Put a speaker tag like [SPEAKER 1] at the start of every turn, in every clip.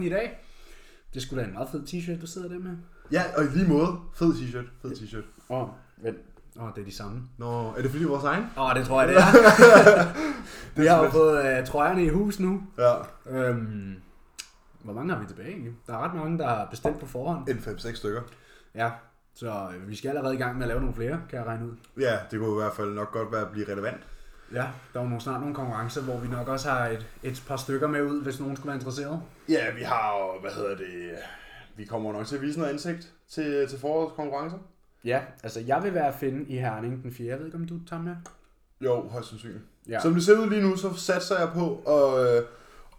[SPEAKER 1] i dag. Det skulle da en meget fed t-shirt, du sidder der med.
[SPEAKER 2] Ja, og i lige måde. Fed t-shirt. Fed t-shirt.
[SPEAKER 1] Åh, vent. Åh, det er de samme.
[SPEAKER 2] Nå, er det fordi vores egen?
[SPEAKER 1] Åh, det tror jeg, det er. Vi har jo fået øh, trøjerne i hus nu.
[SPEAKER 2] Ja.
[SPEAKER 1] Øhm, hvor mange har vi tilbage egentlig? Der er ret mange, der har bestemt på forhånd.
[SPEAKER 2] En 5-6 stykker.
[SPEAKER 1] Ja, så øh, vi skal allerede i gang med at lave nogle flere, kan jeg regne ud.
[SPEAKER 2] Ja, det kunne i hvert fald nok godt være at blive relevant.
[SPEAKER 1] Ja, der er jo nogle, snart nogle konkurrencer, hvor vi nok også har et, et par stykker med ud, hvis nogen skulle være interesseret.
[SPEAKER 2] Ja, vi har jo, hvad hedder det, vi kommer nok til at vise noget ansigt til, til forårets konkurrencer.
[SPEAKER 1] Ja, altså jeg vil være at finde i Herning den 4. Jeg ved ikke, om du tager med?
[SPEAKER 2] Jo, højst sandsynligt.
[SPEAKER 1] Ja.
[SPEAKER 2] Ja. Som det ser ud lige nu, så satser jeg på at, øh,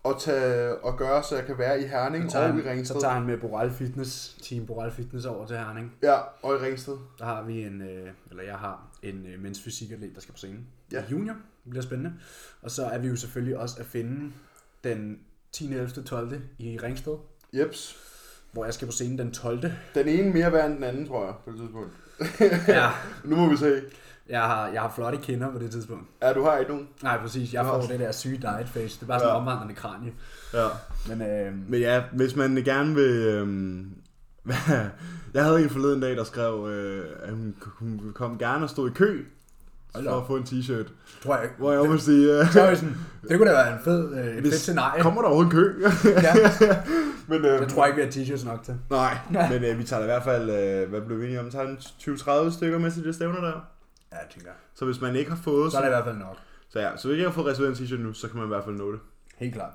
[SPEAKER 2] at tage og gøre, så jeg kan være i Herning
[SPEAKER 1] tager
[SPEAKER 2] og i
[SPEAKER 1] han,
[SPEAKER 2] Ringsted.
[SPEAKER 1] så tager han med Boral Fitness, Team Boral Fitness over til Herning.
[SPEAKER 2] Ja, og i Ringsted.
[SPEAKER 1] Der har vi en, øh, eller jeg har en øh, mens fysikatlet, der skal på scenen.
[SPEAKER 2] Ja.
[SPEAKER 1] I Junior, det bliver spændende. Og så er vi jo selvfølgelig også at finde den 10. 11. 12. i Ringsted,
[SPEAKER 2] Jeps.
[SPEAKER 1] hvor jeg skal på scenen den 12.
[SPEAKER 2] Den ene mere værd end den anden, tror jeg, på det tidspunkt.
[SPEAKER 1] ja,
[SPEAKER 2] Nu må vi se.
[SPEAKER 1] jeg har, jeg har flotte kinder på det tidspunkt.
[SPEAKER 2] Ja, du har ikke nogen.
[SPEAKER 1] Nej, præcis. Jeg
[SPEAKER 2] Du
[SPEAKER 1] får
[SPEAKER 2] har
[SPEAKER 1] det der syge diet face. Det er bare sådan en
[SPEAKER 2] Ja.
[SPEAKER 1] omvandrende kranie.
[SPEAKER 2] Ja.
[SPEAKER 1] Men øh,
[SPEAKER 2] Men ja, hvis man gerne vil... Øhm, jeg havde en forleden dag, der skrev, øh, at hun, hun kom gerne og stå i kø
[SPEAKER 1] Hold da op.
[SPEAKER 2] for at få en t-shirt.
[SPEAKER 1] tror jeg ikke.
[SPEAKER 2] Hvor jeg må sige, øh,
[SPEAKER 1] Så er vi sådan, det kunne da være en fed, øh, et
[SPEAKER 2] Hvis-
[SPEAKER 1] fedt scenarie.
[SPEAKER 2] kommer der overhovedet en kø?
[SPEAKER 1] Ja,
[SPEAKER 2] Men, øh,
[SPEAKER 1] det tror jeg ikke, vi har t-shirts nok til.
[SPEAKER 2] Nej, men øh, vi tager da i hvert fald, øh, hvad blev vi enige om, vi tager en 20-30 stykker med til de stævner der.
[SPEAKER 1] Ja, jeg tænker jeg.
[SPEAKER 2] Så hvis man ikke har fået,
[SPEAKER 1] Så er det i hvert fald nok.
[SPEAKER 2] så, ja, så hvis ikke har fået reserveret en t-shirt nu, så kan man i hvert fald nå det.
[SPEAKER 1] Helt klart.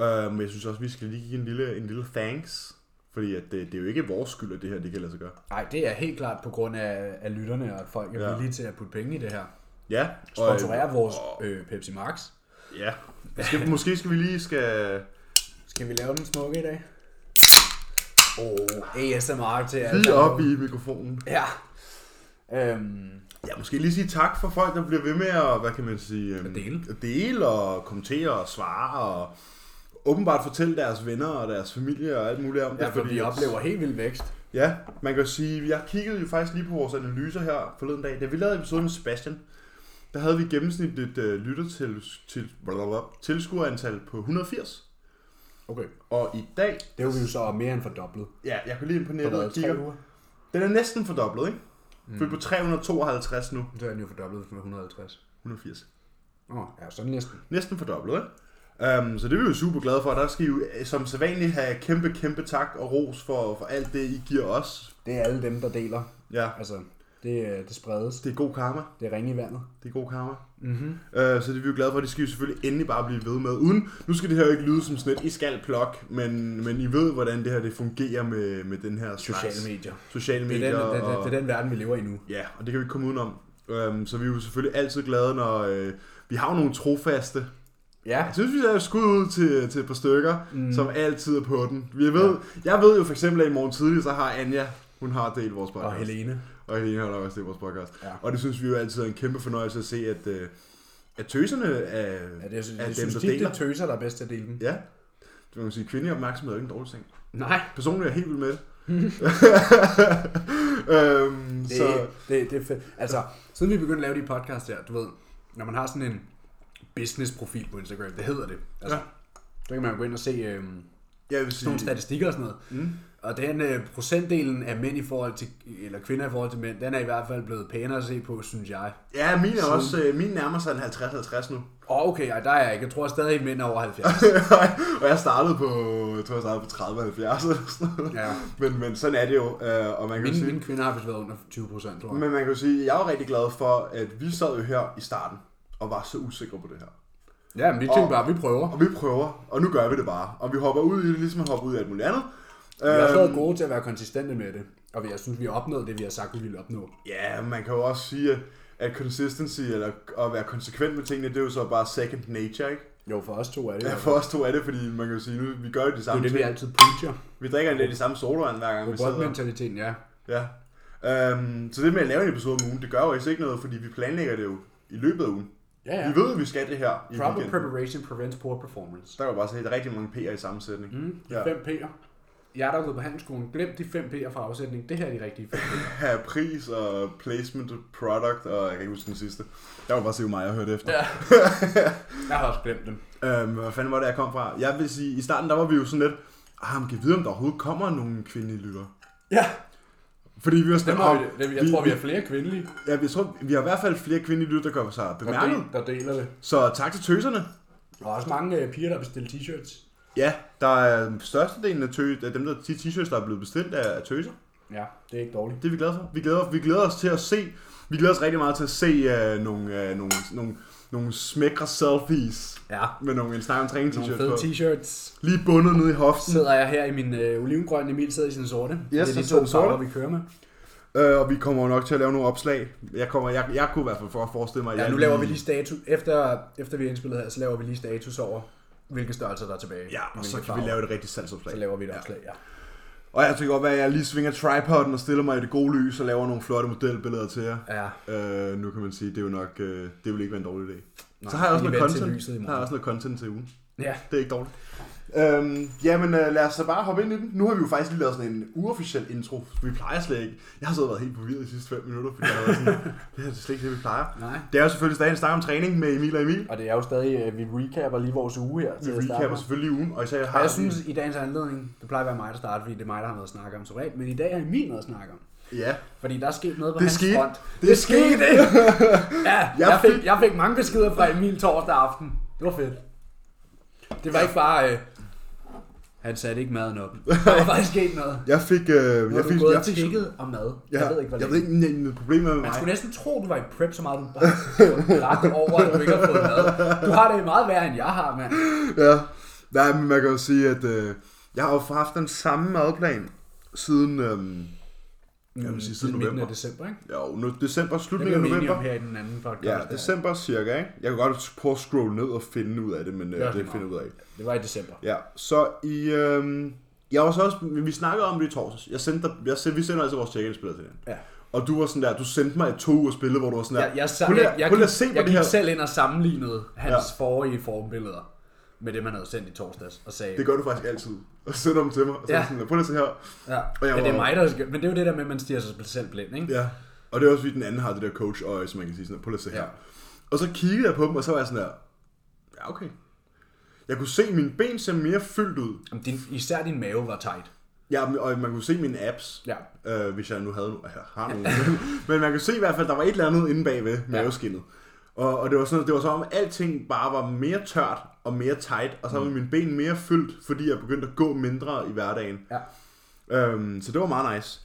[SPEAKER 2] Øh, men jeg synes også, vi skal lige give en lille, en lille thanks. Fordi at det, det, er jo ikke vores skyld, at det her det kan lade sig gøre.
[SPEAKER 1] Nej, det er helt klart på grund af, af lytterne og at folk er
[SPEAKER 2] Ja.
[SPEAKER 1] villige til at putte penge i det her.
[SPEAKER 2] Ja, og, øh,
[SPEAKER 1] Sponsorere vores øh, Pepsi Max.
[SPEAKER 2] Ja. Skal, måske skal vi lige skal...
[SPEAKER 1] Skal vi lave den smukke i dag? Oh, ASMR til alle.
[SPEAKER 2] Lige
[SPEAKER 1] der-
[SPEAKER 2] op i mikrofonen.
[SPEAKER 1] Ja. Øhm,
[SPEAKER 2] Ja, måske lige sige tak for folk, der bliver ved med at, hvad kan man sige... øhm,
[SPEAKER 1] At dele.
[SPEAKER 2] At dele og kommentere og svare og åbenbart fortælle deres venner og deres familie og alt muligt om det.
[SPEAKER 1] ja, for vi
[SPEAKER 2] at-
[SPEAKER 1] oplever helt vild vækst.
[SPEAKER 2] Ja, man kan jo sige, jeg kiggede jo faktisk lige på vores analyser her forleden dag. Da vi lavede episoden med Sebastian, der havde vi gennemsnitligt uh, lytter til, til blablabla, tilskuerantal på 180.
[SPEAKER 1] Okay.
[SPEAKER 2] Og i dag,
[SPEAKER 1] Det er vi jo så mere end fordoblet.
[SPEAKER 2] ja, jeg kunne lige ind på
[SPEAKER 1] På
[SPEAKER 2] nettet
[SPEAKER 1] hvad,
[SPEAKER 2] og
[SPEAKER 1] tre
[SPEAKER 2] kigge.
[SPEAKER 1] uger?
[SPEAKER 2] Den er næsten fordoblet, ikke? Mm. Vi er på 352 nu.
[SPEAKER 1] Så er den jo fordoblet med 150.
[SPEAKER 2] 180.
[SPEAKER 1] Åh, oh, ja, så er den næsten.
[SPEAKER 2] Næsten fordoblet, ikke? Um, så det er vi jo super glade for. Der skal I jo øh, som sædvanligt have kæmpe, kæmpe tak og ros for, for alt det, I giver os.
[SPEAKER 1] Det er alle dem, der deler.
[SPEAKER 2] Ja,
[SPEAKER 1] Altså, det, øh, det spredes.
[SPEAKER 2] det er god karma.
[SPEAKER 1] Det er ringe i vandet.
[SPEAKER 2] Det er god karma.
[SPEAKER 1] Mm-hmm.
[SPEAKER 2] Øh, så det er vi jo glade for, det skal I selvfølgelig endelig bare blive ved med. Uden, nu skal det her jo ikke lyde som sådan et, I skal plok, men, men I ved, hvordan det her det fungerer med, med den her slags
[SPEAKER 1] Sociale medier.
[SPEAKER 2] sociale
[SPEAKER 1] Det er,
[SPEAKER 2] medier.
[SPEAKER 1] den, det, det,
[SPEAKER 2] og,
[SPEAKER 1] det er den verden, vi lever i nu.
[SPEAKER 2] Ja, og det kan vi ikke komme udenom. Øhm, så vi er jo selvfølgelig altid glade, når øh, vi har jo nogle trofaste.
[SPEAKER 1] Ja.
[SPEAKER 2] Jeg synes, vi har skud ud til, til et par stykker, mm. som altid er på den. Vi ved, ja. Jeg ved jo for eksempel, at i morgen tidlig, så har Anja, hun har delt vores podcast.
[SPEAKER 1] Og Helene.
[SPEAKER 2] Og Helene har nok også delt vores podcast.
[SPEAKER 1] Ja.
[SPEAKER 2] Og det synes vi jo altid er en kæmpe fornøjelse at se, at, øh, at tøserne er,
[SPEAKER 1] Ja, det, jeg,
[SPEAKER 2] er
[SPEAKER 1] jeg
[SPEAKER 2] dem,
[SPEAKER 1] synes
[SPEAKER 2] der
[SPEAKER 1] tit, det
[SPEAKER 2] deler.
[SPEAKER 1] er tøser, der er bedst til at dele dem.
[SPEAKER 2] Ja. Det man kan sige, kvindelig opmærksomhed er jo ikke en dårlig ting.
[SPEAKER 1] Nej,
[SPEAKER 2] Personligt er jeg helt vild med det. øhm,
[SPEAKER 1] det,
[SPEAKER 2] så,
[SPEAKER 1] er- det, det er fedt. Altså, siden vi begyndte at lave de podcast her, du ved, når man har sådan en business-profil på Instagram, det hedder det. Altså,
[SPEAKER 2] Ja.
[SPEAKER 1] Så kan man jo gå ind og se øh, sådan
[SPEAKER 2] jeg vil sige,
[SPEAKER 1] nogle statistikker og sådan noget.
[SPEAKER 2] Mm.
[SPEAKER 1] Og den øh, procentdelen af mænd i forhold til, eller kvinder i forhold til mænd, den er i hvert fald blevet pænere at se på, synes jeg.
[SPEAKER 2] ja, min, er også, øh, min nærmer sig en 50-50 nu.
[SPEAKER 1] Åh, oh, okay, ej, der er jeg ikke. Jeg tror stadig, at mænd er over 70.
[SPEAKER 2] og jeg startede på, jeg tror jeg startede på 30 70 eller sådan noget.
[SPEAKER 1] Ja.
[SPEAKER 2] Men, men sådan er det jo, øh, og man kan jo
[SPEAKER 1] Mine,
[SPEAKER 2] sige,
[SPEAKER 1] mine kvinder har vist været under 20 procent, tror jeg.
[SPEAKER 2] men man kan jo sige, jeg er jo rigtig glad for, at vi sad jo her i starten, og var så usikre på det her.
[SPEAKER 1] Ja, men vi tænkte bare, at vi prøver.
[SPEAKER 2] Og vi prøver, og nu gør vi det bare. Og vi hopper ud i det, ligesom man hopper ud i alt muligt andet.
[SPEAKER 1] Vi har også
[SPEAKER 2] Øhm,
[SPEAKER 1] været gode til at være konsistente med det. Og jeg synes, vi har opnået det, vi har sagt, vi ville opnå.
[SPEAKER 2] Ja, man kan jo også sige, at, at consistency, eller at være konsekvent med tingene, det er jo så bare second nature, ikke?
[SPEAKER 1] Jo, for os to er det.
[SPEAKER 2] Ja,
[SPEAKER 1] jo.
[SPEAKER 2] for os to er det, fordi man kan jo sige, nu vi gør jo de
[SPEAKER 1] Det er
[SPEAKER 2] samme
[SPEAKER 1] det, vi
[SPEAKER 2] ting.
[SPEAKER 1] altid pusher.
[SPEAKER 2] Vi drikker en lidt de samme sodavand hver gang, vi sidder.
[SPEAKER 1] Robotmentaliteten, ja.
[SPEAKER 2] Ja. Øhm, så det med at lave en episode om ugen, det gør jo altså ikke noget, fordi vi planlægger det jo i løbet af ugen.
[SPEAKER 1] Ja, ja.
[SPEAKER 2] Vi ved, at vi skal det her i
[SPEAKER 1] Proper
[SPEAKER 2] weekenden.
[SPEAKER 1] preparation prevents poor performance.
[SPEAKER 2] Der kan jo bare se, at der er rigtig mange P'er i sammensætning.
[SPEAKER 1] Mm, de
[SPEAKER 2] Ja.
[SPEAKER 1] fem P'er. Jeg der er gået på handelsskolen. Glem de fem P'er fra afsætning. Det her er de rigtige fem.
[SPEAKER 2] Her pris og placement product, og jeg kan ikke huske den sidste. Der var bare se, hvor meget jeg hørte efter.
[SPEAKER 1] Ja. jeg har også glemt dem.
[SPEAKER 2] Øhm, hvad fanden var det, jeg kom fra? Jeg vil sige, i starten der var vi jo sådan lidt, ah, man kan vide, om der overhovedet kommer nogen kvindelige lyttere.
[SPEAKER 1] Ja,
[SPEAKER 2] Fordi vi var
[SPEAKER 1] dem
[SPEAKER 2] sådan,
[SPEAKER 1] har vi,
[SPEAKER 2] "Åh,
[SPEAKER 1] dem, jeg tror, vi har flere kvindelige,
[SPEAKER 2] ja, jeg tror, vi har i hvert fald flere kvindelige lyttere, der gør sig
[SPEAKER 1] der,
[SPEAKER 2] bemærket.
[SPEAKER 1] del, der deler det.
[SPEAKER 2] Så tak til tøserne.
[SPEAKER 1] Der er også mange øh, piger, der bestiller t-shirts.
[SPEAKER 2] Ja, der er øhm, størstedelen af, tø- af dem, der de t-shirts, der er blevet bestilt, er er tøser.
[SPEAKER 1] Ja, det er ikke dårligt.
[SPEAKER 2] Det er vi glade for. Vi glæder, vi glæder os til at se. Vi glæder os rigtig meget til at se øh, nogle, øh, nogle, nogle, nogle smækre selfies
[SPEAKER 1] Ja,
[SPEAKER 2] med nogle en snak om træning
[SPEAKER 1] nogle
[SPEAKER 2] t-shirt
[SPEAKER 1] fede
[SPEAKER 2] på.
[SPEAKER 1] t-shirts.
[SPEAKER 2] Lige bundet nede i hoften.
[SPEAKER 1] sidder jeg her i min øh, olivengrøn, Emil sidder i sin sorte. Yes, det er
[SPEAKER 2] jeg
[SPEAKER 1] de
[SPEAKER 2] sidder
[SPEAKER 1] to
[SPEAKER 2] i sorte.
[SPEAKER 1] farver, vi kører med.
[SPEAKER 2] Øh, og vi kommer jo nok til at lave nogle opslag. Jeg, kommer, jeg, jeg kunne i hvert fald for forestille mig, at
[SPEAKER 1] Ja,
[SPEAKER 2] jeg
[SPEAKER 1] nu laver vi lige status. Efter, efter vi er indspillet her, så laver vi lige status over, hvilke størrelser der er tilbage.
[SPEAKER 2] Ja, og så
[SPEAKER 1] Hvilke
[SPEAKER 2] kan vi
[SPEAKER 1] farver.
[SPEAKER 2] lave et rigtigt
[SPEAKER 1] Så
[SPEAKER 2] salgsopslag.
[SPEAKER 1] laver vi et opslag, ja.
[SPEAKER 2] Og jeg tænker godt, være, at jeg lige svinger tripoden og stiller mig i det gode lys og laver nogle flotte modelbilleder til jer.
[SPEAKER 1] Ja,
[SPEAKER 2] Øh, nu kan man sige, det er jo nok, øh, det vil ikke være en dårlig idé.
[SPEAKER 1] Nej,
[SPEAKER 2] så har jeg også
[SPEAKER 1] vi
[SPEAKER 2] noget
[SPEAKER 1] venter til
[SPEAKER 2] content.
[SPEAKER 1] lyset i morgen.
[SPEAKER 2] har jeg også noget content til ugen.
[SPEAKER 1] ja.
[SPEAKER 2] Det er ikke dårligt. Øhm, jamen øh, lad os så bare hoppe ind i den. Nu har vi jo faktisk lige lavet sådan en uofficiel intro. Vi plejer slet ikke. Jeg har så været helt forvirret de sidste 5 minutter, fordi jeg har været sådan, det her er slet ikke det, vi plejer.
[SPEAKER 1] Nej.
[SPEAKER 2] Det er jo selvfølgelig stadig en snak om træning med Emil og Emil.
[SPEAKER 1] Og det er jo stadig, øh, vi recapper lige vores uge her.
[SPEAKER 2] Vi
[SPEAKER 1] til at starte
[SPEAKER 2] recapper
[SPEAKER 1] med.
[SPEAKER 2] selvfølgelig ugen, og især
[SPEAKER 1] Og
[SPEAKER 2] har
[SPEAKER 1] jeg synes, i dagens anledning, det plejer at være mig, der starter, fordi det er mig, der har noget at snakke om som regel. Men i dag har Emil noget at snakke om.
[SPEAKER 2] Ja,
[SPEAKER 1] Fordi der er sket noget på
[SPEAKER 2] Det
[SPEAKER 1] hans
[SPEAKER 2] skete.
[SPEAKER 1] front.
[SPEAKER 2] Det skete.
[SPEAKER 1] ja, jeg,
[SPEAKER 2] Jeg
[SPEAKER 1] fik,
[SPEAKER 2] fik-
[SPEAKER 1] jeg fik mange beskeder fra Emil torsdag aften. Det var fedt. Det var ikke bare... Øh, han satte ikke maden op. Der var faktisk sket noget.
[SPEAKER 2] jeg fik... Øh,
[SPEAKER 1] Nu
[SPEAKER 2] jeg
[SPEAKER 1] har du
[SPEAKER 2] fik,
[SPEAKER 1] gået
[SPEAKER 2] jeg
[SPEAKER 1] og
[SPEAKER 2] fik,
[SPEAKER 1] tjekket om mad.
[SPEAKER 2] jeg,
[SPEAKER 1] jeg ved ikke, hvad
[SPEAKER 2] jeg
[SPEAKER 1] det er.
[SPEAKER 2] ved ikke, men det problem er med
[SPEAKER 1] Man
[SPEAKER 2] mig.
[SPEAKER 1] skulle næsten tro, du var i prep så meget, du bare har over, at du ikke har fået mad. Du har det meget værre, end jeg har, mand.
[SPEAKER 2] Ja. Nej, men man kan jo sige, at øh, jeg har jo haft den samme madplan siden... Øh, jeg vil sige, siden
[SPEAKER 1] midten
[SPEAKER 2] november.
[SPEAKER 1] af december, ikke?
[SPEAKER 2] Jo, nu, december,
[SPEAKER 1] Det
[SPEAKER 2] slutningen
[SPEAKER 1] blev
[SPEAKER 2] af
[SPEAKER 1] vi enige
[SPEAKER 2] november.
[SPEAKER 1] om her i den anden podcast.
[SPEAKER 2] Ja, december cirka, ikke? Jeg kan godt prøve at scrolle ned og finde ud af det, men øh,
[SPEAKER 1] Ja,
[SPEAKER 2] det
[SPEAKER 1] det er
[SPEAKER 2] finder jeg ud af.
[SPEAKER 1] Det var i december.
[SPEAKER 2] Ja, så i... Øh, jeg var så også, vi snakkede om det i torsdags. Jeg sendte dig, jeg sendte, vi sender altid vores check-in-spillere til hinanden.
[SPEAKER 1] Ja.
[SPEAKER 2] Og du var sådan der, du sendte mig et to uger spille, hvor du var sådan der,
[SPEAKER 1] Jeg, jeg, sa-
[SPEAKER 2] prøv lige,
[SPEAKER 1] jeg, jeg,
[SPEAKER 2] prøv lige
[SPEAKER 1] gik,
[SPEAKER 2] at se på
[SPEAKER 1] jeg
[SPEAKER 2] det
[SPEAKER 1] gik
[SPEAKER 2] her.
[SPEAKER 1] selv ind og sammenlignede hans ja. forrige formbilleder med det, man havde sendt i torsdags, og sagde,
[SPEAKER 2] Det gør du faktisk altid. Og så sender dem til mig, og så ja.
[SPEAKER 1] Ja.
[SPEAKER 2] sådan, prøv lige at se her.
[SPEAKER 1] ja,
[SPEAKER 2] Og jeg
[SPEAKER 1] ja, det er
[SPEAKER 2] var-
[SPEAKER 1] mig, der skal, men det er jo det der med, at man stiger sig selv blind, ikke?
[SPEAKER 2] Ja. Og det er også fordi, den anden har det der coach øje, som man kan sige sådan, prøv lige at se her.
[SPEAKER 1] Ja.
[SPEAKER 2] Og så kiggede jeg på dem, og så var jeg sådan der, ja okay. Jeg kunne se, at mine ben ser mere fyldt ud.
[SPEAKER 1] Jamen, Din, især din mave var tight.
[SPEAKER 2] Ja, og man kunne se mine abs.
[SPEAKER 1] Ja.
[SPEAKER 2] øh, hvis jeg nu havde no- jeg har nogen. Men man kan se i hvert fald, der var et eller andet inde bagved maveskinnet. Og, og det var sådan, det var som om alting bare var mere tørt og mere tight, og så var mine ben mere fyldt, fordi jeg begyndte at gå mindre i hverdagen.
[SPEAKER 1] Ja.
[SPEAKER 2] Øhm, så det var meget nice.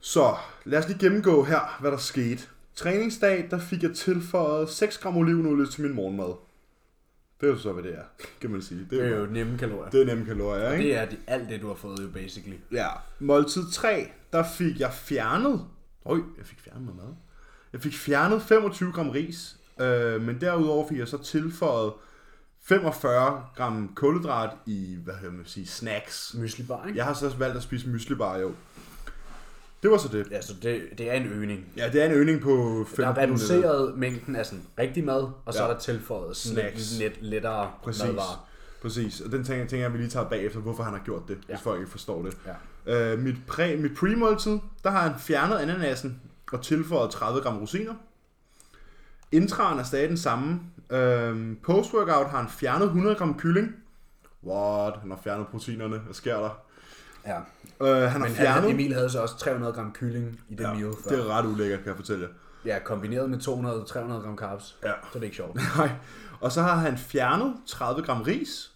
[SPEAKER 2] Så lad os lige gennemgå her, hvad der skete. Træningsdag, der fik jeg tilføjet 6 gram olivenolie til min morgenmad. Det er jo så, hvad det er, kan man sige. Det
[SPEAKER 1] Det
[SPEAKER 2] er
[SPEAKER 1] er
[SPEAKER 2] jo,
[SPEAKER 1] jo nemme kalorier. Det,
[SPEAKER 2] det er nemme kalorier, ikke?
[SPEAKER 1] det er de, alt det, du har fået jo, basically.
[SPEAKER 2] Ja. Måltid 3, der fik jeg fjernet... Øj, jeg fik fjernet noget mad. Jeg fik fjernet 25 gram ris, øh, men derudover fik jeg så tilføjet 45 gram kulhydrat i, hvad kan man sige, snacks.
[SPEAKER 1] Mysli bar, ikke?
[SPEAKER 2] Jeg har så også valgt at spise myslibar, jo. Det var så det.
[SPEAKER 1] Ja, så det, det er en øgning.
[SPEAKER 2] Ja, det er en øgning på 15
[SPEAKER 1] Der er reduceret mængden af sådan rigtig mad, og så
[SPEAKER 2] Ja.
[SPEAKER 1] er der tilføjet sådan
[SPEAKER 2] Snacks.
[SPEAKER 1] lidt, lidt lettere
[SPEAKER 2] Præcis.
[SPEAKER 1] madvarer.
[SPEAKER 2] Præcis, og den tænker, tænker jeg, vi lige tager bagefter, hvorfor han har gjort det, ja. hvis folk ikke forstår det.
[SPEAKER 1] Ja.
[SPEAKER 2] Øh, mit, præ, mit pre-måltid, der har han fjernet ananasen og tilføjet 30 gram rosiner. Intraen er stadig den samme. Øh, post-workout har han fjernet 100 gram kylling. What? Han har fjernet proteinerne. Hvad sker der?
[SPEAKER 1] ja.
[SPEAKER 2] Øh, han har
[SPEAKER 1] Men
[SPEAKER 2] fjernet...
[SPEAKER 1] altså, Emil havde så også 300 gram kylling i det ja, meal før.
[SPEAKER 2] det er ret ulækkert, kan jeg fortælle jer.
[SPEAKER 1] Ja, kombineret med 200-300 gram carbs.
[SPEAKER 2] Ja.
[SPEAKER 1] Så er det ikke sjovt.
[SPEAKER 2] Nej. Og så har han fjernet 30 gram ris.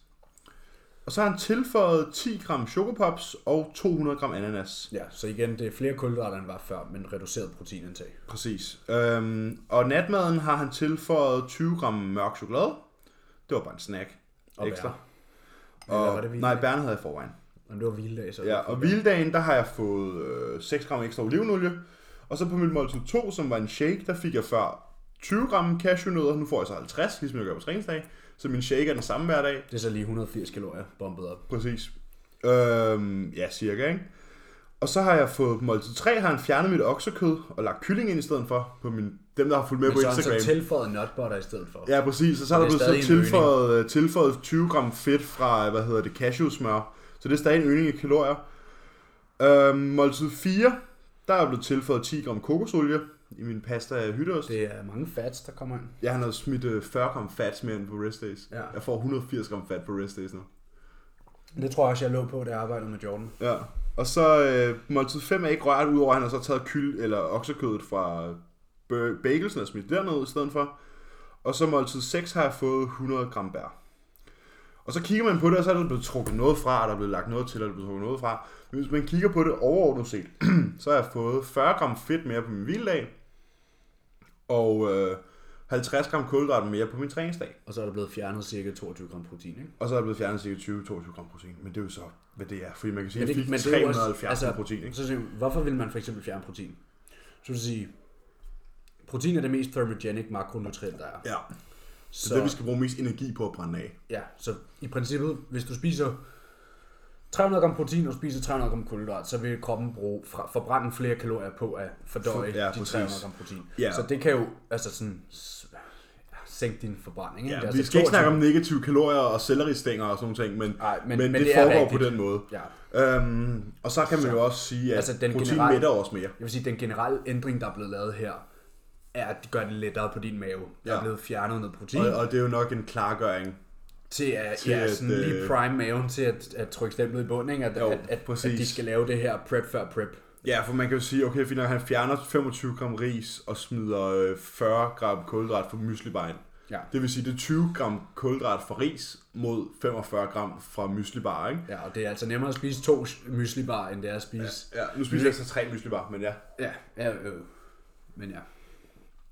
[SPEAKER 2] Og så har han tilføjet 10 gram chokopops og 200 gram ananas.
[SPEAKER 1] Ja, så igen, det er flere kulhydrater, end var før, men reduceret proteinindtag.
[SPEAKER 2] Præcis. Øhm, og natmaden har han tilføjet 20 gram mørk chokolade. Det var bare en snack.
[SPEAKER 1] Og
[SPEAKER 2] ekstra.
[SPEAKER 1] bær. Eller var
[SPEAKER 2] Og,
[SPEAKER 1] det hviledag?
[SPEAKER 2] nej, bærne havde jeg i forvejen.
[SPEAKER 1] Men det var hviledag, så...
[SPEAKER 2] Ja, og hviledagen, der har jeg fået øh, 6 gram ekstra olivenolie. Og så på mit måltid 2, som var en shake, der fik jeg før 20 gram cashewnødder. Nu får jeg så 50, ligesom jeg gør på træningsdag. Så min shake er den samme hver dag.
[SPEAKER 1] Det er så lige 180 kalorier bombet op.
[SPEAKER 2] Præcis. Øhm, ja, cirka, ikke? Og så har jeg fået på måltid 3, har han fjernet mit oksekød og lagt kylling ind i stedet for. På min, dem, der har fulgt med
[SPEAKER 1] Men
[SPEAKER 2] på
[SPEAKER 1] så har han
[SPEAKER 2] Instagram.
[SPEAKER 1] så tilføjet nut butter i stedet for.
[SPEAKER 2] Ja, præcis. Og så er der
[SPEAKER 1] Det er
[SPEAKER 2] blevet så
[SPEAKER 1] stadig en
[SPEAKER 2] tilføjet, øh, tilføjet 20 gram fedt fra, øh, hvad hedder det, cashewsmør. Så det er stadig en øgning i kalorier. Øhm, måltid 4, der er blevet tilføjet 10 gram kokosolie i min pasta af hytteost.
[SPEAKER 1] Det er mange fats, der kommer ind.
[SPEAKER 2] Jeg har noget smidt øh, 40 gram fats mere end på rest days.
[SPEAKER 1] Ja.
[SPEAKER 2] Jeg får 180 gram fat på rest days nu.
[SPEAKER 1] Det tror jeg også, jeg lå på, da jeg arbejdede med Jordan.
[SPEAKER 2] Ja. Og så øh, måltid 5 er ikke rørt, udover at han har så taget kyld eller oksekødet fra bø- bagelsen og smidt derned i stedet for. Og så måltid 6 har jeg fået 100 gram bær. Og så kigger man på det, og så er der blevet trukket noget fra, og der er blevet lagt noget til, og der er blevet trukket noget fra. Men hvis man kigger på det overordnet set, så har jeg fået 40 gram fedt mere på min hviledag, og øh, 50 gram kulhydrater mere på min træningsdag.
[SPEAKER 1] Og så er der blevet fjernet cirka 22 gram protein, ikke?
[SPEAKER 2] Og så er der blevet fjernet cirka 20-22 gram protein. Men det er jo så, hvad det er. Fordi man kan sige,
[SPEAKER 1] Men
[SPEAKER 2] at
[SPEAKER 1] det-
[SPEAKER 2] jeg fik
[SPEAKER 1] men det er jo også-
[SPEAKER 2] 370 altså,
[SPEAKER 1] altså,
[SPEAKER 2] protein. Ikke?
[SPEAKER 1] Så siger man, hvorfor vil man for eksempel fjerne protein? Så vil jeg sige, protein er det mest thermogenic makronutrient, der er.
[SPEAKER 2] Ja. Så,
[SPEAKER 1] så,
[SPEAKER 2] så det, vi skal bruge mest energi på at brænde af.
[SPEAKER 1] ja, så i princippet, hvis du spiser 300 gram protein og spiser 300 gram kulhydrat, så vil kroppen bruge fra, forbrænde flere kalorier på at fordøje
[SPEAKER 2] For- ja,
[SPEAKER 1] ja, de
[SPEAKER 2] præcis.
[SPEAKER 1] 300 gram protein.
[SPEAKER 2] Ja.
[SPEAKER 1] Så det kan jo altså sådan s- sænke din forbrænding. ikke?
[SPEAKER 2] Ja,
[SPEAKER 1] Det er
[SPEAKER 2] vi
[SPEAKER 1] altså
[SPEAKER 2] skal ikke
[SPEAKER 1] 22
[SPEAKER 2] snakke om negative kalorier og selleristænger og sådan noget, men,
[SPEAKER 1] Nej, men-
[SPEAKER 2] men,
[SPEAKER 1] men
[SPEAKER 2] det,
[SPEAKER 1] det er
[SPEAKER 2] foregår
[SPEAKER 1] rigtigt.
[SPEAKER 2] på den måde.
[SPEAKER 1] Ja.
[SPEAKER 2] Øhm, og så kan man jo også sige, at
[SPEAKER 1] Altså, den
[SPEAKER 2] protein
[SPEAKER 1] generelle-
[SPEAKER 2] mætter også mere.
[SPEAKER 1] Jeg vil sige, at den generelle ændring, der er blevet lavet her, er, at det gør det lettere på din mave. Der
[SPEAKER 2] Ja.
[SPEAKER 1] er blevet fjernet noget protein.
[SPEAKER 2] Og, og det er jo nok en klargøring.
[SPEAKER 1] til at
[SPEAKER 2] Til
[SPEAKER 1] til ja,
[SPEAKER 2] at,
[SPEAKER 1] sådan lige
[SPEAKER 2] øh,
[SPEAKER 1] prime maven til at, at trykke stemplet i bunden, ikke? At,
[SPEAKER 2] Jo,
[SPEAKER 1] at, at, at,
[SPEAKER 2] præcis.
[SPEAKER 1] de skal lave det her prep før prep.
[SPEAKER 2] Ja, for man kan jo sige, okay, fint, nok, han fjerner 25 gram ris og smider øh, 40 gram kulhydrat fra myslibejen.
[SPEAKER 1] Ja.
[SPEAKER 2] Det vil sige, det er 20 gram kulhydrat fra ris mod 45 gram fra myslibar, ikke?
[SPEAKER 1] ja, og det er altså nemmere at spise to myslibar, end det er at spise...
[SPEAKER 2] Ja, nu spiser jeg så tre myslibar, men ja.
[SPEAKER 1] Ja, ja, øh. Men ja,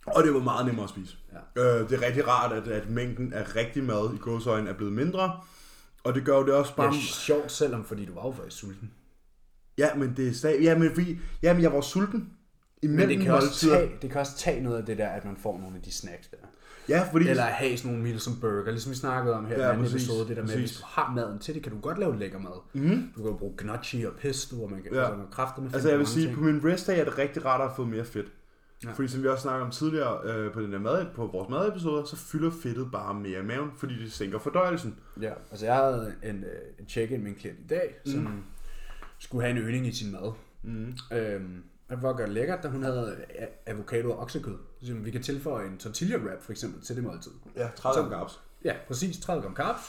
[SPEAKER 2] Og det var meget nemmere at spise.
[SPEAKER 1] Ja.
[SPEAKER 2] Øh, det er rigtig rart, at, at mængden af rigtig mad i gåsøjne er blevet mindre. Og det gør jo det også bare...
[SPEAKER 1] det er sjovt selvom, fordi du var jo faktisk sulten.
[SPEAKER 2] Ja, men det er stadig... Ja, men, fordi, ja, men jeg var sulten
[SPEAKER 1] Men
[SPEAKER 2] imellem
[SPEAKER 1] det kan, også
[SPEAKER 2] måltider.
[SPEAKER 1] tage, det kan også tage noget af det der, at man får nogle af de snacks der.
[SPEAKER 2] Ja, fordi...
[SPEAKER 1] Eller at have sådan nogle meal som burger, ligesom vi snakkede om her i
[SPEAKER 2] Ja,
[SPEAKER 1] ja, anden
[SPEAKER 2] præcis,
[SPEAKER 1] episode, det der med, at
[SPEAKER 2] præcis. Mhm.
[SPEAKER 1] hvis du har maden til det, kan du godt lave lækker mad. Mm. Du kan jo bruge gnocchi og pesto, og man kan
[SPEAKER 2] Ja.
[SPEAKER 1] ja. altså, man kræfter med
[SPEAKER 2] Altså jeg vil sige, på min restdag er det rigtig rart at have fået mere fedt. Ja. Fordi som vi også snakkede om tidligere øh, på, den der mad, på vores madepisoder, så fylder fedtet bare mere i maven, fordi det sænker fordøjelsen.
[SPEAKER 1] Ja, altså jeg havde en, øh, en check-in med en klient i dag, som mm. skulle have en øgning i sin mad. Mm. Øhm, og for at gøre det lækkert, da hun havde a- avocado og oksekød, så siger hun, vi kan tilføje en tortilla wrap for eksempel til det måltid.
[SPEAKER 2] Ja, 30 gram carbs.
[SPEAKER 1] Ja, præcis 30 gram carbs,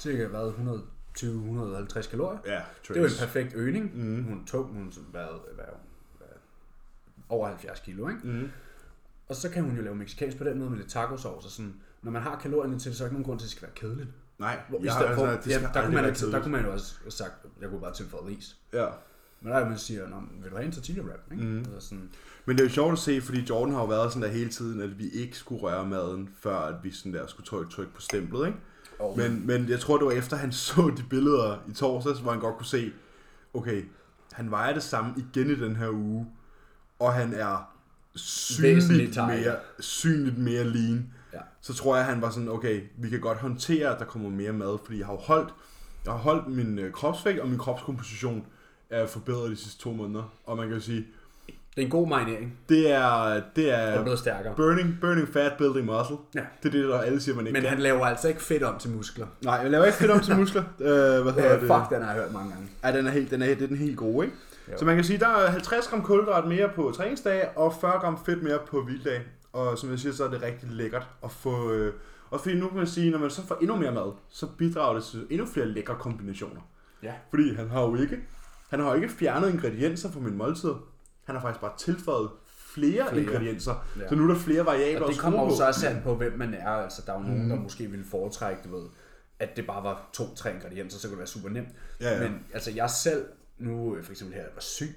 [SPEAKER 1] cirka hvad, 120-150 kalorier.
[SPEAKER 2] Ja,
[SPEAKER 1] Det var en
[SPEAKER 2] trace.
[SPEAKER 1] perfekt øgning. Mm. Hun er tung, hun har været, hvad, er hun? Hvad- over 70 kilo, ikke? Mm. Og så kan hun jo lave mexicansk på den måde med lidt tacosauce og sådan. Når man har kalorierne til det, så er der ikke nogen grund til, at det skal være kedeligt.
[SPEAKER 2] Nej,
[SPEAKER 1] Hvor,
[SPEAKER 2] jeg
[SPEAKER 1] jeg,
[SPEAKER 2] har,
[SPEAKER 1] stedet for,
[SPEAKER 2] altså,
[SPEAKER 1] altså,
[SPEAKER 2] det
[SPEAKER 1] ja,
[SPEAKER 2] skal
[SPEAKER 1] der, kunne
[SPEAKER 2] aldrig
[SPEAKER 1] man,
[SPEAKER 2] være
[SPEAKER 1] altså, der
[SPEAKER 2] kedeligt.
[SPEAKER 1] kunne man jo også have sagt, jeg kunne bare tilføje ris.
[SPEAKER 2] Ja.
[SPEAKER 1] Men der er jo, man siger, Nå, men vil du have en tortilla wrap? Ikke?
[SPEAKER 2] Mhm.
[SPEAKER 1] Mm. Altså sådan,
[SPEAKER 2] Men det er jo sjovt at se, fordi Jordan har jo været sådan der hele tiden, at vi ikke skulle røre maden, før at vi sådan der skulle trykke, trykke på stemplet, ikke?
[SPEAKER 1] Og-
[SPEAKER 2] Men, men jeg tror, det var efter, han så de billeder i torsdags, hvor han godt kunne se, okay, han vejer det samme igen i den her uge, og han er synligt
[SPEAKER 1] Væsentligt tighter.
[SPEAKER 2] mere, synligt mere lean.
[SPEAKER 1] Ja.
[SPEAKER 2] Så tror jeg, han var sådan, okay, vi kan godt håndtere, at der kommer mere mad, fordi jeg har jo holdt, jeg har holdt min øh, kropsvægt, og min kropskomposition er forbedret de sidste to måneder. Og man kan jo sige,
[SPEAKER 1] det er en god marinering.
[SPEAKER 2] det er, det
[SPEAKER 1] Der er
[SPEAKER 2] er
[SPEAKER 1] blevet stærkere.
[SPEAKER 2] burning, burning fat, building muscle.
[SPEAKER 1] Ja.
[SPEAKER 2] Det er det, der alle siger, man ikke
[SPEAKER 1] Men
[SPEAKER 2] kan.
[SPEAKER 1] han laver altså ikke fedt om til muskler.
[SPEAKER 2] Nej, jeg laver ikke fedt om til muskler. øh, hvad
[SPEAKER 1] Øh,
[SPEAKER 2] hedder det?
[SPEAKER 1] fuck, den har jeg hørt mange gange.
[SPEAKER 2] Ja, den er, helt, den er, det er den helt gode, ikke?
[SPEAKER 1] Jo.
[SPEAKER 2] Så man kan sige, der er 50 gram kulhydrat mere på træningsdage, og 40 gram fedt mere på hviledag. Og som jeg siger, så er det rigtig lækkert at få... Øh, og fordi nu kan man sige, når man så får endnu mere mad, så bidrager det til endnu flere lækre kombinationer.
[SPEAKER 1] Ja.
[SPEAKER 2] Fordi han har jo ikke, han har jo ikke fjernet ingredienser fra min måltid. Han har faktisk bare tilføjet flere,
[SPEAKER 1] Flere.
[SPEAKER 2] ingredienser. Ja.
[SPEAKER 1] Ja.
[SPEAKER 2] Så nu er der flere variabler
[SPEAKER 1] Og det
[SPEAKER 2] at
[SPEAKER 1] kommer
[SPEAKER 2] skrue
[SPEAKER 1] jo
[SPEAKER 2] på. Mhm.
[SPEAKER 1] så også an på, hvem man er. Altså, der er jo nogen, der måske ville foretrække, du ved, at det bare var to-tre ingredienser, så kunne det være super nemt.
[SPEAKER 2] Ja, ja.
[SPEAKER 1] Men altså, jeg selv, nu øh, for eksempel her, jeg var syg,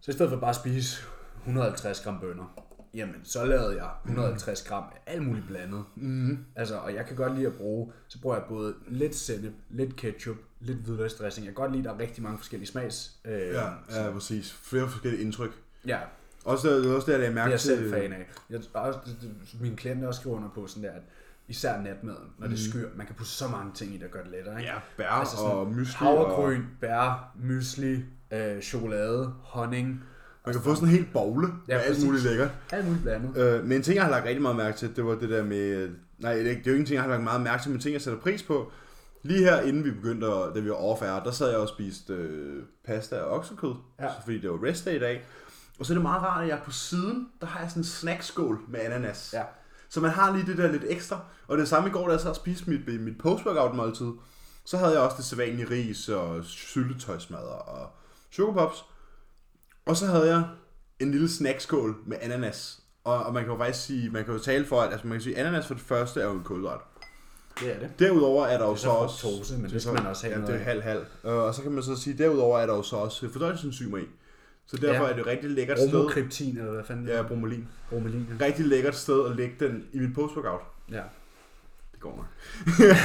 [SPEAKER 1] så i stedet for bare at spise 150 gram bønner, jamen, så lavede jeg 150 gram af alt muligt blandet. Mm.
[SPEAKER 2] Mhm.
[SPEAKER 1] Altså, og jeg kan godt lide at bruge, så bruger jeg både lidt sennep, lidt ketchup, lidt hvidløgsdressing. Jeg kan godt lide, at der er rigtig mange forskellige smags. Øh, ja.
[SPEAKER 2] Ja, ja, præcis. Flere forskellige indtryk.
[SPEAKER 1] ja.
[SPEAKER 2] Også, det er også der, jeg
[SPEAKER 1] Det er
[SPEAKER 2] mærke
[SPEAKER 1] jeg selv
[SPEAKER 2] til...
[SPEAKER 1] fan af. Jeg, og også, det- det- mine klienter også skriver under på sådan der, at især natmaden, når det skyr, man kan putte så mange ting i, der gør det lettere. Ikke?
[SPEAKER 2] Mm. Ja, bær altså og mysli og...
[SPEAKER 1] Havregryn, bær, mysli, øh, chokolade, honning,
[SPEAKER 2] Man kan få sådan en helt bogle ja, med alt
[SPEAKER 1] præcis.
[SPEAKER 2] muligt lækkert.
[SPEAKER 1] alt muligt blandet.
[SPEAKER 2] Øh, men en ting, jeg har lagt rigtig meget mærke til, det var det der med... Nej, det er ikke- det er jo ikke en ting, jeg har lagt meget mærke til, men en ting, jeg sætter pris på. Lige her, inden vi begyndte, at, da vi var off air, der sad jeg og spiste øh, pasta og oksekød, ja.
[SPEAKER 1] Ja.
[SPEAKER 2] fordi det var rest day i dag. Og så er det meget rart, at jeg på siden, der har jeg sådan en snackskål med ananas.
[SPEAKER 1] Ja.
[SPEAKER 2] Så man har lige det der lidt ekstra. Og det samme i går, da jeg sad og spiste mit, mit post-workout måltid, Så havde jeg også det sædvanlige ris og syltetøjsmadder og chokopops. Og så havde jeg en lille snackskål med ananas. Og, og man kan jo faktisk sige, man kan jo tale for, at altså man kan sige, ananas for det første er jo en kulhydrat.
[SPEAKER 1] Det er det.
[SPEAKER 2] Derudover er der jo
[SPEAKER 1] så
[SPEAKER 2] så også...
[SPEAKER 1] fruktose, men det skal
[SPEAKER 2] så-
[SPEAKER 1] man også have
[SPEAKER 2] Ja,
[SPEAKER 1] noget
[SPEAKER 2] det er
[SPEAKER 1] af.
[SPEAKER 2] halv-halv. Øh, Og så kan man så sige, derudover er der jo så også fordøjelsesenzymer i. Så derfor
[SPEAKER 1] Ja.
[SPEAKER 2] er det et rigtig lækkert sted...
[SPEAKER 1] Romokryptin, eller hvad fanden det
[SPEAKER 2] Ja,
[SPEAKER 1] er?
[SPEAKER 2] bromelin.
[SPEAKER 1] Bromelin. ja.
[SPEAKER 2] Rigtig lækkert sted at lægge den i mit post-workout.
[SPEAKER 1] Ja.
[SPEAKER 2] Det går nok.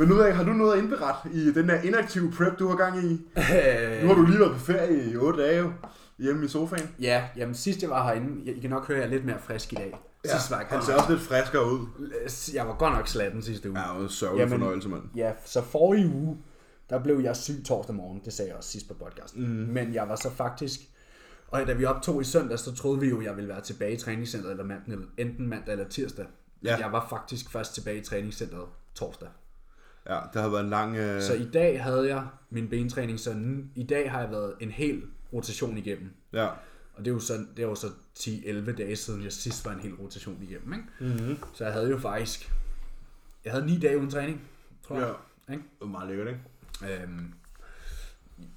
[SPEAKER 2] Men nu ved jeg, ikke, har du noget at indberette i den der inaktive prep, du har gang i?
[SPEAKER 1] Øh,
[SPEAKER 2] Nu har du lige været på ferie i 8 dage jo, hjemme i sofaen.
[SPEAKER 1] Ja, jamen sidst jeg var herinde, jeg- I kan nok høre, at jeg er lidt mere frisk i dag. Ja, sidst var jeg
[SPEAKER 2] han
[SPEAKER 1] godt
[SPEAKER 2] ser
[SPEAKER 1] nok,
[SPEAKER 2] også lidt friskere ud.
[SPEAKER 1] jeg var godt nok slatten sidste uge.
[SPEAKER 2] Ja,
[SPEAKER 1] Ja.
[SPEAKER 2] det var en sørgelig
[SPEAKER 1] Jamen-
[SPEAKER 2] fornøjelse, mand.
[SPEAKER 1] ja, så forrige uge, der blev jeg syg torsdag morgen. Det sagde jeg også sidst på podcasten. Mm. Men jeg var så faktisk... Og da vi optog i søndag, så troede vi jo, at jeg ville være tilbage i træningscenteret eller mandag, eller- enten mandag eller tirsdag.
[SPEAKER 2] Ja.
[SPEAKER 1] Ja. Jeg var faktisk først tilbage i træningscenteret torsdag.
[SPEAKER 2] Ja, det har været en lang... Øh...
[SPEAKER 1] Så i dag havde jeg min bentræning sådan. I dag har jeg været en hel rotation igennem.
[SPEAKER 2] Ja.
[SPEAKER 1] Og det er jo så, det er jo så 10-11 dage siden, jeg sidst var en hel rotation igennem. Ikke? Mm-hmm. Så jeg havde jo faktisk... Jeg havde 9 dage uden træning, tror jeg. Ja. Ikke?
[SPEAKER 2] Det var meget lækkert, ikke?
[SPEAKER 1] Øhm,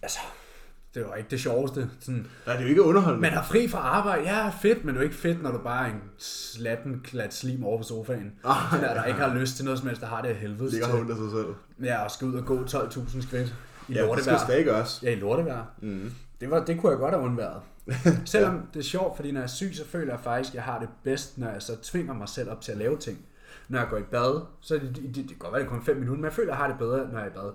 [SPEAKER 1] altså, det var ikke det sjoveste. Sådan,
[SPEAKER 2] Nej, det er jo ikke underholdende.
[SPEAKER 1] man har fri fra arbejde. Ja, fedt, men det er jo ikke fedt, når du bare er en slatten klat slim over på sofaen.
[SPEAKER 2] Ah,
[SPEAKER 1] Ah, der, der ikke har lyst til noget som helst, der har det af helvede.
[SPEAKER 2] ligger og
[SPEAKER 1] til.
[SPEAKER 2] under sig selv.
[SPEAKER 1] Ja, og skal ud og gå 12.000 skridt i
[SPEAKER 2] Ja, det skal
[SPEAKER 1] lortevejr.
[SPEAKER 2] stadig gøres.
[SPEAKER 1] Ja, i lortevejr. Mm. Det, var, det kunne jeg godt have undværet. Selvom det er sjovt, fordi når jeg er syg, så føler jeg faktisk, at jeg har det bedst, når jeg så tvinger mig selv op til at lave ting. Når jeg går i bad, så er det, det, det, det kan godt være, det er kun 5 minutter, men jeg føler, at jeg har det bedre, når jeg er i bad.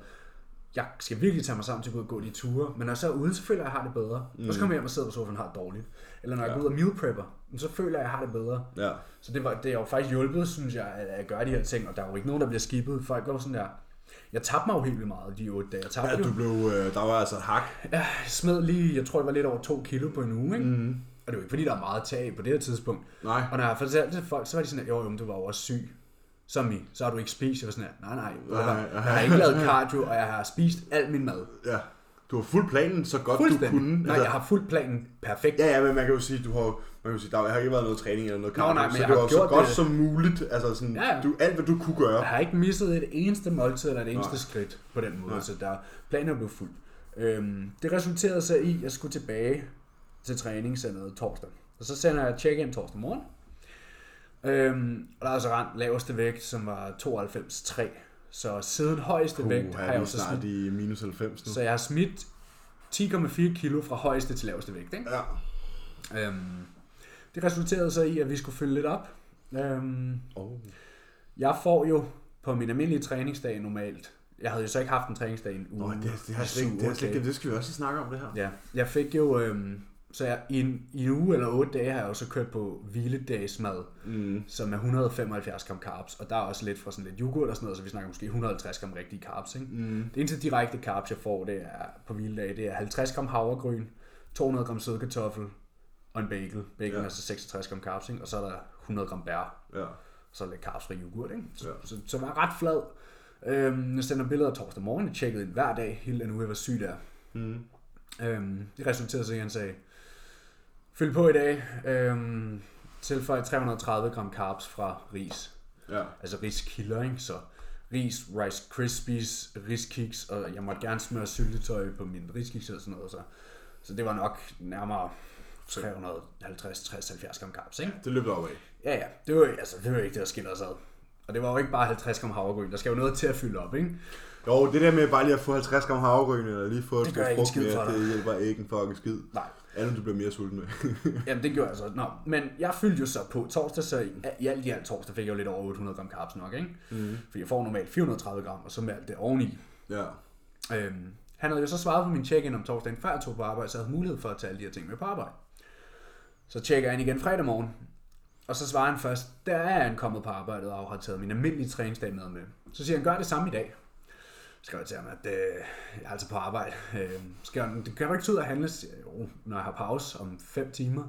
[SPEAKER 1] Jeg skal virkelig tage mig sammen til at gå ud og gå de ture, men når jeg så er ude, så føler jeg, at jeg har det bedre. Mm. Og så kommer jeg hjem og sidder på sofaen og har det dårligt. Eller når jeg går ud og meal prepper, så føler jeg, at jeg har det bedre.
[SPEAKER 2] Ja.
[SPEAKER 1] Så det, var, det er jo faktisk hjulpet, synes jeg, at, at gøre de her ting, og der er jo ikke nogen, der bliver skibet. Folk går sådan der, jeg tabte mig jo helt vildt meget de otte dage. Jeg tabte
[SPEAKER 2] Ja,
[SPEAKER 1] jo-
[SPEAKER 2] du blev... Øh, der var altså et hak.
[SPEAKER 1] Ja, jeg smed lige, jeg tror, det var lidt over 2 kilo på en uge, ikke? Mm. Og det er jo ikke, fordi der er meget tag på det her tidspunkt.
[SPEAKER 2] Mhm. Nej.
[SPEAKER 1] Og når jeg fortalte det til folk, så var de sådan, at jo, jo, men du var jo også syg. Som i, så har du ikke spist. Jeg var sådan, at nej, nej, nej,
[SPEAKER 2] Nej,
[SPEAKER 1] nej.
[SPEAKER 2] nej.
[SPEAKER 1] jeg har ikke lavet cardio, og jeg har spist al min mad.
[SPEAKER 2] Ja. Du har fuldt planen så godt du
[SPEAKER 1] Fuldstændig.
[SPEAKER 2] kunne. altså-
[SPEAKER 1] Nej, jeg har fuldt planen perfekt.
[SPEAKER 2] Ja, ja, men man kan jo sige, du har, man kan jo sige, der har ikke været noget træning eller noget
[SPEAKER 1] Nå,
[SPEAKER 2] kamp,
[SPEAKER 1] nej, men
[SPEAKER 2] så
[SPEAKER 1] jeg
[SPEAKER 2] du
[SPEAKER 1] har
[SPEAKER 2] har så
[SPEAKER 1] gjort
[SPEAKER 2] godt
[SPEAKER 1] det.
[SPEAKER 2] som muligt, altså sådan,
[SPEAKER 1] Ja, ja.
[SPEAKER 2] du, alt hvad du kunne gøre.
[SPEAKER 1] Jeg har ikke misset et eneste måltid eller et eneste Nej. skridt på den måde, Nej. så der planer blev fuldt. Øhm, det resulterede så i, at jeg skulle tilbage til træningscenteret torsdag. Og så sender jeg check-in torsdag morgen. Øhm, og der er så rent laveste vægt, som var 92,3. Så siden højeste
[SPEAKER 2] Uh,
[SPEAKER 1] vægt har
[SPEAKER 2] er
[SPEAKER 1] jeg
[SPEAKER 2] vi
[SPEAKER 1] jo så
[SPEAKER 2] snart
[SPEAKER 1] smidt,
[SPEAKER 2] i minus 90 nu.
[SPEAKER 1] så jeg har smidt 10,4 kilo fra højeste til laveste vægt. Ikke?
[SPEAKER 2] Ja.
[SPEAKER 1] Øhm, det resulterede så i, at vi skulle fylde lidt op. Øhm,
[SPEAKER 2] Oh.
[SPEAKER 1] Jeg får jo på min almindelige træningsdag normalt. Jeg havde jo så ikke haft en træningsdag i en uge.
[SPEAKER 2] Nå, det, det, har jeg slet
[SPEAKER 1] Syv
[SPEAKER 2] ikke, det, har jeg
[SPEAKER 1] otte
[SPEAKER 2] slet
[SPEAKER 1] dage.
[SPEAKER 2] ikke, det skal vi også snakke om det her.
[SPEAKER 1] Ja, jeg fik jo... Øhm, så jeg, i, en, i en uge eller otte dage har jeg jo så kørt på hviledagsmad, mm. som er 175 gram carbs, og der er også lidt fra sådan lidt yoghurt og sådan noget, så vi snakker måske 150 gram rigtige carbs, ikke? Mm. Det eneste direkte carbs, jeg får, det er på hviledag, det er 50 gram havregryn, 200 gram sødkartoffel og en bagel. Bagel ja. er så 66 gram carbs, ikke? Og så er der 100 gram bær
[SPEAKER 2] Ja.
[SPEAKER 1] så lidt carbsfri yoghurt, ikke? Så,
[SPEAKER 2] Ja.
[SPEAKER 1] ja. så, så var jeg ret flad. Øhm, jeg sender billeder torsdag morgen, jeg tjekkede ind hver dag, hele den uge, jeg var syg der. Mm. Øhm, det resulterede så i, at han sagde, fyld på i dag, øhm, tilføj 330 gram carbs fra ris.
[SPEAKER 2] ja.
[SPEAKER 1] Altså riskilder, ikke? Så ris, rice krispies, riskiks, og jeg måtte gerne smøre syltetøj på min riskiks og sådan noget. Så, så det var nok nærmere 350-60-70 gram carbs, ikke?
[SPEAKER 2] Det løb op af.
[SPEAKER 1] Ja, ja. Det var, altså, det var ikke det, der skiller os ad. Og det var jo ikke bare 50 gram havregryn. Der skal jo noget til at fylde op, ikke?
[SPEAKER 2] Jo, det der med bare lige at få 50 gram havregryn, eller lige få et
[SPEAKER 1] Det
[SPEAKER 2] stykke
[SPEAKER 1] gør ikke en skid for
[SPEAKER 2] mere,
[SPEAKER 1] dig.
[SPEAKER 2] det hjælper ikke en fucking skid.
[SPEAKER 1] Nej.
[SPEAKER 2] Andet du bliver mere sulten med.
[SPEAKER 1] Jamen, det gjorde jeg så. Nå, men jeg fyldte jo så på torsdag, så i, i alt i alt torsdag fik jeg jo lidt over 800 gram carbs nok, ikke? Mm. Fordi jeg får normalt 430 gram, og så med alt det oveni.
[SPEAKER 2] ja.
[SPEAKER 1] Øhm, han havde jo så svaret på min check-in om torsdagen, før jeg tog på arbejde, så jeg havde mulighed for at tage alle de her ting med på arbejde. Så tjekker jeg ind igen fredag morgen, og så svarer han først, der er han kommet på arbejdet og har taget min almindelige træningsdag med med. Så siger han, gør det samme i dag. Så skrev jeg til ham, at øh, jeg er altså på arbejde. Øh, skal jeg, det kan du ikke tid at handle, siger jeg, jo, når jeg har pause om 5 timer.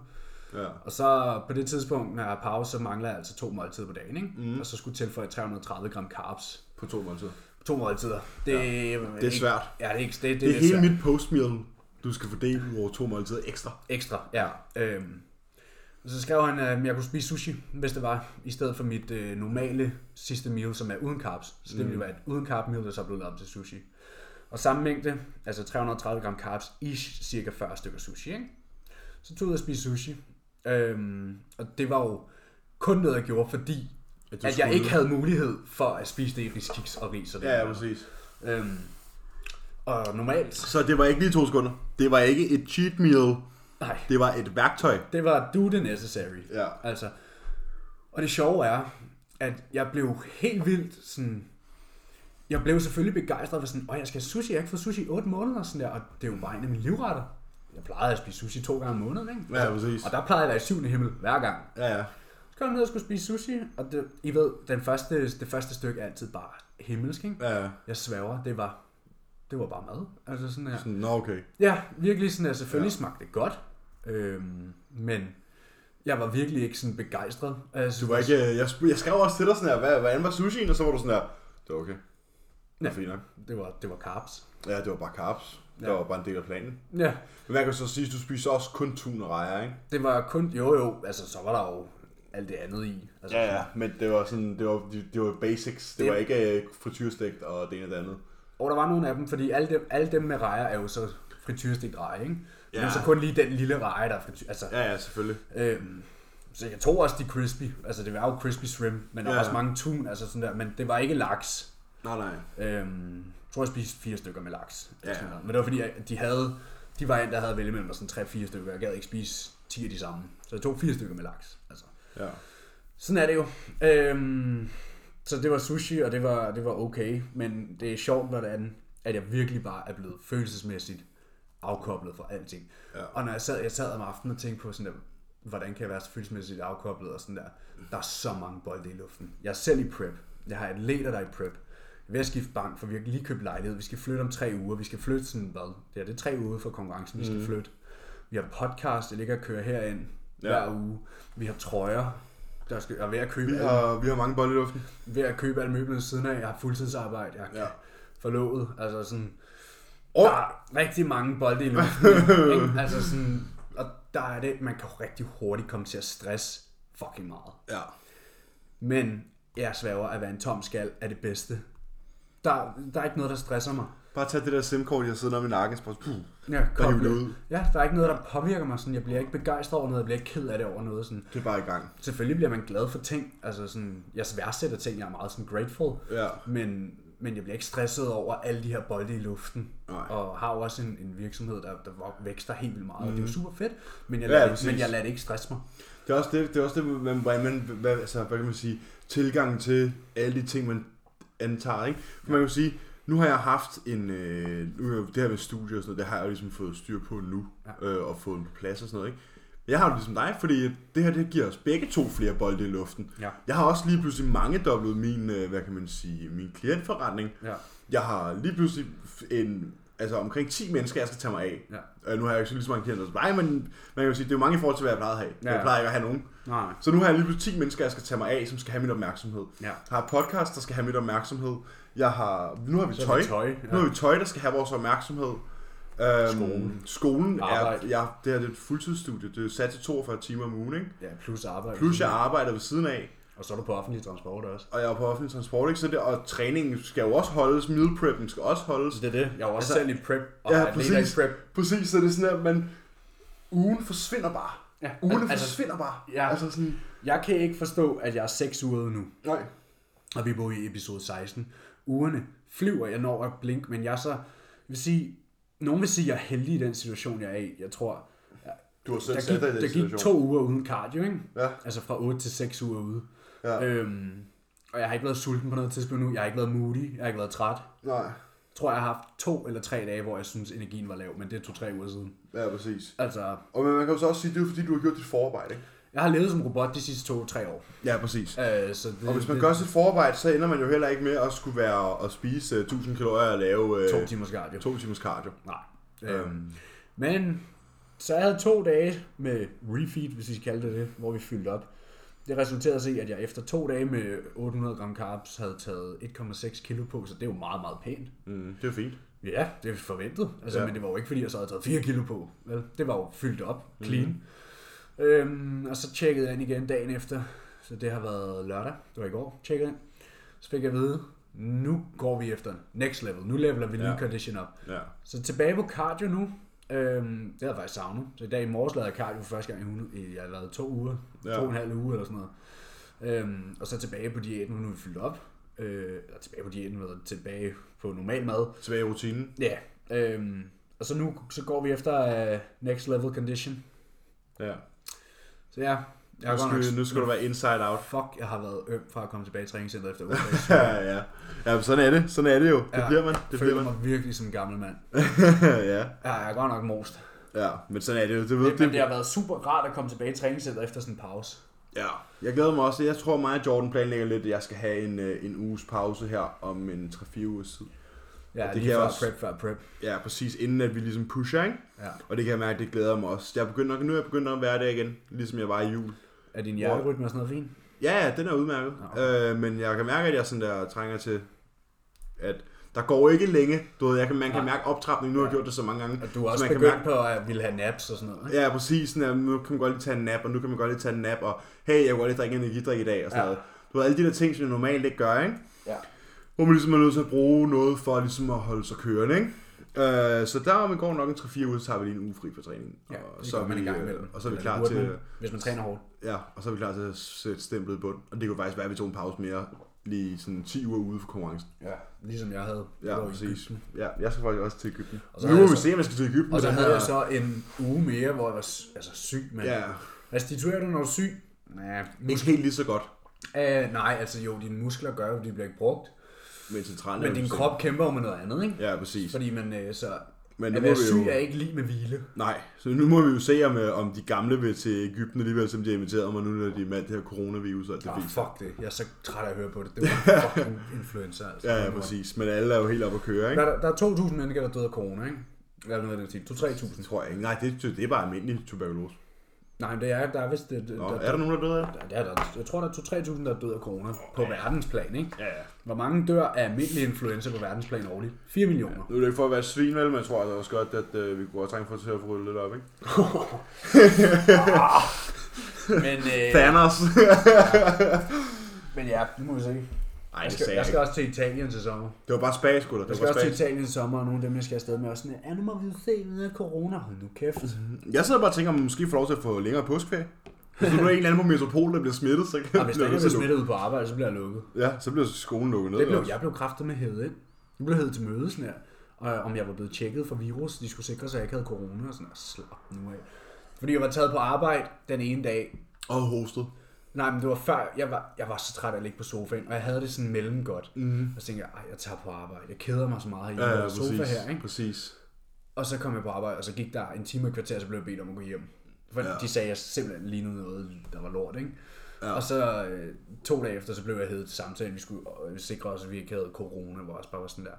[SPEAKER 2] Ja.
[SPEAKER 1] Og så på det tidspunkt, når jeg har pause, så mangler jeg altså to måltider på dagen, ikke? Mm. Og så skulle tilføje 330 gram carbs.
[SPEAKER 2] På to måltider.
[SPEAKER 1] To måltider. Det, ja,
[SPEAKER 2] det er svært.
[SPEAKER 1] Ja, det er, ikke, det, det,
[SPEAKER 2] Det er
[SPEAKER 1] lidt
[SPEAKER 2] hele
[SPEAKER 1] svært.
[SPEAKER 2] mit postmeal, du skal fordele over to måltider ekstra.
[SPEAKER 1] Ekstra, ja. Øhm, Og så skrev han, at jeg kunne spise sushi, hvis det var, i stedet for mit øh, normale sidste meal, som er uden carbs. Så det
[SPEAKER 2] Mm.
[SPEAKER 1] ville være et uden carb meal, der så blev lavet om til sushi. Og samme mængde, altså 330 gram carbs, i cirka 40 stykker sushi, ikke? Så tog jeg ud og spiste sushi. Øhm, og det var jo kun noget, jeg gjorde, fordi at, at jeg
[SPEAKER 2] skulle.
[SPEAKER 1] ikke havde mulighed for at spise det i riskiks og ris og det.
[SPEAKER 2] Ja, ja,
[SPEAKER 1] der.
[SPEAKER 2] præcis.
[SPEAKER 1] Øhm, og normalt,
[SPEAKER 2] Så det var ikke lige to sekunder. Det var ikke et cheat meal.
[SPEAKER 1] nej,
[SPEAKER 2] Det var et værktøj.
[SPEAKER 1] det var do the necessary.
[SPEAKER 2] Ja.
[SPEAKER 1] Altså, og det sjove er, at jeg blev helt vildt sådan... Jeg blev selvfølgelig begejstret for sådan, åh, jeg skal have sushi, jeg har ikke fået sushi i 8 måneder, og sådan der, og det er jo bare en af mine livretter. Jeg plejede at spise sushi to gange om måneden, ikke?
[SPEAKER 2] Ja, præcis.
[SPEAKER 1] Og der plejede jeg at være i syvende himmel hver gang.
[SPEAKER 2] Ja, ja.
[SPEAKER 1] Så kom jeg ned og skulle spise sushi, og det, I ved, den første, det første stykke er altid bare himmelsk, ikke?
[SPEAKER 2] ja, ja.
[SPEAKER 1] Jeg sværger, det var, det var bare mad. Altså sådan her.
[SPEAKER 2] Sådan, Nå, okay.
[SPEAKER 1] Ja, virkelig sådan, at selvfølgelig ja. smagte det godt, øhm, men jeg var virkelig ikke sådan begejstret. Altså,
[SPEAKER 2] Du var ikke... øh, Jeg, sp- jeg skrev også til dig sådan her, hvad, hvordan var sushien? Og så var du sådan her, det var okay. Det var
[SPEAKER 1] Ja.
[SPEAKER 2] fint nok.
[SPEAKER 1] Det var, det var carbs.
[SPEAKER 2] Ja, det var bare carbs. Det var bare en del af planen.
[SPEAKER 1] Ja,
[SPEAKER 2] Men man kan så sige, at du spiser også kun tun og rejer, ikke?
[SPEAKER 1] det var kun, jo jo, altså så var der jo alt det andet i. Altså,
[SPEAKER 2] Ja, ja, men det var sådan, det var, det, det var basics. Det
[SPEAKER 1] Det-
[SPEAKER 2] var ikke øh, frityrestegt og det ene og det andet.
[SPEAKER 1] Og der var nogle af dem, fordi alle dem, alle dem med rejer er jo så frityrestegt rejer, ikke? Ja.
[SPEAKER 2] Ja.
[SPEAKER 1] Men så kun lige den lille reje, der er frityr. Altså,
[SPEAKER 2] Ja, ja, selvfølgelig.
[SPEAKER 1] Øhm, så jeg tog også de crispy, altså det var jo crispy shrimp, men der
[SPEAKER 2] Ja.
[SPEAKER 1] var også mange tun, altså sådan der, men det var ikke laks.
[SPEAKER 2] Nej, nej.
[SPEAKER 1] Øhm, jeg tror, jeg spiste fire stykker med laks.
[SPEAKER 2] Ja.
[SPEAKER 1] Ja. Men det var fordi, jeg, de havde, de var en, der havde at vælge mellem og sådan 3-4 stykker, jeg gad ikke spise 10 af de samme. Så jeg tog fire stykker med laks. Altså.
[SPEAKER 2] Ja.
[SPEAKER 1] Sådan er det jo. Øhm, så det var sushi, og det var, det var okay, men det er sjovt, hvordan at jeg virkelig bare er blevet følelsesmæssigt afkoblet fra alting.
[SPEAKER 2] Ja.
[SPEAKER 1] Og når jeg sad, jeg sad om aftenen og tænkte på sådan der, hvordan kan jeg være så følelsesmæssigt afkoblet og sådan der. Der er så mange bolde i luften. Jeg er selv i prep. Jeg har atleter, der er i prep. Jeg er ved at skifte bank, for vi har lige købt lejlighed. Vi skal flytte om tre uger. Vi skal flytte sådan, hvad? Det er det er tre uger for konkurrencen, vi
[SPEAKER 2] Mm.
[SPEAKER 1] skal flytte. Vi har podcast, jeg ligger og kører herind
[SPEAKER 2] Ja.
[SPEAKER 1] ja. hver uge. Vi har trøjer, der skal, jeg er ved at købe
[SPEAKER 2] Vi har, vi har mange bolde i luften.
[SPEAKER 1] ved at købe alle møblerne siden af. Jeg har fuldtidsarbejde. Jeg er
[SPEAKER 2] Ja.
[SPEAKER 1] ja. forlovet. Altså sådan...
[SPEAKER 2] Og-
[SPEAKER 1] Og... Der er rigtig mange bolde i luften. ikke? altså sådan... Og der er det, man kan jo rigtig hurtigt komme til at stress fucking meget.
[SPEAKER 2] Ja.
[SPEAKER 1] Men jeg sværger, at være en tom skal er det bedste. Der, der er ikke noget, der stresser mig.
[SPEAKER 2] Bare tag det der simkort, jeg sidder om i nakken. så bare, Puh.
[SPEAKER 1] Jeg
[SPEAKER 2] Der hiver
[SPEAKER 1] kobler-
[SPEAKER 2] det ud.
[SPEAKER 1] Ja, der er ikke noget, der påvirker mig. Sådan, jeg bliver ikke begejstret over noget. Jeg bliver ikke ked af det over noget. Sådan.
[SPEAKER 2] Det er bare i gang.
[SPEAKER 1] Selvfølgelig bliver man glad for ting. Altså sådan, jeg værdsætter ting. Jeg er meget sådan grateful.
[SPEAKER 2] Ja.
[SPEAKER 1] Men, men jeg bliver ikke stresset over alle de her bolde i luften.
[SPEAKER 2] Nej.
[SPEAKER 1] Og har jo også en, en virksomhed, der, der vok- vækster helt vildt meget. Mm. Det er jo super fedt, men jeg,
[SPEAKER 2] Mhm. Ja,
[SPEAKER 1] lader, det-
[SPEAKER 2] præcis.
[SPEAKER 1] men jeg lader det ikke stresse mig.
[SPEAKER 2] Det er også det, det, er også det man, hvordan man, hvad, altså, hvad kan man sige, tilgangen til alle de ting, man antager, ikke? For man kan jo sige, nu har jeg haft en, øh, nu, er jeg- det her med studie og sådan noget, det har jeg jo ligesom fået styr på nu, ja. øh, og fået en plads og sådan noget, ikke? Men Jeg har det ligesom dig, fordi det her, det giver os begge to flere bolde i luften.
[SPEAKER 1] Ja.
[SPEAKER 2] Jeg har også lige pludselig mangedoblet min, øh, hvad kan man sige, min klientforretning.
[SPEAKER 1] Ja.
[SPEAKER 2] Jeg har lige pludselig en, altså omkring 10 mennesker, jeg skal tage mig af.
[SPEAKER 1] Ja.
[SPEAKER 2] Øh, nu har jeg jo ikke lige så mange klienter som dig, men man kan jo sige, det er jo mange i forhold til, hvad jeg plejede at have.
[SPEAKER 1] Ja,
[SPEAKER 2] Jeg
[SPEAKER 1] ja.
[SPEAKER 2] plejer ikke at have nogen.
[SPEAKER 1] Nej.
[SPEAKER 2] Så nu har jeg lige pludselig 10 mennesker, jeg skal tage mig af, som skal have min opmærksomhed.
[SPEAKER 1] Ja.
[SPEAKER 2] Jeg har podcast, der skal have min opmærksomhed. Jeg har, nu har vi tøj.
[SPEAKER 1] vi tøj, ja.
[SPEAKER 2] Nu har vi tøj, der skal have vores opmærksomhed. Øhm, skolen. Skolen er,
[SPEAKER 1] Arbejde.
[SPEAKER 2] ja, det her det er et fuldtidsstudie. Det er sat til 42 timer om ugen, ikke?
[SPEAKER 1] Ja, plus arbejde.
[SPEAKER 2] Plus jeg arbejder ved siden af,
[SPEAKER 1] Og så er du på offentlig transport også.
[SPEAKER 2] og jeg er på offentlig transport, ikke? Så det, og træningen skal jo også holdes, meal preppen skal også holdes.
[SPEAKER 1] Det er det. Jeg er jo også
[SPEAKER 2] Altså-
[SPEAKER 1] altså, selv i prep. Og
[SPEAKER 2] Ja,
[SPEAKER 1] atleter
[SPEAKER 2] præcis.
[SPEAKER 1] I prep.
[SPEAKER 2] Præcis, så det er sådan, at man, ugen forsvinder bare.
[SPEAKER 1] Ja,
[SPEAKER 2] Ugen
[SPEAKER 1] al- altså-
[SPEAKER 2] forsvinder bare.
[SPEAKER 1] Ja.
[SPEAKER 2] Altså sådan,
[SPEAKER 1] Jeg kan ikke forstå, at jeg er 6 uger ude nu.
[SPEAKER 2] nej.
[SPEAKER 1] Og vi bor i episode 16. Ugerne flyver, jeg når at blink, men jeg er så... Jeg vil sige, nogen vil sige, at jeg er heldig i den situation, jeg er i. Jeg tror,
[SPEAKER 2] Du har selv
[SPEAKER 1] der
[SPEAKER 2] sat
[SPEAKER 1] gik,
[SPEAKER 2] dig i den
[SPEAKER 1] der gik
[SPEAKER 2] situation.
[SPEAKER 1] to uger uden cardio, ikke?
[SPEAKER 2] Ja.
[SPEAKER 1] Altså fra 8 til 6 uger ude.
[SPEAKER 2] Ja.
[SPEAKER 1] Øhm, og jeg har ikke været sulten på noget tidspunkt nu. Jeg har ikke været moody. Jeg har ikke været træt.
[SPEAKER 2] Nej,
[SPEAKER 1] Jeg tror, jeg har haft to eller tre dage, hvor jeg synes, energien var lav, men det er to-tre uger siden.
[SPEAKER 2] ja, præcis.
[SPEAKER 1] Altså,
[SPEAKER 2] Og men man kan jo så også sige, at det er jo fordi, du har gjort dit forarbejde, ikke?
[SPEAKER 1] jeg har levet som robot de sidste to-tre år.
[SPEAKER 2] Ja, præcis.
[SPEAKER 1] Øh, så det,
[SPEAKER 2] Og hvis man
[SPEAKER 1] det,
[SPEAKER 2] gør sit forarbejde, så ender man jo heller ikke med at skulle være at spise øh, 1000 kalorier og lave øh,
[SPEAKER 1] To timers cardio.
[SPEAKER 2] to timers cardio.
[SPEAKER 1] Nej. Øhm. Men så jeg havde to dage med refeed, hvis vi skal kalde det det, hvor vi fyldte op. Det resulterede i, at jeg efter to dage med 800 gram carbs havde taget 1,6 kilo på, så det er jo meget, meget pænt.
[SPEAKER 2] Mm, det er fint.
[SPEAKER 1] Ja, det er forventet. Altså,
[SPEAKER 2] Ja.
[SPEAKER 1] Mhm. ja. Men det var jo ikke, fordi jeg så havde taget 4 kilo på. Vel? Det var jo fyldt op, clean. Mm. Øhm, og så tjekkede jeg ind igen dagen efter, så det har været lørdag, det var i går, tjekkede ind. Så fik jeg at vide, nu går vi efter den. next level, nu leveler vi lige
[SPEAKER 2] Ja.
[SPEAKER 1] ja. condition op.
[SPEAKER 2] Ja.
[SPEAKER 1] Så tilbage på cardio nu. Øhm, det havde jeg faktisk savnet. Så i dag i morges lavede jeg cardio for første gang i ugen. i- Jeg har lavet to uger.
[SPEAKER 2] Ja.
[SPEAKER 1] Ja. To og en halv uge eller sådan noget. Øhm, og så tilbage på diæten, nu er vi fyldt op. Øh, eller tilbage på diæten, eller tilbage på normal mad.
[SPEAKER 2] Tilbage i rutinen.
[SPEAKER 1] Ja. Øhm, og så nu så går vi efter øh, next level condition.
[SPEAKER 2] Ja.
[SPEAKER 1] Så ja, jeg
[SPEAKER 2] Nu
[SPEAKER 1] har godt
[SPEAKER 2] skal,
[SPEAKER 1] nok...
[SPEAKER 2] nu skal du være inside out.
[SPEAKER 1] Fuck, jeg har været øm for at komme tilbage i træningscenteret efter 8 dage.
[SPEAKER 2] Ja, ja. Ja, men sådan er det. Sådan er det jo. Det
[SPEAKER 1] Ja.
[SPEAKER 2] bliver man. Det
[SPEAKER 1] Jeg
[SPEAKER 2] bliver
[SPEAKER 1] føler
[SPEAKER 2] man.
[SPEAKER 1] mig virkelig som en gammel mand.
[SPEAKER 2] ja.
[SPEAKER 1] Ja, jeg er godt nok most.
[SPEAKER 2] ja, men sådan er det jo. Det ved
[SPEAKER 1] Men det
[SPEAKER 2] det.
[SPEAKER 1] har været super rart at komme tilbage i træningscenteret efter sådan en pause.
[SPEAKER 2] Ja. Jeg glæder mig også. Jeg tror mig og Jordan planlægger lidt, at jeg skal have en, øh, en uges pause her om en 3-4 uger tid.
[SPEAKER 1] Ja,
[SPEAKER 2] det
[SPEAKER 1] det
[SPEAKER 2] kan
[SPEAKER 1] lige
[SPEAKER 2] jeg
[SPEAKER 1] før
[SPEAKER 2] også-
[SPEAKER 1] også... prep, før prep.
[SPEAKER 2] Ja, præcis. Inden at vi ligesom pusher, ikke?
[SPEAKER 1] Ja.
[SPEAKER 2] Og det kan jeg mærke, det glæder mig også. Jeg er begyndt nok, nu er jeg begyndt at være der igen, ligesom jeg var i jul.
[SPEAKER 1] Er din hjerterytme og sådan noget fint?
[SPEAKER 2] Ja, ja, den er udmærket.
[SPEAKER 1] Nå,
[SPEAKER 2] Okay. Øh, men jeg kan mærke, at jeg sådan der trænger til, at der går ikke længe. Du ved, jeg kan, man kan
[SPEAKER 1] Nej.
[SPEAKER 2] mærke optrapning. Nu har jeg
[SPEAKER 1] Ja.
[SPEAKER 2] gjort det så mange gange.
[SPEAKER 1] Og du er
[SPEAKER 2] Så
[SPEAKER 1] også
[SPEAKER 2] man kan
[SPEAKER 1] begyndt mærke... på at ville have naps og sådan noget. ikke?
[SPEAKER 2] Ja, præcis. Sådan, at nu kan man godt lige tage en nap, og nu kan man godt lige tage en nap, og hey, jeg kan godt lige drikke en energidrik i dag, og sådan ja.
[SPEAKER 1] Ja.
[SPEAKER 2] noget. Du ved, alle de der ting, som jeg normalt ikke gør, ikke?
[SPEAKER 1] Ja.
[SPEAKER 2] Hvor man ligesom er nødt til at bruge noget for ligesom at holde sig kørende, ikke? Øh, så der om vi går nok en 3-4 uger, så tager vi lige en uge fri fra træningen.
[SPEAKER 1] Ja,
[SPEAKER 2] og,
[SPEAKER 1] det
[SPEAKER 2] så
[SPEAKER 1] så
[SPEAKER 2] er
[SPEAKER 1] man i
[SPEAKER 2] vi,
[SPEAKER 1] gang
[SPEAKER 2] øh,
[SPEAKER 1] imellem.
[SPEAKER 2] og så er vi
[SPEAKER 1] Eller
[SPEAKER 2] klar
[SPEAKER 1] det burde
[SPEAKER 2] til,
[SPEAKER 1] man, Hvis man træner hårdt.
[SPEAKER 2] Ja, og så er vi klar til at sætte stemplet i bund. Og det kunne faktisk være, at vi tog en pause mere lige sådan 10 uger ude for konkurrencen.
[SPEAKER 1] Ja. Ligesom jeg havde. Det
[SPEAKER 2] Ja,
[SPEAKER 1] var i
[SPEAKER 2] præcis.
[SPEAKER 1] Egypten.
[SPEAKER 2] Ja, jeg skal faktisk også til Ægypten.
[SPEAKER 1] Og så
[SPEAKER 2] Nu
[SPEAKER 1] havde
[SPEAKER 2] må
[SPEAKER 1] jeg
[SPEAKER 2] vi se, om jeg skal til Ægypten.
[SPEAKER 1] Og
[SPEAKER 2] med
[SPEAKER 1] så
[SPEAKER 2] den
[SPEAKER 1] havde
[SPEAKER 2] her-
[SPEAKER 1] jeg så en uge mere, hvor jeg var s- altså, syg. Men
[SPEAKER 2] Ja,
[SPEAKER 1] restituerer du, når du er syg? Nej.
[SPEAKER 2] ikke helt lige så godt.
[SPEAKER 1] Uh, nej, altså jo, dine muskler gør jo, de bliver ikke brugt.
[SPEAKER 2] Men centralen
[SPEAKER 1] Men din krop kæmper jo med noget andet, ikke?
[SPEAKER 2] Ja, præcis.
[SPEAKER 1] Fordi man øh, så...
[SPEAKER 2] Men nu
[SPEAKER 1] at
[SPEAKER 2] må
[SPEAKER 1] være
[SPEAKER 2] vi
[SPEAKER 1] syg
[SPEAKER 2] jo-
[SPEAKER 1] er ikke lige med hvile.
[SPEAKER 2] Nej, så nu må vi jo se, om, øh, om de gamle vil til Ægypten alligevel, som de har inviteret mig nu, når de er med alt det her coronavirus og alt det
[SPEAKER 1] Ah,
[SPEAKER 2] fint.
[SPEAKER 1] fuck det. Jeg er så træt af at høre på det. Det var fucking influenza, altså.
[SPEAKER 2] Ja, ja, præcis. Men alle er jo helt oppe at køre, ikke?
[SPEAKER 1] Der, der, der er 2.000 mennesker, der døde af corona, ikke? Eller noget af den stil. 2-3.000.
[SPEAKER 2] Det tror jeg ikke. Nej, det, det er bare almindelig tuberkulose.
[SPEAKER 1] Nej, men det er, der er vist... Det, det,
[SPEAKER 2] Nå,
[SPEAKER 1] der,
[SPEAKER 2] er der nogen, der er døde af det?
[SPEAKER 1] der, der, der, jeg tror, der er 2-3.000, der er døde af corona på verdensplan, ikke?
[SPEAKER 2] Ja, ja.
[SPEAKER 1] Hvor mange dør af almindelig influenza på verdensplan årligt? 4 millioner.
[SPEAKER 2] Nu er det ikke for at være svin, vel, men jeg tror altså også godt, at øh, vi kunne godt trænge for til at få ryddet lidt op, ikke?
[SPEAKER 1] Men, øh,
[SPEAKER 2] Thanos!
[SPEAKER 1] men ja, nu må vi se. Jeg
[SPEAKER 2] Nej, det
[SPEAKER 1] skal,
[SPEAKER 2] sagde jeg
[SPEAKER 1] jeg skal
[SPEAKER 2] ikke.
[SPEAKER 1] også til Italien til sommer.
[SPEAKER 2] Det var bare spas, gutter.
[SPEAKER 1] Jeg
[SPEAKER 2] Det
[SPEAKER 1] skal
[SPEAKER 2] var
[SPEAKER 1] også til
[SPEAKER 2] spas.
[SPEAKER 1] Italien til sommer, og nogle af dem, jeg skal afsted med, er sådan, ja, nu må vi se, med corona. Hold nu kæft.
[SPEAKER 2] Jeg sidder bare og tænker, om man måske får lov til at få længere påskeferie. Hvis nu er en eller anden på Metropol, Ah, der bliver smittet, så
[SPEAKER 1] Og
[SPEAKER 2] kan
[SPEAKER 1] hvis
[SPEAKER 2] bliver
[SPEAKER 1] der ikke
[SPEAKER 2] jeg
[SPEAKER 1] bliver
[SPEAKER 2] nødt til at lukke.
[SPEAKER 1] smittet ud på arbejde, så bliver jeg lukket.
[SPEAKER 2] Ja, så bliver skolen lukket ned.
[SPEAKER 1] Det blev,
[SPEAKER 2] også.
[SPEAKER 1] jeg blev kraftet med hævet ind. Jeg blev hævet til møde sådan her. Og øh, om jeg var blevet tjekket for virus, de skulle sikre sig, at jeg ikke havde corona og sådan her. Slap nu af. Fordi jeg var taget på arbejde den ene dag.
[SPEAKER 2] Og hostet.
[SPEAKER 1] Nej, men det var før, jeg var, jeg var så træt af at ligge på sofaen, og jeg havde det sådan mellem godt. Mm. Og så tænkte jeg, "Ej, jeg tager på arbejde, jeg keder mig så meget her
[SPEAKER 2] Mhm. Ja,
[SPEAKER 1] ja,
[SPEAKER 2] ja,
[SPEAKER 1] ja, sofa
[SPEAKER 2] præcis.
[SPEAKER 1] her, ikke?
[SPEAKER 2] Præcis.
[SPEAKER 1] Og så kom jeg på arbejde, og så gik der en time og et kvarter, og så blev jeg bedt om at gå hjem. For
[SPEAKER 2] Ja.
[SPEAKER 1] ja. de sagde, at jeg simpelthen lignede noget, der var lort, ikke?
[SPEAKER 2] Ja.
[SPEAKER 1] Ja. Og så øh, to dage efter, så blev jeg hævet til samtalen, vi skulle øh, sikre os, at vi ikke havde corona, hvor jeg også bare var sådan der,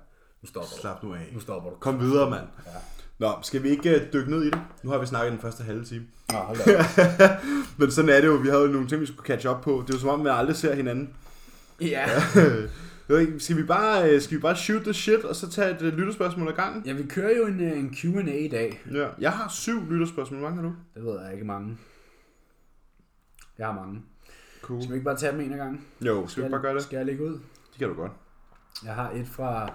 [SPEAKER 1] nu stopper du.
[SPEAKER 2] Slap nu af.
[SPEAKER 1] Nu stopper du.
[SPEAKER 2] Kom videre, mand.
[SPEAKER 1] Ja.
[SPEAKER 2] Nå, skal vi ikke øh, dykke ned i det? Nu har vi snakket den første halve time.
[SPEAKER 1] Nå, hold da op.
[SPEAKER 2] Men sådan er det jo. Vi havde jo nogle ting, vi skulle catch up på. Det er jo som om, vi aldrig ser hinanden.
[SPEAKER 1] ja.
[SPEAKER 2] Jeg ved ikke, skal vi bare, øh, skal vi bare shoot the shit, og så tage et øh, lytterspørgsmål ad gangen?
[SPEAKER 1] ja, vi kører jo en, øh, en Q&A i dag.
[SPEAKER 2] Ja. Jeg har syv lytterspørgsmål. Hvor mange har du?
[SPEAKER 1] Det ved jeg ikke mange. Jeg har mange.
[SPEAKER 2] Cool.
[SPEAKER 1] Skal vi ikke bare tage dem en af gangen?
[SPEAKER 2] Jo, skal vi ikke bare gøre det?
[SPEAKER 1] Skal jeg lægge ud?
[SPEAKER 2] Det kan du godt.
[SPEAKER 1] Jeg har et fra...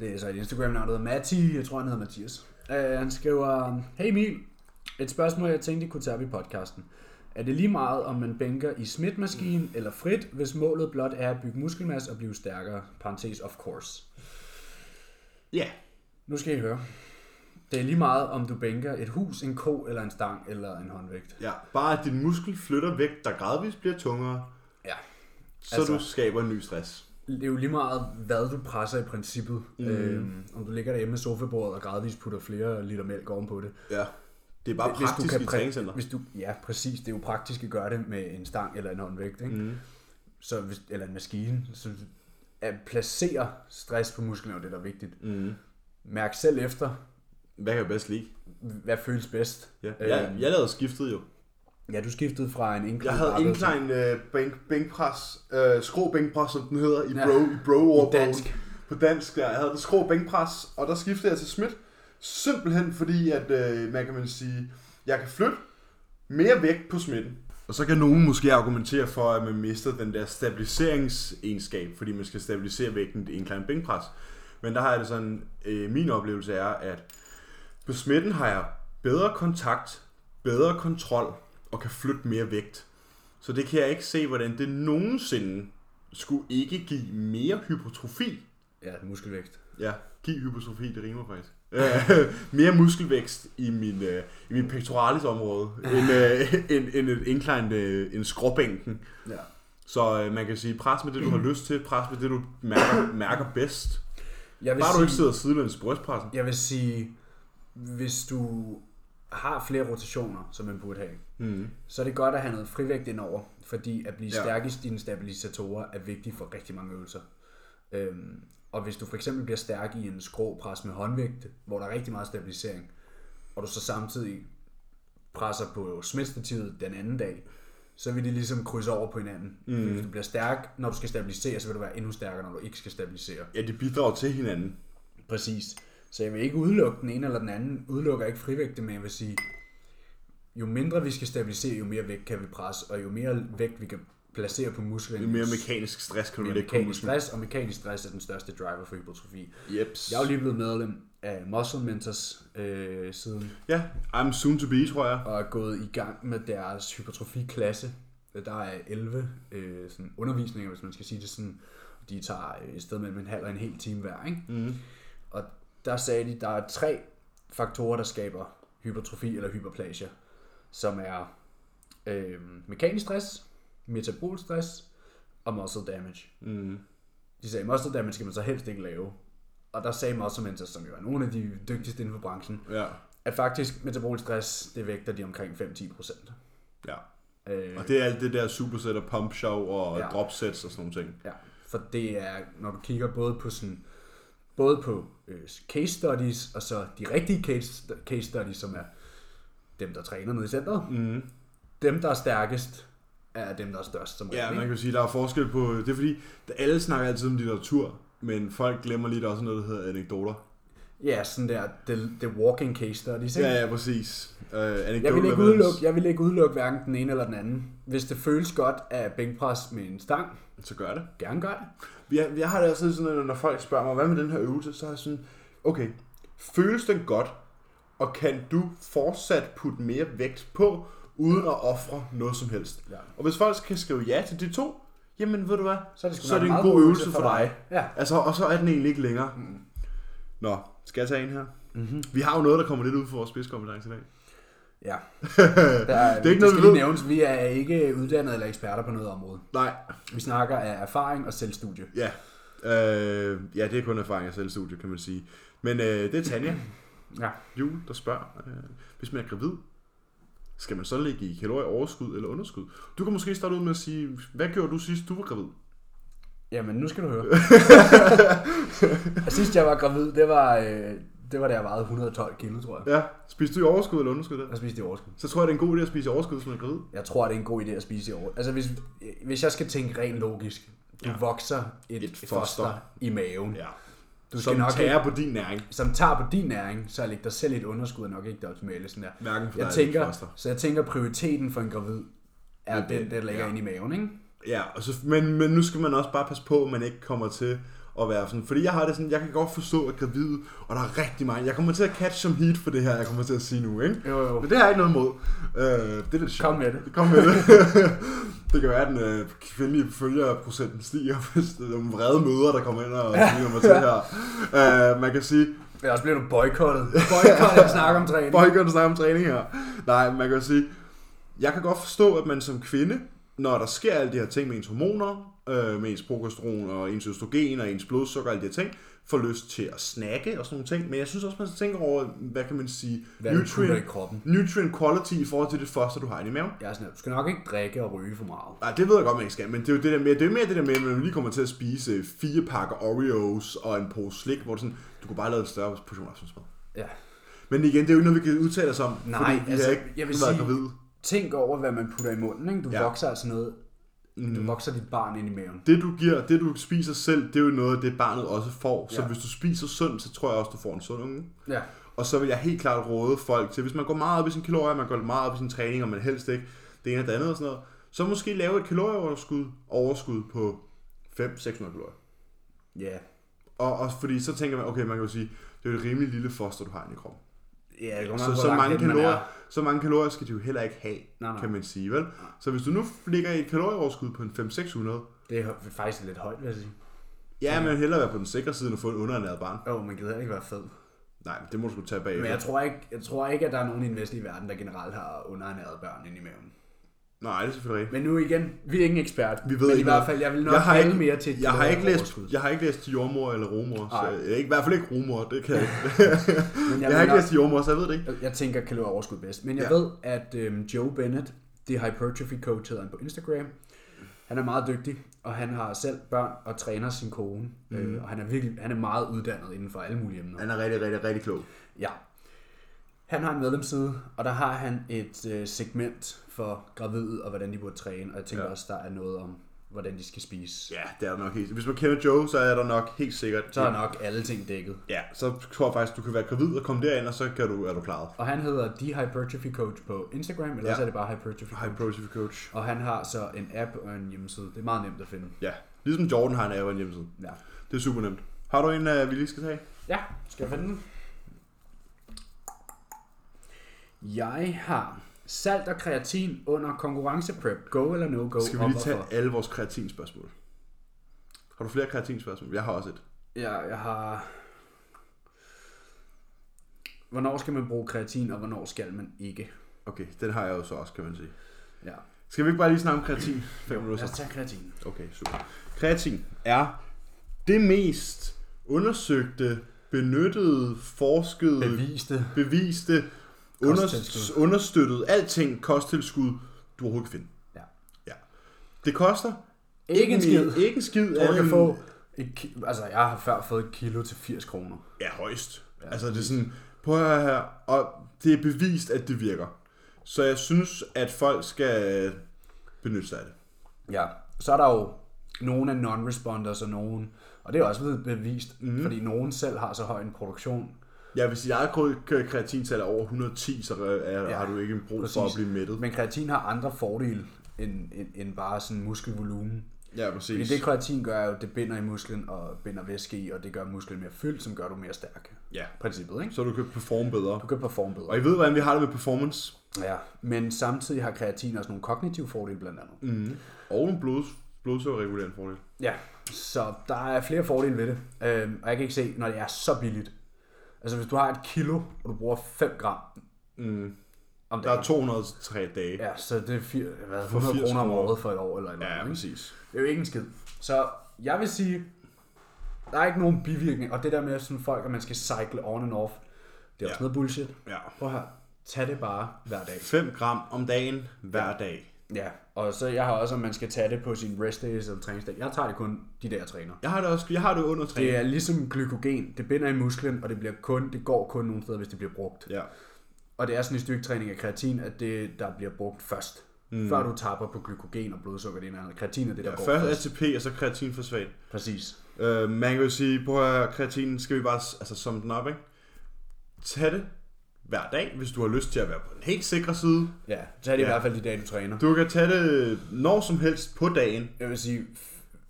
[SPEAKER 1] Det er så et Instagram-navn, der hedder Matti. Jeg tror, han hedder Mathias. Uh, han skriver... Hey Emil, et spørgsmål, jeg tænkte, I kunne tage op i podcasten. Er det lige meget, om man bænker i smitmaskinen eller frit, hvis målet blot er at bygge muskelmasse og blive stærkere? Parentes, of course.
[SPEAKER 2] Ja.
[SPEAKER 1] Nu skal I høre. Det er lige meget, om du bænker et hus, en ko eller en stang eller en håndvægt.
[SPEAKER 2] Ja, bare at din muskel flytter væk, der gradvist bliver tungere,
[SPEAKER 1] Ja.
[SPEAKER 2] så altså,
[SPEAKER 1] Altså-
[SPEAKER 2] du skaber en ny stress.
[SPEAKER 1] Det er jo lige meget, hvad du presser i princippet. Mm. Øhm, om du ligger derhjemme med sofabordet og gradvist putter flere liter mælk ovenpå det.
[SPEAKER 2] Ja. Det er bare
[SPEAKER 1] Hvis du
[SPEAKER 2] praktisk
[SPEAKER 1] kan
[SPEAKER 2] i
[SPEAKER 1] præ-
[SPEAKER 2] træningscenter.
[SPEAKER 1] Hvis du, ja, præcis. Det er jo praktisk at gøre det med en stang eller en håndvægt, ikke? Mm. Så, hvis, eller en maskine. Så at placere stress på musklerne er jo det, der er vigtigt. Mm. Mærk selv efter,
[SPEAKER 2] Hvad kan jeg bedst lide?
[SPEAKER 1] hvad føles bedst. Øhm,
[SPEAKER 2] Ja. Jeg, jeg lavede skiftet jo.
[SPEAKER 1] ja du skiftede fra en enkelt
[SPEAKER 2] Jeg havde
[SPEAKER 1] barbell til-
[SPEAKER 2] incline øh, bænk, bænkpres, øh, skrå bænkpres, som den hedder, i
[SPEAKER 1] Ja.
[SPEAKER 2] bro, i bro
[SPEAKER 1] På
[SPEAKER 2] ordbogen.
[SPEAKER 1] dansk.
[SPEAKER 2] På dansk, ja. Jeg havde det skrå bænkpres, og der skiftede jeg til Schmidt. Simpelthen fordi, at øh, man kan man sige, jeg kan flytte, mere vægt på smitten. Og så kan nogen måske argumentere for, at man mister den der stabiliseringsegenskab, fordi man skal stabilisere vægten i en klein bænkpres. Men der har jeg det sådan, øh, min oplevelse er, at på smitten har jeg bedre kontakt, bedre kontrol og kan flytte mere vægt. Så det kan jeg ikke se, hvordan det nogensinde skulle ikke give mere hypotrofi.
[SPEAKER 1] Ja, muskelvægt.
[SPEAKER 2] Ja, give hypotrofi, det rimer faktisk. Øh, mere muskelvækst i min, øh, i min pectoralis område, end, øh, end, end et inclined, øh, en skråbænken.
[SPEAKER 1] Ja.
[SPEAKER 2] Så øh, man kan sige, pres med det, du har lyst til, pres med det, du mærker, mærker bedst.
[SPEAKER 1] Jeg vil,
[SPEAKER 2] Bare du ikke
[SPEAKER 1] sige,
[SPEAKER 2] sidder sidelæns i brystpressen.
[SPEAKER 1] jeg vil sige, hvis du har flere rotationer, som man burde have,
[SPEAKER 2] Mm.
[SPEAKER 1] så er det godt at have noget frivægt indover, fordi at blive
[SPEAKER 2] Ja.
[SPEAKER 1] ja. stærk i dine stabilisatorer er vigtigt for rigtig mange øvelser. Øhm, og hvis du for eksempel bliver stærk i en skrå pres med håndvægte, hvor der er rigtig meget stabilisering, og du så samtidig presser på smidstativet den anden dag, så vil de ligesom krydse over på hinanden. Mm. Hvis du bliver stærk, når du skal stabilisere, så vil du være endnu stærkere, når du ikke skal stabilisere.
[SPEAKER 2] Ja, det bidrager til hinanden.
[SPEAKER 1] Præcis. Så jeg vil ikke udelukke den ene eller den anden. Udelukker ikke frivægte, men jeg vil sige, jo mindre vi skal stabilisere, jo mere vægt kan vi presse, og jo mere vægt vi kan placere på musklen,
[SPEAKER 2] Jo mere mekanisk stress kan du
[SPEAKER 1] mere
[SPEAKER 2] lægge på
[SPEAKER 1] mekanisk
[SPEAKER 2] musklen.
[SPEAKER 1] stress, og mekanisk stress er den største driver for hypertrofi.
[SPEAKER 2] Jeps.
[SPEAKER 1] Jeg er jo lige blevet medlem af Muscle Mentors øh, siden,
[SPEAKER 2] Ja, I'm soon to be, tror jeg.
[SPEAKER 1] og er gået i gang med deres hypertrofiklasse. Der er 11 øh, sådan undervisninger, hvis man skal sige det sådan. De tager øh, et sted mellem en halv og en hel time hver, ikke?
[SPEAKER 2] Mm.
[SPEAKER 1] Og der sagde de, der er tre faktorer, der skaber hypertrofi eller hyperplasia, som er øh, mekanisk stress, metabol stress og muscle damage.
[SPEAKER 2] Mm.
[SPEAKER 1] De sagde, muscle damage skal man så helst ikke lave. Og der sagde Muscle Mentors, som jo er nogle af de dygtigste inden for branchen,
[SPEAKER 2] Ja,
[SPEAKER 1] at faktisk metabol stress, det vægter de omkring 5-10 procent.
[SPEAKER 2] ja.
[SPEAKER 1] Øh,
[SPEAKER 2] Og det er alt det der superset og pump show og ja.
[SPEAKER 1] Ja.
[SPEAKER 2] dropsets og sådan nogle ting.
[SPEAKER 1] Ja, for det er, når du kigger både på sådan, både på øh, case studies, og så de rigtige case, case studies, som er dem, der træner nede i centret.
[SPEAKER 2] Mm.
[SPEAKER 1] Dem, der er stærkest, er dem, der er størst som
[SPEAKER 2] Ja,
[SPEAKER 1] regel,
[SPEAKER 2] man
[SPEAKER 1] ikke?
[SPEAKER 2] kan jo sige, der er forskel på... Det er fordi, alle snakker altid om litteratur, men folk glemmer lige, der er også noget, der hedder anekdoter.
[SPEAKER 1] ja, sådan der, the, the walking case studies. Ikke?
[SPEAKER 2] Ja, ja, præcis. Øh, anekdoter
[SPEAKER 1] jeg, vil ikke
[SPEAKER 2] er verdens-
[SPEAKER 1] udelukke, jeg vil ikke udelukke hverken den ene eller den anden. Hvis det føles godt at bænkpres med en stang,
[SPEAKER 2] Så gør det.
[SPEAKER 1] gerne gør det.
[SPEAKER 2] Jeg, jeg har det altid sådan, at når folk spørger mig, hvad med den her øvelse, så er jeg sådan, okay, føles den godt, og kan du fortsat putte mere vægt på, uden at ofre noget som helst?
[SPEAKER 1] Ja.
[SPEAKER 2] Og hvis folk kan skrive ja til de to, jamen ved du hvad,
[SPEAKER 1] Så er det, sgu
[SPEAKER 2] så er
[SPEAKER 1] nok
[SPEAKER 2] det en
[SPEAKER 1] meget
[SPEAKER 2] god øvelse for dig.
[SPEAKER 1] Ja.
[SPEAKER 2] Altså, og så er den egentlig ikke længere. Mm. Nå, skal jeg tage en her? Mm-hmm. Vi har jo noget, der kommer lidt ud for vores spidskompetence i dag.
[SPEAKER 1] Ja. Der, er, det er
[SPEAKER 2] ikke
[SPEAKER 1] ikke noget,
[SPEAKER 2] noget, vi
[SPEAKER 1] skal lige
[SPEAKER 2] ved.
[SPEAKER 1] nævnes, vi er ikke uddannede eller eksperter på noget område.
[SPEAKER 2] Nej,
[SPEAKER 1] Vi snakker af erfaring og selvstudie.
[SPEAKER 2] ja. Øh, ja, det er kun erfaring af selvstudie, kan man sige. Men øh, det er Tanja,
[SPEAKER 1] Ja.
[SPEAKER 2] Jul, der spørger, øh, hvis man er gravid, skal man så ligge i kalorieoverskud eller underskud? Du kan måske starte ud med at sige, hvad gjorde du sidst, du var gravid?
[SPEAKER 1] Jamen, nu skal du høre. Og Sidst jeg var gravid, det var, øh, det var da jeg vejede 112 kilo, tror jeg.
[SPEAKER 2] Ja, spiste du i overskud eller underskud der?
[SPEAKER 1] Og spiste i overskud.
[SPEAKER 2] Så tror jeg, det er en god idé at spise i overskud, hvis man er gravid.
[SPEAKER 1] Jeg tror, det er en god idé at spise i overskud. Altså, hvis, hvis jeg skal tænke rent logisk, du ja. vokser et,
[SPEAKER 2] Et
[SPEAKER 1] et
[SPEAKER 2] foster.
[SPEAKER 1] foster. i maven, ja.
[SPEAKER 2] Du
[SPEAKER 1] Du
[SPEAKER 2] skal
[SPEAKER 1] skal
[SPEAKER 2] Som
[SPEAKER 1] nok
[SPEAKER 2] tager på din næring.
[SPEAKER 1] som tager på din næring, så er lægge dig selv i et underskud er nok ikke det optimale. Sådan der.
[SPEAKER 2] Hverken for
[SPEAKER 1] Jeg
[SPEAKER 2] dig eller
[SPEAKER 1] tænker,
[SPEAKER 2] dit foster.
[SPEAKER 1] så jeg tænker, prioriteten for en gravid er
[SPEAKER 2] det-
[SPEAKER 1] den, der ligger
[SPEAKER 2] ja.
[SPEAKER 1] ja. inde i maven, ikke?
[SPEAKER 2] Ja, og så, men, men nu skal man også bare passe på, at man ikke kommer til at være sådan. Fordi jeg har det sådan, jeg kan godt forstå, at gravid, og der er rigtig mange. Jeg kommer til at catch som heat for det her, jeg kommer til at sige nu, ikke?
[SPEAKER 1] Jo, jo.
[SPEAKER 2] Men det har jeg ikke noget imod. Øh, det er lidt sjovt.
[SPEAKER 1] Kom med det.
[SPEAKER 2] Kom med det. det kan være, at den øh, kvindelige følgerprocenten stiger, hvis det er nogle vrede møder, der kommer ind og smiler mig til her. Øh, man kan sige,
[SPEAKER 1] Men også bliver du boykottet. Boykottet at snakke om træning.
[SPEAKER 2] boykot snakker om træning her. Nej, man kan jo sige, jeg kan godt forstå, at man som kvinde, når der sker alle de her ting med ens hormoner, øh, med ens progesteron og ens østrogen og ens blodsukker og alle de her ting, får lyst til at snakke og sådan nogle ting. Men jeg synes også, man skal tænke over, hvad kan man sige,
[SPEAKER 1] Hvad du putter i kroppen.
[SPEAKER 2] nutrient quality i forhold til det foster, du har inde i maven.
[SPEAKER 1] Jeg er sådan, her, du skal nok ikke drikke og ryge for meget.
[SPEAKER 2] Nej, det ved jeg godt, man ikke skal, men det er jo det der med, det er jo mere det der med, at man lige kommer til at spise øh, fire pakker Oreos og en pose slik, hvor du sådan, du kunne bare lave en større portion aftensmad.
[SPEAKER 1] Ja.
[SPEAKER 2] Men igen, det er jo ikke noget, vi kan udtale os om,
[SPEAKER 1] Nej,
[SPEAKER 2] fordi vi
[SPEAKER 1] altså,
[SPEAKER 2] har ikke
[SPEAKER 1] jeg vil
[SPEAKER 2] været
[SPEAKER 1] sige-
[SPEAKER 2] gravide.
[SPEAKER 1] Tænk over, hvad man putter i munden. Ikke? Du
[SPEAKER 2] Ja.
[SPEAKER 1] ja. vokser altså noget Du vokser dit barn ind i maven.
[SPEAKER 2] Det du giver, det du spiser selv, det er jo noget af det, barnet også får. Så
[SPEAKER 1] Ja.
[SPEAKER 2] ja. hvis du spiser sundt, så tror jeg også, du får en sund unge.
[SPEAKER 1] Ja.
[SPEAKER 2] Og så vil jeg helt klart råde folk til, hvis man går meget op i sin kalorier, man går meget op i sin træning, og man helst ikke det ene og det andet og sådan noget, så måske lave et kalorieoverskud overskud på 500-600 kalorier.
[SPEAKER 1] Ja.
[SPEAKER 2] Og, og fordi så tænker man, okay, man kan jo sige, det er jo et rimelig lille foster, du har inde i kroppen.
[SPEAKER 1] Ja, det kommer an
[SPEAKER 2] Så,
[SPEAKER 1] på,
[SPEAKER 2] så,
[SPEAKER 1] hvor langt
[SPEAKER 2] mange
[SPEAKER 1] henne man
[SPEAKER 2] kalorier,
[SPEAKER 1] er.
[SPEAKER 2] så mange kalorier skal de jo heller ikke have,
[SPEAKER 1] Nej, nej.
[SPEAKER 2] kan man sige, vel? Så hvis du nu ligger i et kalorieoverskud på en 5-600,
[SPEAKER 1] Det er faktisk lidt højt, vil jeg sige.
[SPEAKER 2] ja, man hellere være på den sikre side, end at få et underernæret barn.
[SPEAKER 1] Åh, oh, man gider ikke være fed.
[SPEAKER 2] Nej, det må du sgu tage bagefter.
[SPEAKER 1] Men jeg tror, ikke, jeg tror ikke, at der er nogen i den vestlige verden, der generelt har underernæret børn ind i maven.
[SPEAKER 2] Nej, det er selvfølgelig rigtigt.
[SPEAKER 1] Men nu igen, vi er ingen ekspert.
[SPEAKER 2] Vi ved
[SPEAKER 1] men
[SPEAKER 2] ikke
[SPEAKER 1] i hvert
[SPEAKER 2] noget.
[SPEAKER 1] fald, jeg vil nok
[SPEAKER 2] Jeg har
[SPEAKER 1] kalde
[SPEAKER 2] ikke-
[SPEAKER 1] mere til et
[SPEAKER 2] Jeg har, ikke læst,
[SPEAKER 1] overskud.
[SPEAKER 2] jeg har ikke læst til jordmor eller romor,
[SPEAKER 1] Nej.
[SPEAKER 2] så jeg, ikke, i hvert fald ikke romor, det kan jeg ikke.
[SPEAKER 1] Men
[SPEAKER 2] Jeg har ikke
[SPEAKER 1] mener-
[SPEAKER 2] læst til jordmor, så jeg ved det ikke.
[SPEAKER 1] Jeg- Jeg tænker kalorier overskud bedst. Men jeg ja.
[SPEAKER 2] Ja.
[SPEAKER 1] ved, at øhm, Joe Bennett, det hypertrophy coach hedder han på Instagram, han er meget dygtig, og han har selv børn og træner sin kone. Mm. Øh, og han er, virkelig, han er meget uddannet inden for alle mulige emner.
[SPEAKER 2] Han er rigtig, rigtig, rigtig klog.
[SPEAKER 1] Ja. Han har en medlemsside, og der har han et øh, segment for gravide og hvordan de burde træne. Og jeg tænker ja.
[SPEAKER 2] Ja.
[SPEAKER 1] også, der er noget om, hvordan de skal spise. Ja.
[SPEAKER 2] Ja, det er der nok helt Hvis man kender Joe, så er der nok helt sikkert.
[SPEAKER 1] Så er nok alle ting dækket.
[SPEAKER 2] Ja, så tror jeg faktisk, du kan være gravid og komme derind, og så kan du, er du klaret.
[SPEAKER 1] Og han hedder The Hypertrophy Coach på Instagram, eller ja.
[SPEAKER 2] Ja.
[SPEAKER 1] så er det bare Hypertrophy Coach.
[SPEAKER 2] High Protein Coach.
[SPEAKER 1] Og han har så en app og en hjemmeside. Det er meget nemt at finde.
[SPEAKER 2] Ja, ligesom Jordan har en af en hjemmeside.
[SPEAKER 1] Ja.
[SPEAKER 2] Det er super nemt. Har du en, øh, vi lige skal tage?
[SPEAKER 1] Ja, skal jeg finde den? Jeg har salt og kreatin under konkurrenceprep. Go eller no go?
[SPEAKER 2] Skal vi
[SPEAKER 1] og
[SPEAKER 2] lige tage
[SPEAKER 1] hvorfor?
[SPEAKER 2] alle vores kreatinspørgsmål? Har du flere kreatinspørgsmål? Jeg har også et.
[SPEAKER 1] Ja, jeg har... Hvornår skal man bruge kreatin, og hvornår skal man ikke?
[SPEAKER 2] Okay, den har jeg jo så også, kan man sige.
[SPEAKER 1] Ja,
[SPEAKER 2] Skal vi ikke bare lige snakke om kreatin? Fem
[SPEAKER 1] lad
[SPEAKER 2] minutter
[SPEAKER 1] os
[SPEAKER 2] så.
[SPEAKER 1] tage kreatin.
[SPEAKER 2] Okay, super. Kreatin er det mest undersøgte, benyttede, forskede,
[SPEAKER 1] Beviste.
[SPEAKER 2] beviste, under,
[SPEAKER 1] Kosttilskud.
[SPEAKER 2] understøttet, alting kosttilskud, du overhovedet kan finde.
[SPEAKER 1] Ja.
[SPEAKER 2] Ja. Det koster
[SPEAKER 1] Ikke en skid.
[SPEAKER 2] Ikke en skid.
[SPEAKER 1] Jeg
[SPEAKER 2] andet
[SPEAKER 1] kan
[SPEAKER 2] end-
[SPEAKER 1] få et ki- altså, jeg har før fået et kilo til 80 kroner.
[SPEAKER 2] Ja, højst. Ja, altså, det er sådan, prøv at høre her, og det er bevist, at det virker. Så jeg synes, at folk skal benytte sig af det.
[SPEAKER 1] Ja, så er der jo nogle af non-responders og nogen, og det er også blevet bevist,
[SPEAKER 2] Mhm.
[SPEAKER 1] mm. fordi nogen selv har så høj en produktion.
[SPEAKER 2] Ja, hvis jeg har kreatintal er over 110, så er, ja, har du ikke en brug for at
[SPEAKER 1] præcis.
[SPEAKER 2] blive mættet.
[SPEAKER 1] Men kreatin har andre fordele end, end, end bare sådan muskelvolumen.
[SPEAKER 2] Ja,
[SPEAKER 1] Fordi
[SPEAKER 2] præcis.
[SPEAKER 1] det kreatin gør er jo, at det binder i musklen og binder væske i, og det gør musklen mere fyldt, som gør du mere stærk.
[SPEAKER 2] Ja,
[SPEAKER 1] Princippet, ikke?
[SPEAKER 2] så du kan performe bedre.
[SPEAKER 1] Du kan performe bedre.
[SPEAKER 2] Og I ved, hvordan vi har det med performance
[SPEAKER 1] Ja, men samtidig har kreatin også nogle kognitive fordele blandt andet. Mm.
[SPEAKER 2] og en blod, blodsukkerregulerende fordel.
[SPEAKER 1] Ja, så der er flere fordele ved det. Øhm, og jeg kan ikke se, når det er så billigt. Altså hvis du har et kilo, og du bruger 5 gram om
[SPEAKER 2] Der
[SPEAKER 1] dagen,
[SPEAKER 2] er 203 dage.
[SPEAKER 1] ja, så det er fir, hvad, 100
[SPEAKER 2] 80
[SPEAKER 1] kroner om
[SPEAKER 2] kroner.
[SPEAKER 1] året for et år eller noget.
[SPEAKER 2] ja
[SPEAKER 1] Ja.
[SPEAKER 2] præcis.
[SPEAKER 1] Det er jo ikke en skid. Så jeg vil sige, der er ikke nogen bivirkning. Og det der med sådan folk, at man skal cycle on and off, det er også
[SPEAKER 2] Ja.
[SPEAKER 1] noget bullshit.
[SPEAKER 2] Ja.
[SPEAKER 1] Prøv her, tag det bare hver dag.
[SPEAKER 2] 5 gram om dagen, hver dag.
[SPEAKER 1] Ja, og så jeg har også, om man skal tage det på sin rest days eller træningsdag. Jeg tager det kun de der, jeg træner.
[SPEAKER 2] Jeg har det også, jeg har det under 3.
[SPEAKER 1] Det er ligesom glykogen. Det binder i musklen, og det, bliver kun, det går kun nogle steder, hvis det bliver brugt.
[SPEAKER 2] Ja.
[SPEAKER 1] Og det er sådan i styrketræning af kreatin, at det, der bliver brugt først. Mm. Før du tapper på glykogen og blodsukker, det ene eller andet. Kreatin er det, der
[SPEAKER 2] ja.
[SPEAKER 1] går
[SPEAKER 2] Først
[SPEAKER 1] først.
[SPEAKER 2] ATP, og så kreatin for svagt.
[SPEAKER 1] Præcis.
[SPEAKER 2] Øh, man kan jo sige, på kreatinen skal vi bare s- altså, summe den op, ikke? Tag det hver dag, hvis du har lyst til at være på den helt sikre side.
[SPEAKER 1] Ja, tag det ja. i
[SPEAKER 2] Ja.
[SPEAKER 1] hvert fald de dage, du træner.
[SPEAKER 2] Du kan tage det når som helst på dagen,
[SPEAKER 1] Jeg vil sige,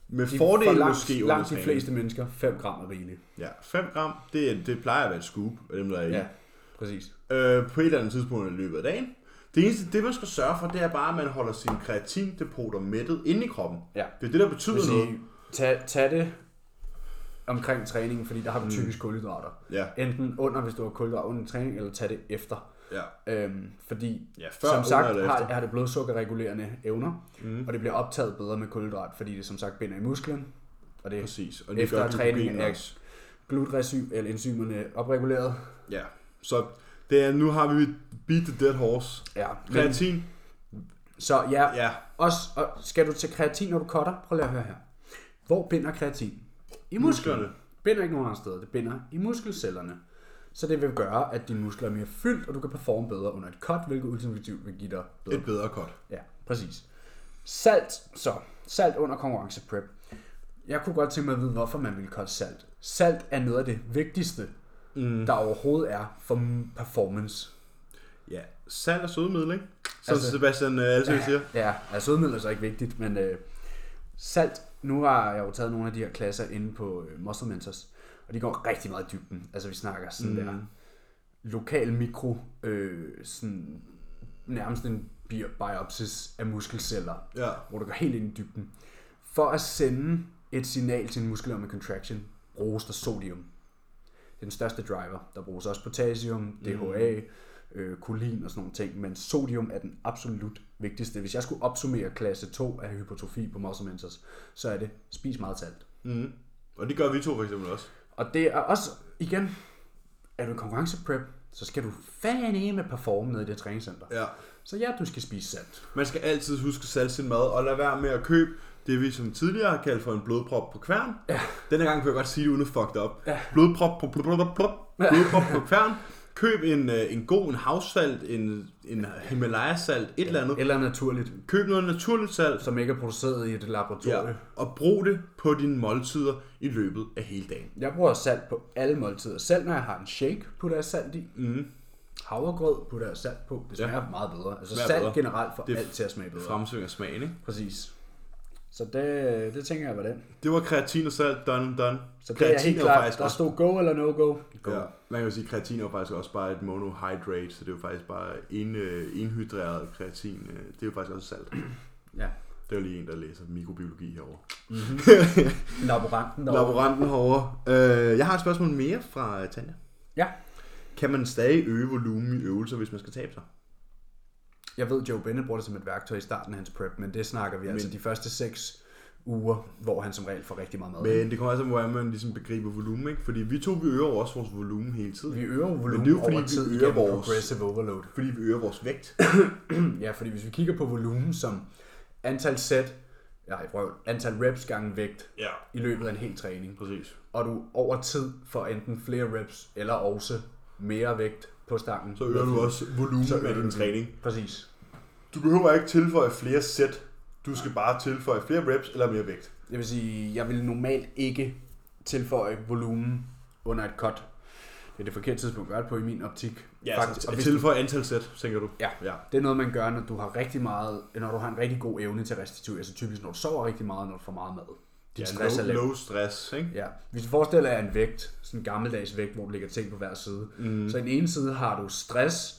[SPEAKER 2] med
[SPEAKER 1] de,
[SPEAKER 2] fordel
[SPEAKER 1] for langt,
[SPEAKER 2] måske under
[SPEAKER 1] langt de
[SPEAKER 2] træning.
[SPEAKER 1] fleste mennesker, 5 gram er rigeligt.
[SPEAKER 2] Ja, 5 gram, det, er- det plejer at være et scoop af dem, der er i.
[SPEAKER 1] Ja, præcis.
[SPEAKER 2] øh, på et eller andet tidspunkt i løbet af dagen. Det eneste, det man skal sørge for, det er bare, at man holder sine kreatindepoter mættet inde i kroppen.
[SPEAKER 1] Ja.
[SPEAKER 2] Det er det, der
[SPEAKER 1] Jeg
[SPEAKER 2] betyder
[SPEAKER 1] vil
[SPEAKER 2] noget.
[SPEAKER 1] sige, tag, tag det omkring træningen, fordi der har du typisk kulhydrater.
[SPEAKER 2] Ja,
[SPEAKER 1] Enten under, hvis du har kulhydrater under træning, eller tag det efter.
[SPEAKER 2] ja.
[SPEAKER 1] Øhm, fordi
[SPEAKER 2] Ja,
[SPEAKER 1] før,
[SPEAKER 2] før,
[SPEAKER 1] som
[SPEAKER 2] under
[SPEAKER 1] sagt
[SPEAKER 2] eller
[SPEAKER 1] har,
[SPEAKER 2] efter.
[SPEAKER 1] har det blodsukkerregulerende evner, mm. og det bliver optaget bedre med kulhydrat, fordi det som sagt binder i musklen, og det
[SPEAKER 2] Præcis. Og
[SPEAKER 1] og
[SPEAKER 2] det
[SPEAKER 1] efter
[SPEAKER 2] gør
[SPEAKER 1] træning
[SPEAKER 2] glykogenen
[SPEAKER 1] er
[SPEAKER 2] også.
[SPEAKER 1] glutresy, eller enzymerne opreguleret.
[SPEAKER 2] Ja, så det er, nu har vi beat the dead horse.
[SPEAKER 1] Ja, men,
[SPEAKER 2] Kreatin,
[SPEAKER 1] så ja, ja.
[SPEAKER 2] ja,
[SPEAKER 1] Også, og skal du tage kreatin, når du cutter? Prøv lige at høre her. Hvor binder kreatin? I musklen.
[SPEAKER 2] musklerne.
[SPEAKER 1] Binder ikke nogen andre steder, det binder i muskelcellerne. Så det vil gøre, at dine muskler er mere fyldt, og du kan performe bedre under et cut, hvilket ultimativt vil give dig bedre
[SPEAKER 2] Et bedre cut.
[SPEAKER 1] Ja, præcis. Salt, så. Salt under konkurrence prep. Jeg kunne godt tænke mig at vide, hvorfor man ville koste salt. Salt er noget af det vigtigste, mm. der overhovedet er for performance.
[SPEAKER 2] Ja, salt og sødemiddel, ikke? Som
[SPEAKER 1] Altså-
[SPEAKER 2] altså, Sebastian øh, altid ja. siger.
[SPEAKER 1] Ja, altså sødemiddel er så ikke vigtigt, men øh, salt, nu har jeg jo taget nogle af de her klasser inde på øh, Muscle Mentors, og de går rigtig meget i dybden. Altså vi snakker sådan mm. der lokal mikro, øh, sådan nærmest en bi- biopsis af muskelceller,
[SPEAKER 2] Ja.
[SPEAKER 1] hvor du går helt ind i dybden. For at sende et signal til en muskulær med contraction, bruges der sodium. Det er den største driver. Der bruges også
[SPEAKER 2] Mhm.
[SPEAKER 1] potassium, DHA, øh, kolin og sådan nogle ting, men sodium er den absolut vigtigste. Hvis jeg skulle opsummere klasse 2 af hypertrofi på muscle mentors, så er det spis meget salt.
[SPEAKER 2] Mm. Og det gør vi to for eksempel også.
[SPEAKER 1] Og det er også, igen, er du en konkurrenceprep, så skal du fandeme performe nede i det træningscenter.
[SPEAKER 2] Ja.
[SPEAKER 1] Så ja, du skal spise salt.
[SPEAKER 2] Man skal altid huske at salge sin mad, og lade være med at købe det, vi som tidligere har kaldt for en blodprop på kværn. Ja. Denne gang kan jeg godt sige det uden at fuck det op. Ja. Blodprop, på, blod, blod, blod, blodprop på kværn. Køb en, øh, en god, en havsalt, en, en Himalaya-salt, et eller andet.
[SPEAKER 1] Eller naturligt,
[SPEAKER 2] Køb noget naturligt salt,
[SPEAKER 1] som ikke er produceret i et laboratorium.
[SPEAKER 2] ja,
[SPEAKER 1] Ja.
[SPEAKER 2] og brug det på dine måltider i løbet af hele dagen.
[SPEAKER 1] Jeg bruger salt på alle måltider. Selv når jeg har en shake, putter jeg salt i. Mm. Havregrød putter jeg salt på. Det smager ja. meget bedre. Altså
[SPEAKER 2] Smager
[SPEAKER 1] salt
[SPEAKER 2] bedre.
[SPEAKER 1] generelt får
[SPEAKER 2] Det
[SPEAKER 1] det
[SPEAKER 2] er
[SPEAKER 1] alt til at smage bedre.
[SPEAKER 2] Fremsvinger smagen, ikke?
[SPEAKER 1] Præcis. Så det, det tænker jeg var den.
[SPEAKER 2] Det var kreatin og salt, done done.
[SPEAKER 1] Så det er helt klart, der stod go eller no go. go.
[SPEAKER 2] Ja, man kan jo sige, at kreatin er jo faktisk også bare et monohydrate, så det er jo faktisk bare en, øh, enhydreret kreatin. øh, Det er jo faktisk også salt.
[SPEAKER 1] Ja.
[SPEAKER 2] Det er jo lige en, der læser mikrobiologi herovre.
[SPEAKER 1] Mhm. Laboranten derovre.
[SPEAKER 2] Laboranten herovre. Øh, jeg har et spørgsmål mere fra øh, Tanja.
[SPEAKER 1] Ja.
[SPEAKER 2] Kan man stadig øge volumen i øvelser, hvis man skal tabe sig?
[SPEAKER 1] Jeg ved, Joe Bennett bruger det som et værktøj i starten af hans prep, men det snakker vi men... altså de første 6 uger, hvor han som regel får rigtig meget mad. Men...
[SPEAKER 2] Men det kommer altså, hvordan man ligesom begriber volumen, ikke? Fordi vi to, vi øger jo også vores volumen hele tiden.
[SPEAKER 1] Vi øger jo
[SPEAKER 2] Men
[SPEAKER 1] volumen
[SPEAKER 2] det er jo fordi,
[SPEAKER 1] over
[SPEAKER 2] vi
[SPEAKER 1] tid
[SPEAKER 2] øger
[SPEAKER 1] igennem
[SPEAKER 2] vores-
[SPEAKER 1] progressive overload.
[SPEAKER 2] Fordi vi øger vores vægt.
[SPEAKER 1] Ja, fordi hvis vi kigger på volumen som antal sæt, nej, prøv, antal reps gange vægt
[SPEAKER 2] ja,
[SPEAKER 1] i løbet af en hel træning,
[SPEAKER 2] præcis.
[SPEAKER 1] og du over tid får enten flere reps eller også mere vægt på stangen.
[SPEAKER 2] Så øger du også
[SPEAKER 1] Så
[SPEAKER 2] volumen
[SPEAKER 1] øger
[SPEAKER 2] af
[SPEAKER 1] du
[SPEAKER 2] din
[SPEAKER 1] den.
[SPEAKER 2] træning.
[SPEAKER 1] Præcis.
[SPEAKER 2] Du behøver ikke tilføje flere sæt. Du skal bare tilføje flere reps eller mere vægt.
[SPEAKER 1] Jeg vil sige, jeg vil normalt ikke tilføje volumen under et cut. Det er det forkerte tidspunkt at gøre det på i min optik.
[SPEAKER 2] Ja,
[SPEAKER 1] Faktisk.
[SPEAKER 2] Faktisk,
[SPEAKER 1] Og
[SPEAKER 2] at
[SPEAKER 1] hvis
[SPEAKER 2] tilføje antal sæt, tænker du?
[SPEAKER 1] Ja.
[SPEAKER 2] ja.
[SPEAKER 1] Det er noget, man gør, når du har rigtig meget, når du har en rigtig god evne til at restituere. Altså typisk, når du sover rigtig meget, når du får meget mad. Dit
[SPEAKER 2] ja
[SPEAKER 1] ja, stress er
[SPEAKER 2] low,
[SPEAKER 1] lavt.
[SPEAKER 2] low stress, ikke?
[SPEAKER 1] Ja. Hvis du forestiller dig en vægt, sådan en gammeldags vægt, hvor du lægger ting på hver side. Mm. Så i den ene side har du stress,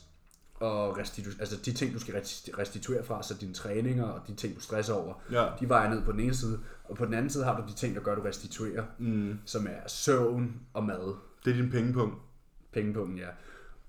[SPEAKER 1] og restitu- altså de ting, du skal resti- restituere fra, så dine træninger og de ting, du stresser over,
[SPEAKER 2] Ja.
[SPEAKER 1] de vejer ned på den ene side. Og på den anden side har du de ting, der gør, at du restituerer, mm. som er søvn og mad
[SPEAKER 2] Det er din pengepunkt.
[SPEAKER 1] pengepunkten, ja.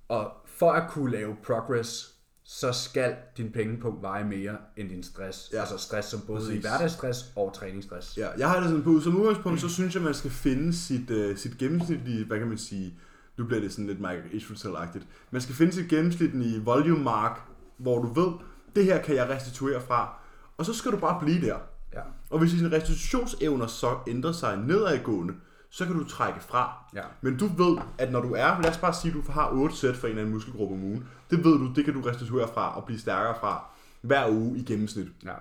[SPEAKER 1] Og for at kunne lave progress, så skal din pengepunkt veje mere end din stress. Ja.
[SPEAKER 2] Ja.
[SPEAKER 1] Altså stress som både Præcis. i
[SPEAKER 2] Præcis.
[SPEAKER 1] hverdagsstress og træningsstress.
[SPEAKER 2] Ja, jeg har det sådan på, som udgangspunkt, så synes jeg, man skal finde sit, øh, sit gennemsnitlige, hvad kan man sige, nu bliver det sådan lidt Michael Israel-agtigt. Man skal finde sit gennemsnitlige volume mark, hvor du ved, det her kan jeg restituere fra. Og så skal du bare blive der.
[SPEAKER 1] Ja.
[SPEAKER 2] Og hvis dine restitutionsevner så ændrer sig nedadgående, så kan du trække fra.
[SPEAKER 1] Ja.
[SPEAKER 2] Men du ved, at når du er, lad os bare sige, at du har 8 sæt for en eller anden muskelgruppe om ugen, det ved du, det kan du restituere fra og blive stærkere fra hver uge i gennemsnit.
[SPEAKER 1] ja.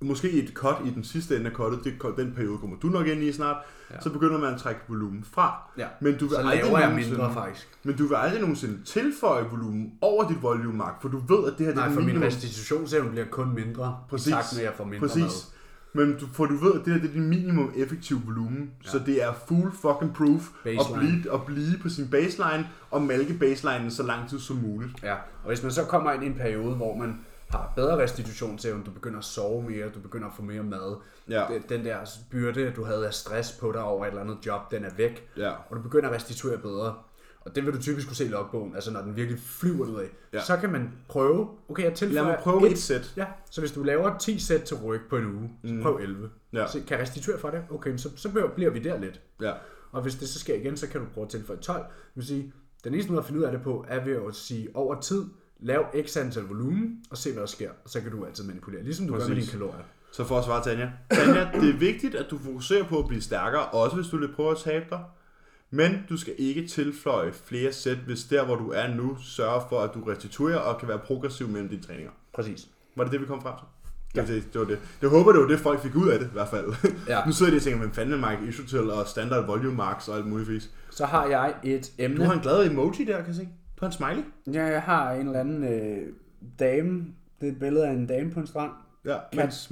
[SPEAKER 2] Måske et cut i den sidste ende af cuttet, det, den periode kommer du nok ind i snart, ja. så begynder man at trække volumen fra.
[SPEAKER 1] Ja.
[SPEAKER 2] Men du vil
[SPEAKER 1] Så
[SPEAKER 2] aldrig
[SPEAKER 1] laver jeg
[SPEAKER 2] nogensinde-
[SPEAKER 1] mindre faktisk.
[SPEAKER 2] Men du vil aldrig nogensinde tilføje volumen over dit volume mark, for du ved, at det her det
[SPEAKER 1] Nej,
[SPEAKER 2] er
[SPEAKER 1] for min
[SPEAKER 2] den minimum.
[SPEAKER 1] restitutionsevne bliver kun mindre, i takt med, at jeg får mindre
[SPEAKER 2] Præcis.
[SPEAKER 1] mad.
[SPEAKER 2] Men du, for du ved, at det her det er din minimum effektiv volumen, ja. så det er full fucking proof
[SPEAKER 1] Baseline.
[SPEAKER 2] at blive, at blive på sin baseline og malke baselinen så lang tid som muligt.
[SPEAKER 1] Ja, og hvis man så kommer ind i en periode, hvor man har bedre restitutionsevne, du begynder at sove mere, du begynder at få mere mad,
[SPEAKER 2] Ja.
[SPEAKER 1] den- den der byrde, du havde af stress på dig over et eller andet job, den er væk,
[SPEAKER 2] Ja.
[SPEAKER 1] og du begynder at restituere bedre. Og det vil du typisk kunne se i logbogen, altså når den virkelig flyver ud af. Ja.
[SPEAKER 2] Ja.
[SPEAKER 1] Så kan man prøve, okay, jeg tilføjer
[SPEAKER 2] Lad mig prøve et
[SPEAKER 1] et
[SPEAKER 2] sæt.
[SPEAKER 1] Ja, så hvis du laver 10 sæt til ryg på en uge, så prøv 11.
[SPEAKER 2] Mm. Ja.
[SPEAKER 1] Så kan jeg restituere fra det? Okay, så, så bliver vi der lidt.
[SPEAKER 2] Ja.
[SPEAKER 1] Og hvis det så sker igen, så kan du prøve at tilføje 12. Det vil sige, den eneste måde at finde ud af det på, er ved at sige over tid, lav x antal volumen, og se hvad der sker. Og så kan du altid manipulere, ligesom du Præcis. gør med dine
[SPEAKER 2] Præcis.
[SPEAKER 1] kalorier.
[SPEAKER 2] Så for at svare Tanja. Tanja, det er vigtigt, at du fokuserer på at blive stærkere, også hvis du vil prøve at tabe dig. Men du skal ikke tilføje flere sæt, hvis der, hvor du er nu, sørger for, at du restituerer og kan være progressiv mellem dine træninger.
[SPEAKER 1] Præcis.
[SPEAKER 2] Var det det, vi kom frem til? Det, ja. det, det, var det. Jeg håber, det var det, folk fik ud af det, i hvert fald.
[SPEAKER 1] Ja.
[SPEAKER 2] nu sidder de og tænker, hvem fanden er Mike Isotel og Standard Volume Marks og alt muligt fisk.
[SPEAKER 1] Så har jeg et
[SPEAKER 2] Du
[SPEAKER 1] emne.
[SPEAKER 2] har en glad emoji der, kan jeg se. Du har en smiley.
[SPEAKER 1] Ja, jeg har en eller anden øh, dame. Det er et billede af en dame på en strand.
[SPEAKER 2] Ja,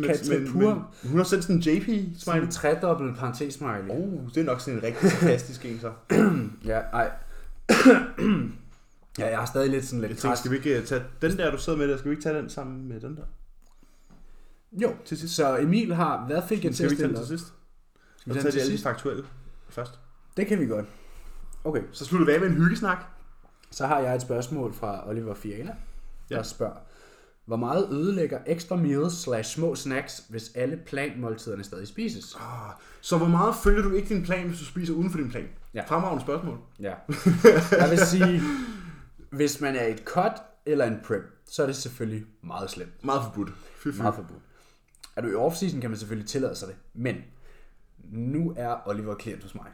[SPEAKER 1] Katripur.
[SPEAKER 2] hun har sendt sådan en JP
[SPEAKER 1] Sådan
[SPEAKER 2] smiley.
[SPEAKER 1] en tredobbelt parentes smiley.
[SPEAKER 2] Uh, det er nok sådan en rigtig sarkastisk en, så.
[SPEAKER 1] Ja, ej. ja, jeg har stadig lidt sådan
[SPEAKER 2] Jeg
[SPEAKER 1] lidt
[SPEAKER 2] tænker,
[SPEAKER 1] kras.
[SPEAKER 2] skal vi ikke øh, tage den der, du sidder med der, skal vi ikke tage den sammen med den der?
[SPEAKER 1] Jo,
[SPEAKER 2] Til sidst.
[SPEAKER 1] så Emil har, hvad fik jeg til
[SPEAKER 2] Skal
[SPEAKER 1] at
[SPEAKER 2] vi ikke
[SPEAKER 1] stille
[SPEAKER 2] tage den
[SPEAKER 1] op?
[SPEAKER 2] til sidst?
[SPEAKER 1] Skal
[SPEAKER 2] Skal
[SPEAKER 1] vi
[SPEAKER 2] vi
[SPEAKER 1] tage
[SPEAKER 2] tage
[SPEAKER 1] den til
[SPEAKER 2] de alle
[SPEAKER 1] sidst?
[SPEAKER 2] de faktuelle først?
[SPEAKER 1] Det kan vi godt. Okay,
[SPEAKER 2] Så slutter vi af med en hyggesnak.
[SPEAKER 1] så har jeg et spørgsmål fra Oliver Fiala, der
[SPEAKER 2] Ja.
[SPEAKER 1] spørger, hvor meget ødelægger ekstra meals slash små snacks, hvis alle planmåltiderne stadig spises?
[SPEAKER 2] Ah, Så hvor meget følger du ikke din plan, hvis du spiser uden for din plan?
[SPEAKER 1] Ja.
[SPEAKER 2] Fremragende spørgsmål.
[SPEAKER 1] Ja. Jeg vil sige, hvis man er i et cut eller en prep, så er det selvfølgelig meget slemt.
[SPEAKER 2] Meget forbudt. Fy, fy.
[SPEAKER 1] Mm-hmm. Meget forbudt. Er du i off-season, kan man selvfølgelig tillade sig det. Men nu er Oliver klient hos mig.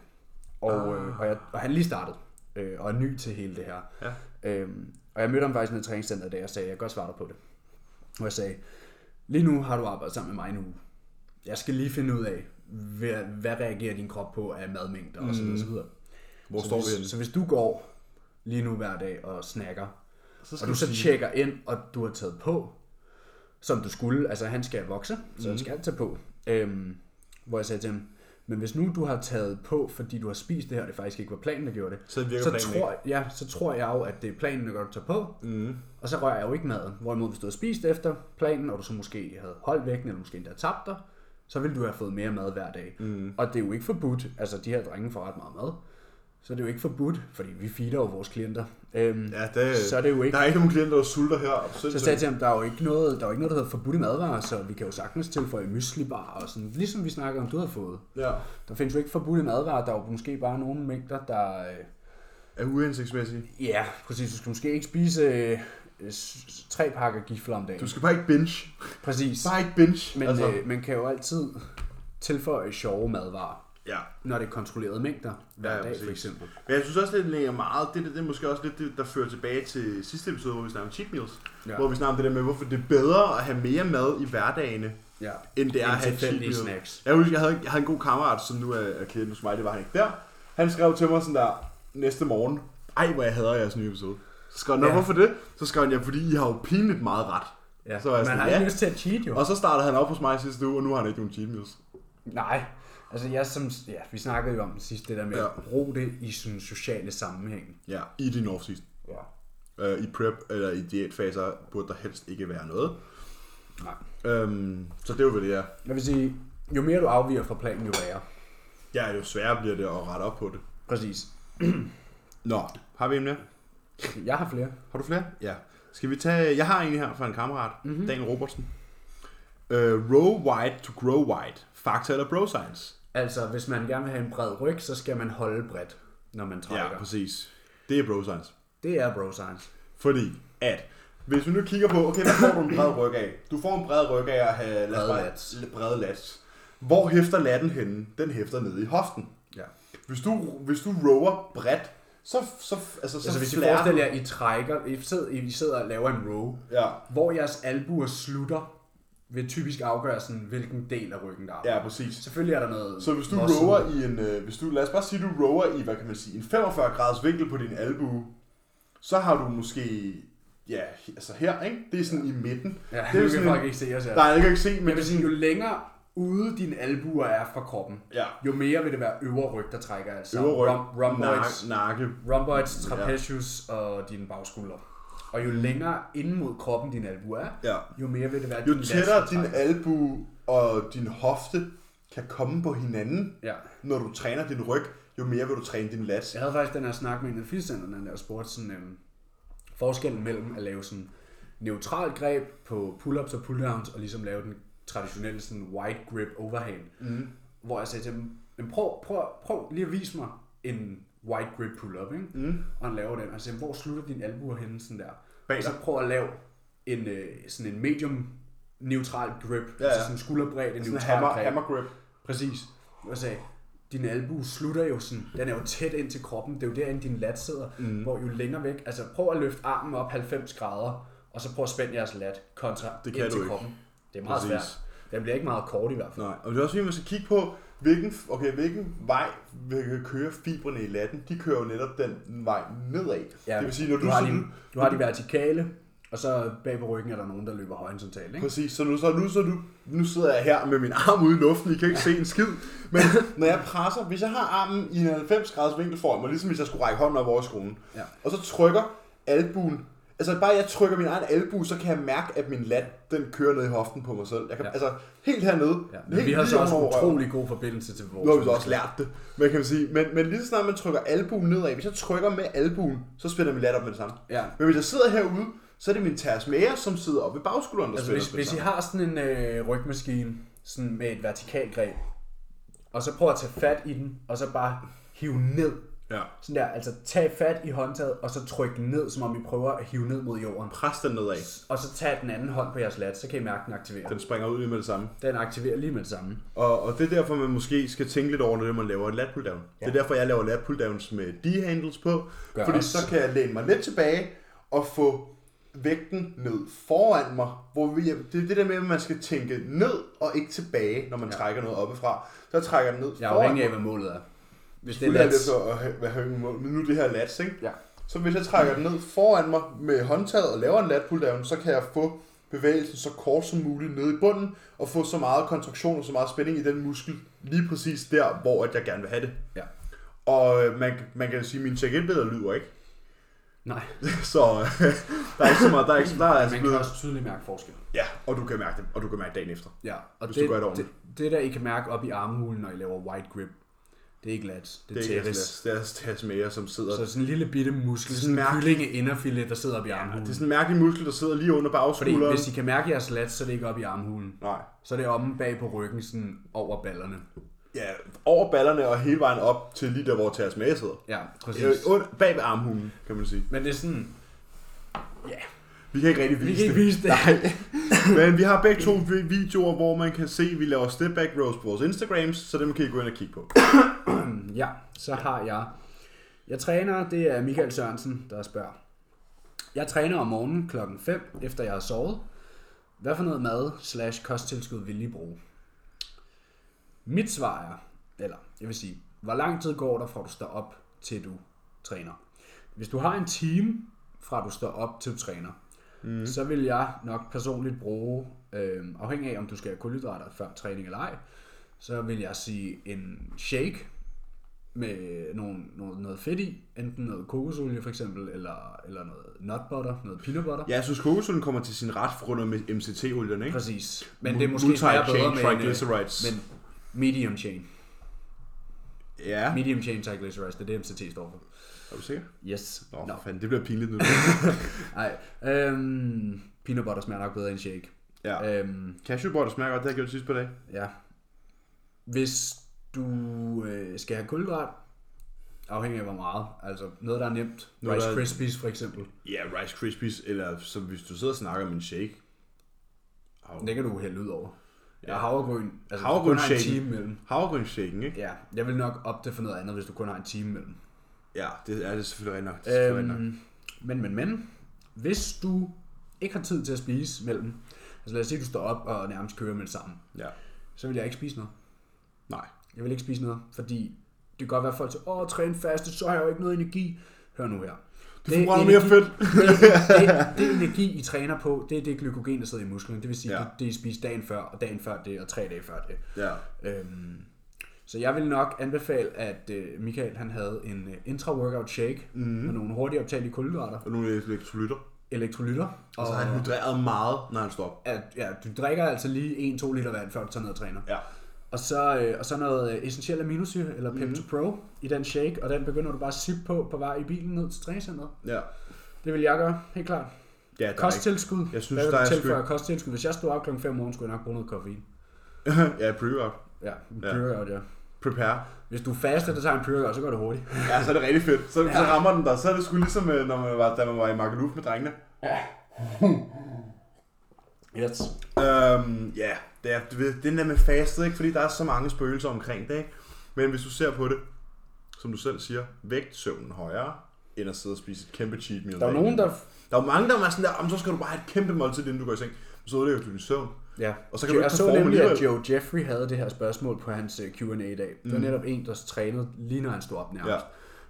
[SPEAKER 1] Og, øh, og, jeg, og han er lige startet. Øh, og er ny til hele det her.
[SPEAKER 2] Ja.
[SPEAKER 1] Øhm, og jeg mødte ham faktisk nede i træningscenteret, da jeg sagde, jeg kan godt svare dig på det. Og jeg sagde, lige nu har du arbejdet sammen med mig en uge. Jeg skal lige finde ud af, hvad, hvad reagerer din krop på af madmængder mm. osv. osv.
[SPEAKER 2] Hvor
[SPEAKER 1] Så
[SPEAKER 2] står vi
[SPEAKER 1] hvis,
[SPEAKER 2] henne?
[SPEAKER 1] så hvis du går lige nu hver dag og snakker,
[SPEAKER 2] Så
[SPEAKER 1] og du så tjekker ind, og du har taget på, som du skulle. Altså, han skal vokse, så mm.
[SPEAKER 2] Mhm.
[SPEAKER 1] han skal tage på. Øhm, hvor jeg sagde til ham, men hvis nu du har taget på, fordi du har spist det her, og det faktisk ikke var planen, der gjorde det,
[SPEAKER 2] Så virker
[SPEAKER 1] så,
[SPEAKER 2] planen Mhm.
[SPEAKER 1] tror, ja, så tror jeg jo, at det er planen, der gør, at du tager på, mm. og så rører jeg jo ikke maden. Hvorimod, hvis du havde spist efter planen, og du så måske havde holdt vægten, eller måske endda tabt dig, så ville du have fået mere mad hver dag.
[SPEAKER 2] Mhm.
[SPEAKER 1] Mm. Og det er jo ikke forbudt, altså de her drenge får ret meget mad, så det er jo ikke forbudt, fordi vi feeder jo vores klienter. Øhm,
[SPEAKER 2] Ja, det,
[SPEAKER 1] så er det jo ikke
[SPEAKER 2] Der er ikke nogen klienter, der sulter her.
[SPEAKER 1] så sagde jeg til ham, der er jo ikke noget, der, er jo ikke noget, der hedder forbudte madvarer, så vi kan jo sagtens tilføje myslibar og sådan, ligesom vi snakker om, du har fået.
[SPEAKER 2] Ja.
[SPEAKER 1] Der findes jo ikke forbudte madvarer, der er jo måske bare nogle mængder, der... øh,
[SPEAKER 2] Er uhensigtsmæssige.
[SPEAKER 1] Ja, præcis, du skal måske ikke spise øh, øh, s- tre pakker gifler om dagen.
[SPEAKER 2] Du skal bare ikke binge.
[SPEAKER 1] Præcis,
[SPEAKER 2] Bare ikke binge.
[SPEAKER 1] men
[SPEAKER 2] altså,
[SPEAKER 1] øh, man kan jo altid tilføje sjove madvarer,
[SPEAKER 2] ja.
[SPEAKER 1] når det er kontrollerede mængder hver
[SPEAKER 2] Ja, ja,
[SPEAKER 1] dag for
[SPEAKER 2] præcis.
[SPEAKER 1] eksempel.
[SPEAKER 2] Men jeg synes også, det længere meget, det, det, det er måske også lidt det, der fører tilbage til sidste episode, hvor vi snakkede om cheat meals.
[SPEAKER 1] Ja.
[SPEAKER 2] Ja. Hvor vi snakkede om det der med, hvorfor det er bedre at have mere mad i hverdagene,
[SPEAKER 1] Ja,
[SPEAKER 2] end det er at have et cheat
[SPEAKER 1] tilfældige
[SPEAKER 2] meal.
[SPEAKER 1] snacks.
[SPEAKER 2] Jeg husker, jeg havde, jeg havde en god kammerat, som nu er, er klient hos mig, det var han ikke der. Han skrev til mig sådan der, næste morgen, ej hvor jeg hader jeres nye episode. Så skrev han, ja.
[SPEAKER 1] Ja.
[SPEAKER 2] hvorfor det? Så skrev han, ja, fordi I har jo pinligt meget ret.
[SPEAKER 1] Ja.
[SPEAKER 2] Så var jeg
[SPEAKER 1] man
[SPEAKER 2] sådan,
[SPEAKER 1] har ikke
[SPEAKER 2] ja.
[SPEAKER 1] lyst til at cheat jo.
[SPEAKER 2] Og så startede han op hos mig sidste uge, og nu har han ikke nogen cheat meals.
[SPEAKER 1] Nej, altså jeg som, ja, vi snakkede jo om det sidste, det der med ja.
[SPEAKER 2] Ja.
[SPEAKER 1] at bruge det i sådan sociale sammenhæng.
[SPEAKER 2] Ja, i din off
[SPEAKER 1] Ja.
[SPEAKER 2] øh, I prep eller i diætfaser burde der helst ikke være noget.
[SPEAKER 1] Nej.
[SPEAKER 2] Øhm, så det er jo ved det, ja.
[SPEAKER 1] Jeg vil sige, jo mere du afviger fra planen, jo værre.
[SPEAKER 2] Ja, jo sværere bliver det at rette op på det.
[SPEAKER 1] Præcis.
[SPEAKER 2] Nå, har vi en mere?
[SPEAKER 1] Jeg har flere.
[SPEAKER 2] Har du flere? Ja. Skal vi tage... Jeg har en her fra en kammerat,
[SPEAKER 1] Mhm.
[SPEAKER 2] mm-hmm. Dan Robertsen. Uh, row wide to grow wide. Fakta eller bro science?
[SPEAKER 1] Altså, hvis man gerne vil have en bred ryg, så skal man holde bredt, når man trækker. Ja,
[SPEAKER 2] præcis. Det er bro science.
[SPEAKER 1] det er bro science.
[SPEAKER 2] Fordi at... Hvis vi nu kigger på, okay, hvad får du en bred ryg af? Du får en bred ryg af at have lad os
[SPEAKER 1] Brede
[SPEAKER 2] bare-
[SPEAKER 1] lats.
[SPEAKER 2] brede lats. Hvor hæfter latten henne? Den hæfter nede i hoften.
[SPEAKER 1] Ja.
[SPEAKER 2] Hvis du, hvis du rower bredt, så, så, altså, så
[SPEAKER 1] Altså, hvis I
[SPEAKER 2] flarer
[SPEAKER 1] forestiller jer, I trækker, I sidder, I sidder og laver en row,
[SPEAKER 2] du. Ja,
[SPEAKER 1] hvor jeres albuer slutter, vil typisk afgøre sådan, hvilken del af ryggen der er.
[SPEAKER 2] ja, præcis.
[SPEAKER 1] Selvfølgelig er der noget...
[SPEAKER 2] Så hvis du
[SPEAKER 1] muscle.
[SPEAKER 2] rower i en, øh, hvis du, lad os bare sige, du rower i, hvad kan man sige, en 45 graders vinkel på din albue, så har du måske, ja, altså her, ikke? Det er sådan i midten.
[SPEAKER 1] Ja,
[SPEAKER 2] det er
[SPEAKER 1] nu
[SPEAKER 2] jo
[SPEAKER 1] kan
[SPEAKER 2] sådan
[SPEAKER 1] folk
[SPEAKER 2] en-
[SPEAKER 1] ikke se os her.
[SPEAKER 2] Nej, jeg kan ikke se, men
[SPEAKER 1] Jeg vil sige, jo længere ude dine albuer er fra kroppen,
[SPEAKER 2] Ja.
[SPEAKER 1] jo mere vil det være øvre ryg, der trækker altså.
[SPEAKER 2] øvre ryg,
[SPEAKER 1] Rom- rhomboids,
[SPEAKER 2] nak- nakke.
[SPEAKER 1] rhomboids, trapezius og dine bagskulder. Og jo længere ind mod kroppen din albue er,
[SPEAKER 2] Ja.
[SPEAKER 1] jo mere vil det være
[SPEAKER 2] Jo
[SPEAKER 1] din
[SPEAKER 2] tættere
[SPEAKER 1] last, der
[SPEAKER 2] din
[SPEAKER 1] trækker.
[SPEAKER 2] albue og din hofte kan komme på hinanden,
[SPEAKER 1] Ja.
[SPEAKER 2] når du træner din ryg, jo mere vil du træne din lats.
[SPEAKER 1] Jeg havde faktisk den her snak med en af fitnesscenterne, der spurgte sådan, øhm, forskellen mellem at lave sådan neutralt greb på pull-ups og pull-downs, og ligesom lave den traditionelle sådan wide grip overhand.
[SPEAKER 2] Mhm.
[SPEAKER 1] Mm. Hvor jeg sagde til dem, "Men prøv, prøv, prøv lige at vise mig en wide grip pull-up, ikke? Mm. Og han laver den, og jeg sagde, hvor slutter din albuer henne sådan der?
[SPEAKER 2] Mhm. Bag
[SPEAKER 1] og så
[SPEAKER 2] dig.
[SPEAKER 1] prøv at lave en, øh, sådan en medium neutral grip, ja,
[SPEAKER 2] ja.
[SPEAKER 1] ja. altså sådan skulderbredde
[SPEAKER 2] Sådan en
[SPEAKER 1] neutral
[SPEAKER 2] hammer,
[SPEAKER 1] greb.
[SPEAKER 2] hammer grip.
[SPEAKER 1] Præcis. Jeg sagde, din albue slutter jo sådan, den er jo tæt ind til kroppen, det er jo derinde din lat sidder,
[SPEAKER 2] Mhm.
[SPEAKER 1] mm. hvor jo længere væk, altså prøv at løfte armen op 90 grader, og så prøv at spænde jeres lat kontra
[SPEAKER 2] Det kan
[SPEAKER 1] ind til
[SPEAKER 2] du ikke.
[SPEAKER 1] kroppen. Det er meget
[SPEAKER 2] Præcis.
[SPEAKER 1] Præcis. svært. Den bliver ikke meget kort i hvert fald.
[SPEAKER 2] Nej, og det er også fordi, man skal kigge på, hvilken, okay, hvilken vej vil køre fibrene i latten. De kører jo netop den vej nedad. Ja, det vil sige, når du,
[SPEAKER 1] du, har
[SPEAKER 2] så,
[SPEAKER 1] de, du har de vertikale, og så bag på ryggen er der nogen, der løber horisontalt. Ikke?
[SPEAKER 2] Præcis, så nu, så, nu, så nu, nu sidder jeg her med min arm ude i luften, I kan ikke se en skid, men når jeg presser, hvis jeg har armen i en 90 graders vinkel foran mig, ligesom hvis jeg skulle række hånden op over skruen,
[SPEAKER 1] Ja.
[SPEAKER 2] og så trykker albuen, altså bare jeg trykker min egen albue, så kan jeg mærke, at min lat, den kører ned i hoften på mig selv. Jeg kan, ja.
[SPEAKER 1] Ja.
[SPEAKER 2] Altså helt hernede,
[SPEAKER 1] Ja.
[SPEAKER 2] ja.
[SPEAKER 1] Men
[SPEAKER 2] helt
[SPEAKER 1] vi har så også en
[SPEAKER 2] over røven.
[SPEAKER 1] utrolig god forbindelse til vores.
[SPEAKER 2] Nu har vi så også lært det, men kan man sige, men, men lige så snart man trykker albuen nedad, hvis jeg trykker med albuen, så spænder min lat op med det samme.
[SPEAKER 1] Ja.
[SPEAKER 2] Men hvis jeg sidder herude, så er det min tersmære, som sidder oppe ved bagskulderen, der
[SPEAKER 1] Altså
[SPEAKER 2] spænder
[SPEAKER 1] hvis,
[SPEAKER 2] med det
[SPEAKER 1] hvis I
[SPEAKER 2] samme.
[SPEAKER 1] har sådan en øh, rygmaskine sådan med et vertikalt greb, og så prøv at tage fat i den, og så bare hive ned.
[SPEAKER 2] Ja.
[SPEAKER 1] Sådan der, altså tag fat i håndtaget, og så tryk den ned, som om I prøver at hive ned mod jorden.
[SPEAKER 2] Pres den nedad.
[SPEAKER 1] Og så tag den anden hånd på jeres lat, så kan I mærke, den aktiverer.
[SPEAKER 2] Den springer ud lige med det samme.
[SPEAKER 1] Den aktiverer lige med det samme.
[SPEAKER 2] Og, og det er derfor, man måske skal tænke lidt over, når det, man laver et lat pulldown. Ja. Det er derfor, jeg laver lat pulldowns med D-handles på. Gør
[SPEAKER 1] Gør
[SPEAKER 2] fordi
[SPEAKER 1] også.
[SPEAKER 2] så kan jeg læne mig lidt tilbage og få vægten ned foran mig. Hvor vi, det er det der med, at man skal tænke ned og ikke tilbage, når man ja. trækker noget oppefra. Så trækker jeg den ned
[SPEAKER 1] Jeg er
[SPEAKER 2] foran
[SPEAKER 1] afhængig
[SPEAKER 2] mig.
[SPEAKER 1] af, hvad målet er. Hvis det
[SPEAKER 2] Nu
[SPEAKER 1] er
[SPEAKER 2] er det
[SPEAKER 1] lats,
[SPEAKER 2] så at have- hvad have men nu er det her lats, ikke?
[SPEAKER 1] Ja.
[SPEAKER 2] Så hvis jeg trækker den ned foran mig med håndtaget og laver en lat pulldown, så kan jeg få bevægelsen så kort som muligt nede i bunden, og få så meget kontraktion og så meget spænding i den muskel, lige præcis der, hvor at jeg gerne vil have det.
[SPEAKER 1] ja.
[SPEAKER 2] Og øh, man, man kan sige, at min check in bedre lyder ikke.
[SPEAKER 1] Nej,
[SPEAKER 2] Så øh, der er ikke så meget, der er ikke så der er altså
[SPEAKER 1] man kan
[SPEAKER 2] blevet...
[SPEAKER 1] også tydeligt mærke forskel.
[SPEAKER 2] Ja, og du kan mærke det, og du kan mærke dagen efter.
[SPEAKER 1] Ja, og
[SPEAKER 2] Hvis du
[SPEAKER 1] det,
[SPEAKER 2] gør det
[SPEAKER 1] det,
[SPEAKER 2] ordentligt.
[SPEAKER 1] det, der I kan mærke op i armhulen, når I laver white grip, det er ikke lats, det er,
[SPEAKER 2] Det er ikke
[SPEAKER 1] teres.
[SPEAKER 2] det er tasmager, som sidder...
[SPEAKER 1] Så sådan en lille bitte muskel, sådan en
[SPEAKER 2] Mærkeligt.
[SPEAKER 1] kyllinge inderfilet, der sidder op i
[SPEAKER 2] Det er
[SPEAKER 1] armhulen.
[SPEAKER 2] sådan en mærkelig muskel, der sidder lige under
[SPEAKER 1] Fordi
[SPEAKER 2] bagskulderen.
[SPEAKER 1] hvis I kan mærke jeres lats, så er det ikke op i armhulen.
[SPEAKER 2] Nej,
[SPEAKER 1] Så er det omme bag på ryggen, sådan over ballerne.
[SPEAKER 2] Ja, over ballerne og hele vejen op til lige der, hvor Thers Mage sidder.
[SPEAKER 1] Ja, præcis.
[SPEAKER 2] Øh, und- Bag ved armhulen, kan man sige.
[SPEAKER 1] Men det er sådan, ja,
[SPEAKER 2] Vi kan ikke rigtig vise
[SPEAKER 1] vi kan ikke
[SPEAKER 2] det.
[SPEAKER 1] vise det. Nej.
[SPEAKER 2] Men vi har begge to vi- videoer, hvor man kan se, at vi laver step back rows på vores Instagrams, så dem kan I gå ind og kigge på.
[SPEAKER 1] Ja, så har jeg. Jeg træner, det er Michael Sørensen, der spørger. Jeg træner om morgenen klokken 5, efter jeg har sovet. Hvad for noget mad slash kosttilskud vil I bruge? Mit svar er, eller jeg vil sige, hvor lang tid går der fra du står op til du træner? Hvis du har en time fra du står op til du træner, mm. så vil jeg nok personligt bruge, øh, afhængig af om du skal have kulhydrater før træning eller ej, så vil jeg sige en shake med nogle, noget, noget fedt i, enten noget kokosolie for eksempel, eller, eller noget nut butter, noget peanut butter.
[SPEAKER 2] Ja, jeg synes, kokosolen kommer til sin ret rundt med MCT-olien, ikke?
[SPEAKER 1] Præcis. Men det er måske smager
[SPEAKER 2] Multi-chain
[SPEAKER 1] bedre med en, øh,
[SPEAKER 2] triglycerides.
[SPEAKER 1] men medium chain.
[SPEAKER 2] Ja,
[SPEAKER 1] Medium chain triglycerides, det er det MCT står for.
[SPEAKER 2] er du sikker?
[SPEAKER 1] Yes.
[SPEAKER 2] Nå,
[SPEAKER 1] Nå,
[SPEAKER 2] no. fanden, det bliver pinligt nu.
[SPEAKER 1] nej. Øhm, peanut butter smager nok bedre end shake.
[SPEAKER 2] ja.
[SPEAKER 1] Øhm,
[SPEAKER 2] Cashewbotter smager godt, det har jeg gjort sidste par dage.
[SPEAKER 1] ja. Hvis du øh, skal have kulhydrat, afhængig af hvor meget, altså noget, der er nemt.
[SPEAKER 2] Noget,
[SPEAKER 1] Rice
[SPEAKER 2] der-
[SPEAKER 1] Krispies for eksempel.
[SPEAKER 2] Ja, Rice Krispies, eller som hvis du sidder og snakker om en shake. Hav-
[SPEAKER 1] Det kan du hælde ud over. Ja, havregryn. Altså, hvis du kun har en
[SPEAKER 2] Havregrynsshaken.
[SPEAKER 1] time mellem.
[SPEAKER 2] Havregrynsshaken, ikke?
[SPEAKER 1] Ja, jeg vil nok opte for noget andet, hvis du kun har en time mellem.
[SPEAKER 2] Ja, det er det er selvfølgelig rigtig nok. Det er selvfølgelig rigtig nok.
[SPEAKER 1] Øhm, men, men, men. Hvis du ikke har tid til at spise mellem, altså lad os sige, at du står op og nærmest kører med det samme,
[SPEAKER 2] Ja.
[SPEAKER 1] så vil jeg ikke spise noget.
[SPEAKER 2] Nej.
[SPEAKER 1] Jeg vil ikke spise noget, fordi det kan godt være, at folk siger, åh, træn faste, så har jeg jo ikke noget energi. Hør nu her. Du
[SPEAKER 2] forbrænder mere fedt.
[SPEAKER 1] det, det, det, energi, I træner på, det er det glykogen, der sidder i musklen. Det vil sige,
[SPEAKER 2] Ja.
[SPEAKER 1] ja. det, det I spiser dagen før, og dagen før det, og tre dage før det.
[SPEAKER 2] Ja.
[SPEAKER 1] Øhm, så jeg vil nok anbefale, at øh, Michael han havde en øh, intra-workout shake mm.
[SPEAKER 2] Mhm.
[SPEAKER 1] med nogle hurtigt optagelige kulhydrater,
[SPEAKER 2] Og nogle elektrolytter.
[SPEAKER 1] elektrolytter. Og,
[SPEAKER 2] Og så har han hydreret meget, når han står op.
[SPEAKER 1] at, ja, du drikker altså lige 1-2 liter vand, før du tager ned og træner.
[SPEAKER 2] Ja.
[SPEAKER 1] Og så, øh, og så noget øh, essentiel aminosyre,
[SPEAKER 2] Mhm.
[SPEAKER 1] eller Pepto-Pro, i den shake, og den begynder du bare at sippe på på vej i bilen ned til træningscenteret.
[SPEAKER 2] Ja.
[SPEAKER 1] Det vil jeg gøre, helt klart.
[SPEAKER 2] Ja, der er
[SPEAKER 1] Kosttilskud.
[SPEAKER 2] Jeg synes,
[SPEAKER 1] Hvad vil
[SPEAKER 2] der
[SPEAKER 1] du
[SPEAKER 2] er sgu
[SPEAKER 1] tilføje af kosttilskud? Hvis jeg stod op klokken 5 om morgenen, skulle jeg nok bruge noget koffein.
[SPEAKER 2] ikke... ja, pre-workout.
[SPEAKER 1] Ja, pre-workout, ja.
[SPEAKER 2] Prepare.
[SPEAKER 1] Hvis du faster, der tager en pre-workout, så går det hurtigt.
[SPEAKER 2] Ja, så er det rigtig fedt. Så, ja. så rammer den der. Så er det sgu ligesom, øh, når man var, da man var i Magaluf med drengene.
[SPEAKER 1] Yes.
[SPEAKER 2] Øhm, ja, det er, du ved, det er den der med fastet, ikke? Fordi der er så mange spøgelser omkring det, ikke? Men hvis du ser på det, som du selv siger, vægt søvnen højere, end at sidde og spise et kæmpe cheat meal.
[SPEAKER 1] Der er
[SPEAKER 2] dagen
[SPEAKER 1] nogen, der
[SPEAKER 2] Der er jo mange, der er sådan der, "Jamen, så skal du bare have et kæmpe måltid, inden du går i seng. så ødelægger du din søvn.
[SPEAKER 1] Ja.
[SPEAKER 2] Og så kan du ikke
[SPEAKER 1] jeg så
[SPEAKER 2] performe
[SPEAKER 1] nemlig, at
[SPEAKER 2] alligevel.
[SPEAKER 1] Joe Jeffrey havde det her spørgsmål på hans øh, Q&A i dag. Mm. Der var netop en, der trænede lige når han stod op nærmest.
[SPEAKER 2] Ja.
[SPEAKER 1] Ja.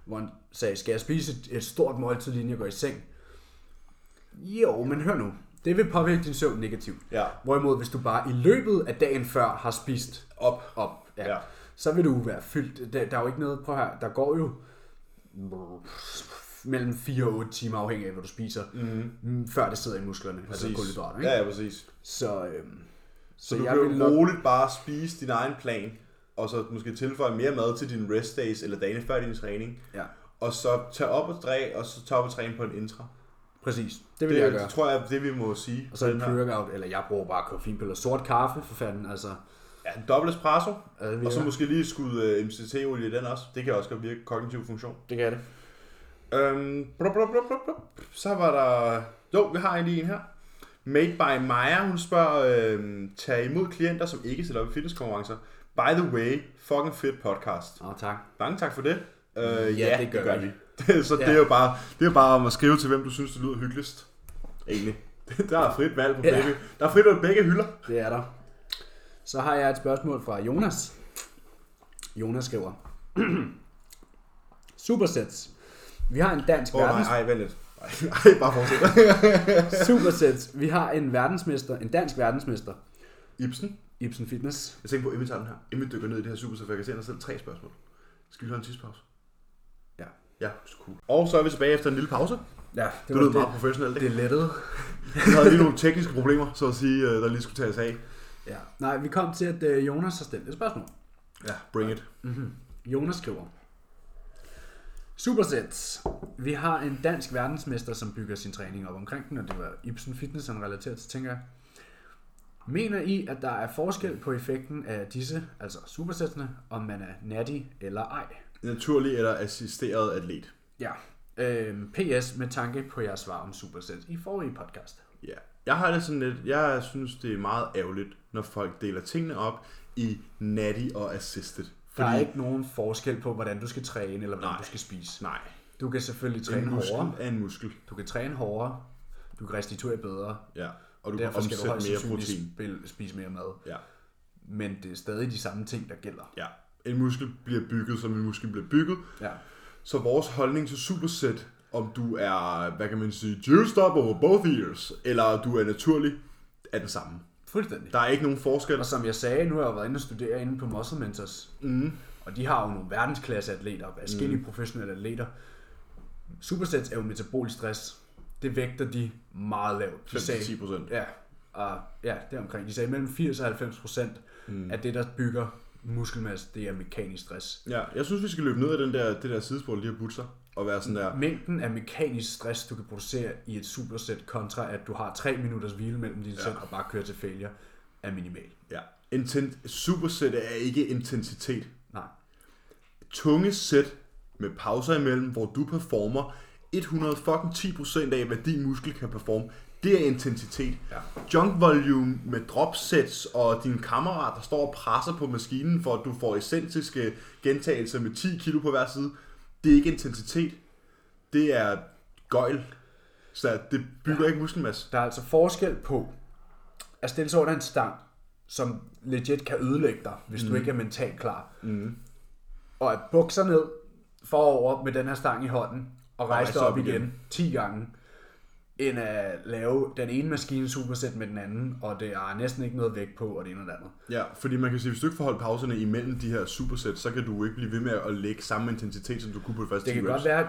[SPEAKER 1] Hvor han sagde, skal jeg spise et, et stort måltid, lige inden jeg går i seng? Jo, men hør nu. Det vil påvirke din søvn negativt.
[SPEAKER 2] Ja.
[SPEAKER 1] Hvorimod, hvis du bare i løbet af dagen før har spist
[SPEAKER 2] Op.
[SPEAKER 1] op, ja,
[SPEAKER 2] Ja.
[SPEAKER 1] ja. så vil du være fyldt. Der, der er jo ikke noget, prøv her, der går jo mellem 4 og 8 timer afhængig af, hvad du spiser,
[SPEAKER 2] Mhm.
[SPEAKER 1] mm. før det sidder i musklerne, Præcis. altså kulhydrater. Ikke?
[SPEAKER 2] Ja, ja, præcis.
[SPEAKER 1] Så, øhm,
[SPEAKER 2] Så, så du kan
[SPEAKER 1] jeg vil
[SPEAKER 2] jo
[SPEAKER 1] nok,
[SPEAKER 2] roligt bare spise din egen plan, og så måske tilføje mere mad til din rest days, eller dagene før din træning.
[SPEAKER 1] Ja.
[SPEAKER 2] Og så tage op og dræ, og så tage op og træne på en intra.
[SPEAKER 1] præcis, det vil det, jeg
[SPEAKER 2] Det,
[SPEAKER 1] gøre.
[SPEAKER 2] det tror jeg er det, vi må sige.
[SPEAKER 1] Og så en pre-workout, eller jeg bruger bare koffeinpiller, sort kaffe, for fanden, altså.
[SPEAKER 2] Ja, en dobbelt espresso,
[SPEAKER 1] det
[SPEAKER 2] og så
[SPEAKER 1] virker.
[SPEAKER 2] måske lige skud uh, MCT-olie i den også. Det kan også godt virke kognitiv funktion.
[SPEAKER 1] Det kan det.
[SPEAKER 2] Øhm, blub, blub, blub, blub, blub. Så var der... Jo, vi har lige en her. Made by Maja, hun spørger, øhm, tag imod klienter, som ikke stiller op i fitnesskonkurrencer. By the way, fucking fedt podcast.
[SPEAKER 1] Nå, tak.
[SPEAKER 2] Mange tak for det. Øh,
[SPEAKER 1] Ja, det gør vi.
[SPEAKER 2] så
[SPEAKER 1] Ja.
[SPEAKER 2] det er jo bare, det er bare om at skrive til, hvem du synes, det lyder hyggeligst. Egentlig. Der er frit valg på
[SPEAKER 1] Ja.
[SPEAKER 2] begge. Der er frit valg på begge hylder.
[SPEAKER 1] Det er der. Så har jeg et spørgsmål fra Jonas. Jonas skriver. Supersets. Vi har en dansk oh,
[SPEAKER 2] Åh oh, nej,
[SPEAKER 1] verdens...
[SPEAKER 2] ej, vent lidt. Ej, ej, bare fortsæt.
[SPEAKER 1] Supersets. Vi har en verdensmester, en dansk verdensmester.
[SPEAKER 2] Ibsen,
[SPEAKER 1] Ibsen Fitness.
[SPEAKER 2] jeg tænker på, at Emmy tager den her. Emmy dykker ned i det her super, så jeg kan sende dig selv tre spørgsmål. Skal vi have en tidspause?
[SPEAKER 1] Ja.
[SPEAKER 2] Ja, så cool. Og så er vi tilbage efter en lille pause.
[SPEAKER 1] Ja,
[SPEAKER 2] Det lyder meget professionelt,
[SPEAKER 1] det
[SPEAKER 2] ikke?
[SPEAKER 1] er lettet.
[SPEAKER 2] Vi havde lige nogle tekniske problemer, så at sige, øh, der lige skulle tages af.
[SPEAKER 1] Ja. Nej, vi kom til, at øh, Jonas har stillet et spørgsmål.
[SPEAKER 2] Ja, bring it.
[SPEAKER 1] Jonas skriver. Supersets. Vi har en dansk verdensmester, som bygger sin træning op omkring den, og det var Ibsen Fitness, han relaterer til, tænker jeg. Mener I, at der er forskel på effekten af disse, altså supersetsene, om man er natty eller ej?
[SPEAKER 2] Naturlig eller assisteret atlet.
[SPEAKER 1] Ja. Øhm, PS med tanke på jeres svar om supersets i forrige podcast.
[SPEAKER 2] Ja. Jeg har det sådan lidt, jeg synes, det er meget ærgerligt, når folk deler tingene op i natty og assisted.
[SPEAKER 1] Der er ikke nogen forskel på, hvordan du skal træne, eller hvordan Nej. du skal spise.
[SPEAKER 2] nej,
[SPEAKER 1] Du kan selvfølgelig
[SPEAKER 2] en
[SPEAKER 1] træne hårdere.
[SPEAKER 2] muskel er en muskel.
[SPEAKER 1] Du kan træne hårdere. Du kan restituere bedre.
[SPEAKER 2] Ja, og du
[SPEAKER 1] Derfor
[SPEAKER 2] kan
[SPEAKER 1] skal du højst
[SPEAKER 2] omsætte mere
[SPEAKER 1] sandsynligt
[SPEAKER 2] protein.
[SPEAKER 1] spille, spise mere mad.
[SPEAKER 2] Ja.
[SPEAKER 1] Men det er stadig de samme ting, der gælder.
[SPEAKER 2] ja. En muskel bliver bygget, som en muskel bliver bygget.
[SPEAKER 1] Ja.
[SPEAKER 2] Så vores holdning til superset, om du er, hvad kan man sige, juiced up over both ears, eller du er naturlig, er den samme.
[SPEAKER 1] Fuldstændig.
[SPEAKER 2] Der er ikke nogen forskel.
[SPEAKER 1] Og som jeg sagde, nu har jeg været inde og studere inde på Muscle Mentors.
[SPEAKER 2] Mhm.
[SPEAKER 1] Mm. Og de har jo nogle verdensklasse atleter, forskellige mm. professionelle atleter. Supersets er jo metabolisk stress. Det vægter de meget lavt. De
[SPEAKER 2] 5-10%.
[SPEAKER 1] Ja, og ja, det er omkring. De sagde mellem 80 og 90 procent
[SPEAKER 2] Mhm.
[SPEAKER 1] mm. af det, der bygger muskelmasse, det er mekanisk stress.
[SPEAKER 2] Ja, jeg synes, vi skal løbe ned af den der, det der sidespor, der lige har budt sig, og være sådan der,
[SPEAKER 1] Mængden af mekanisk stress, du kan producere i et supersæt, kontra at du har 3 minutters hvile mellem dine ja. sæt og bare kører til failure, er minimal.
[SPEAKER 2] ja. Inten- superset er ikke intensitet.
[SPEAKER 1] Nej.
[SPEAKER 2] tunge sæt med pauser imellem, hvor du performer 110% af, hvad din muskel kan performe. Det er intensitet.
[SPEAKER 1] Ja.
[SPEAKER 2] Junk volume med dropsets og din kammerat, der står og presser på maskinen, for at du får essentiske gentagelser med 10 kilo på hver side. Det er ikke intensitet. Det er gøjl. Så det bygger ja. ikke muskelmasse.
[SPEAKER 1] Der er altså forskel på at stille sig under en stang, som legit kan ødelægge dig, hvis mm. du ikke er mentalt klar. Mm. Og at bukke sig ned forover med den her stang i hånden, og rejse dig op, igen, 10 gange, end at lave den ene maskine supersæt med den anden, og det er næsten ikke noget vægt på, og det ene og det andet.
[SPEAKER 2] Ja, fordi man kan sige, hvis du ikke får holdt pauserne imellem de her supersæt, så kan du ikke blive ved med at lægge samme intensitet, som du kunne på det første
[SPEAKER 1] Det
[SPEAKER 2] 10
[SPEAKER 1] kan
[SPEAKER 2] reps.
[SPEAKER 1] godt være, at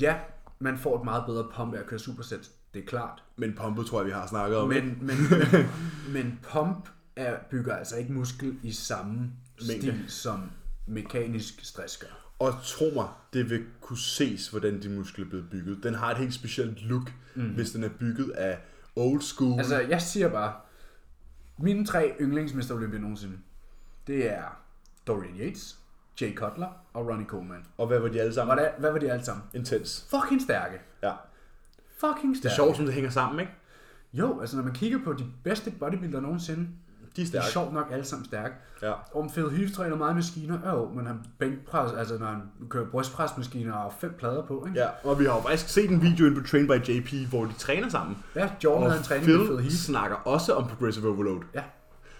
[SPEAKER 1] ja, man får et meget bedre pump af at køre supersæt, det er klart.
[SPEAKER 2] Men pumpet tror jeg, vi har snakket om.
[SPEAKER 1] Men, men, men pump er, bygger altså ikke muskel i samme
[SPEAKER 2] Mængde. Mm.
[SPEAKER 1] Mængde. stil, som mekanisk stress gør.
[SPEAKER 2] Og tro mig, det vil kunne ses, hvordan din muskel er blevet bygget. Den har et helt specielt look, mm. hvis den er bygget af old school. Altså,
[SPEAKER 1] Mhm. Altså, jeg siger bare, mine tre yndlingsmesterolympier nogensinde, det er Dorian Yates, Jay Cutler og Ronnie Coleman.
[SPEAKER 2] og hvad var de alle sammen?
[SPEAKER 1] Hvordan, hvad var de alle sammen?
[SPEAKER 2] Intens.
[SPEAKER 1] Fucking stærke.
[SPEAKER 2] Ja.
[SPEAKER 1] Fucking stærke.
[SPEAKER 2] som det hænger sammen, ikke?
[SPEAKER 1] Jo, altså når man kigger på de bedste bodybuildere nogensinde,
[SPEAKER 2] De er
[SPEAKER 1] De er
[SPEAKER 2] stærke.
[SPEAKER 1] sjovt nok alle sammen stærke.
[SPEAKER 2] Ja.
[SPEAKER 1] Om Phil Heath træner meget maskiner, jo, men han bænkpres, altså når han kører brystpresmaskiner og har fem plader på, ikke?
[SPEAKER 2] ja, og vi har jo faktisk set en video ind på Train by JP, hvor de træner sammen.
[SPEAKER 1] ja Jordan
[SPEAKER 2] Og
[SPEAKER 1] havde en træning med Phil
[SPEAKER 2] Phil
[SPEAKER 1] Heath.
[SPEAKER 2] snakker også om Progressive Overload.
[SPEAKER 1] Ja,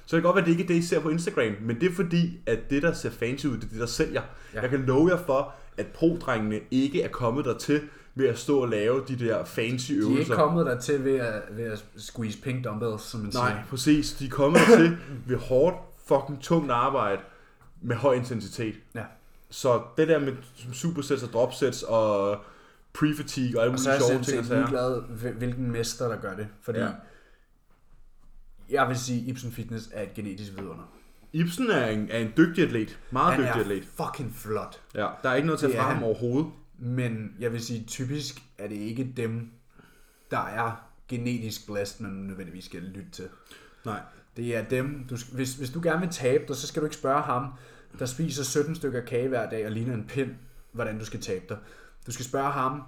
[SPEAKER 2] Så det kan godt være, at det ikke er det, I ser på Instagram, men det er fordi, at det, der ser fancy ud, det er det, der sælger. Ja.
[SPEAKER 1] Ja.
[SPEAKER 2] Jeg kan love jer for, at pro-drengene ikke er kommet dertil ved at stå og lave de der fancy
[SPEAKER 1] de er ikke
[SPEAKER 2] øvelser.
[SPEAKER 1] kommet der til ved at, ved at squeeze pink dumbbells, som man
[SPEAKER 2] Nej,
[SPEAKER 1] siger.
[SPEAKER 2] præcis. De er kommet dertil ved hårdt, fucking tungt arbejde med høj intensitet.
[SPEAKER 1] Ja.
[SPEAKER 2] Så det der med supersets og dropsets og pre-fatigue og alle
[SPEAKER 1] Og
[SPEAKER 2] mulige
[SPEAKER 1] så er jeg sådan
[SPEAKER 2] sjove ting, og
[SPEAKER 1] set
[SPEAKER 2] sager.
[SPEAKER 1] ligeglad, hvil- hvilken mester, der gør det. Fordi
[SPEAKER 2] Ja.
[SPEAKER 1] ja. jeg vil sige, Ibsen Fitness er et genetisk vidunder.
[SPEAKER 2] Ibsen er en, er en dygtig atlet. Meget
[SPEAKER 1] Han
[SPEAKER 2] dygtig
[SPEAKER 1] er
[SPEAKER 2] atlet.
[SPEAKER 1] fucking flot.
[SPEAKER 2] Ja, der er ikke noget til at
[SPEAKER 1] Det er
[SPEAKER 2] fra ham
[SPEAKER 1] han.
[SPEAKER 2] overhovedet.
[SPEAKER 1] Men jeg vil sige, typisk er det ikke dem, der er genetisk blæst, man nødvendigvis skal lytte til.
[SPEAKER 2] Nej.
[SPEAKER 1] Det er dem, du, skal- hvis, hvis du gerne vil tabe dig, så skal du ikke spørge ham, der spiser 17 stykker kage hver dag og ligner en pind, hvordan du skal tabe dig. Du skal spørge ham,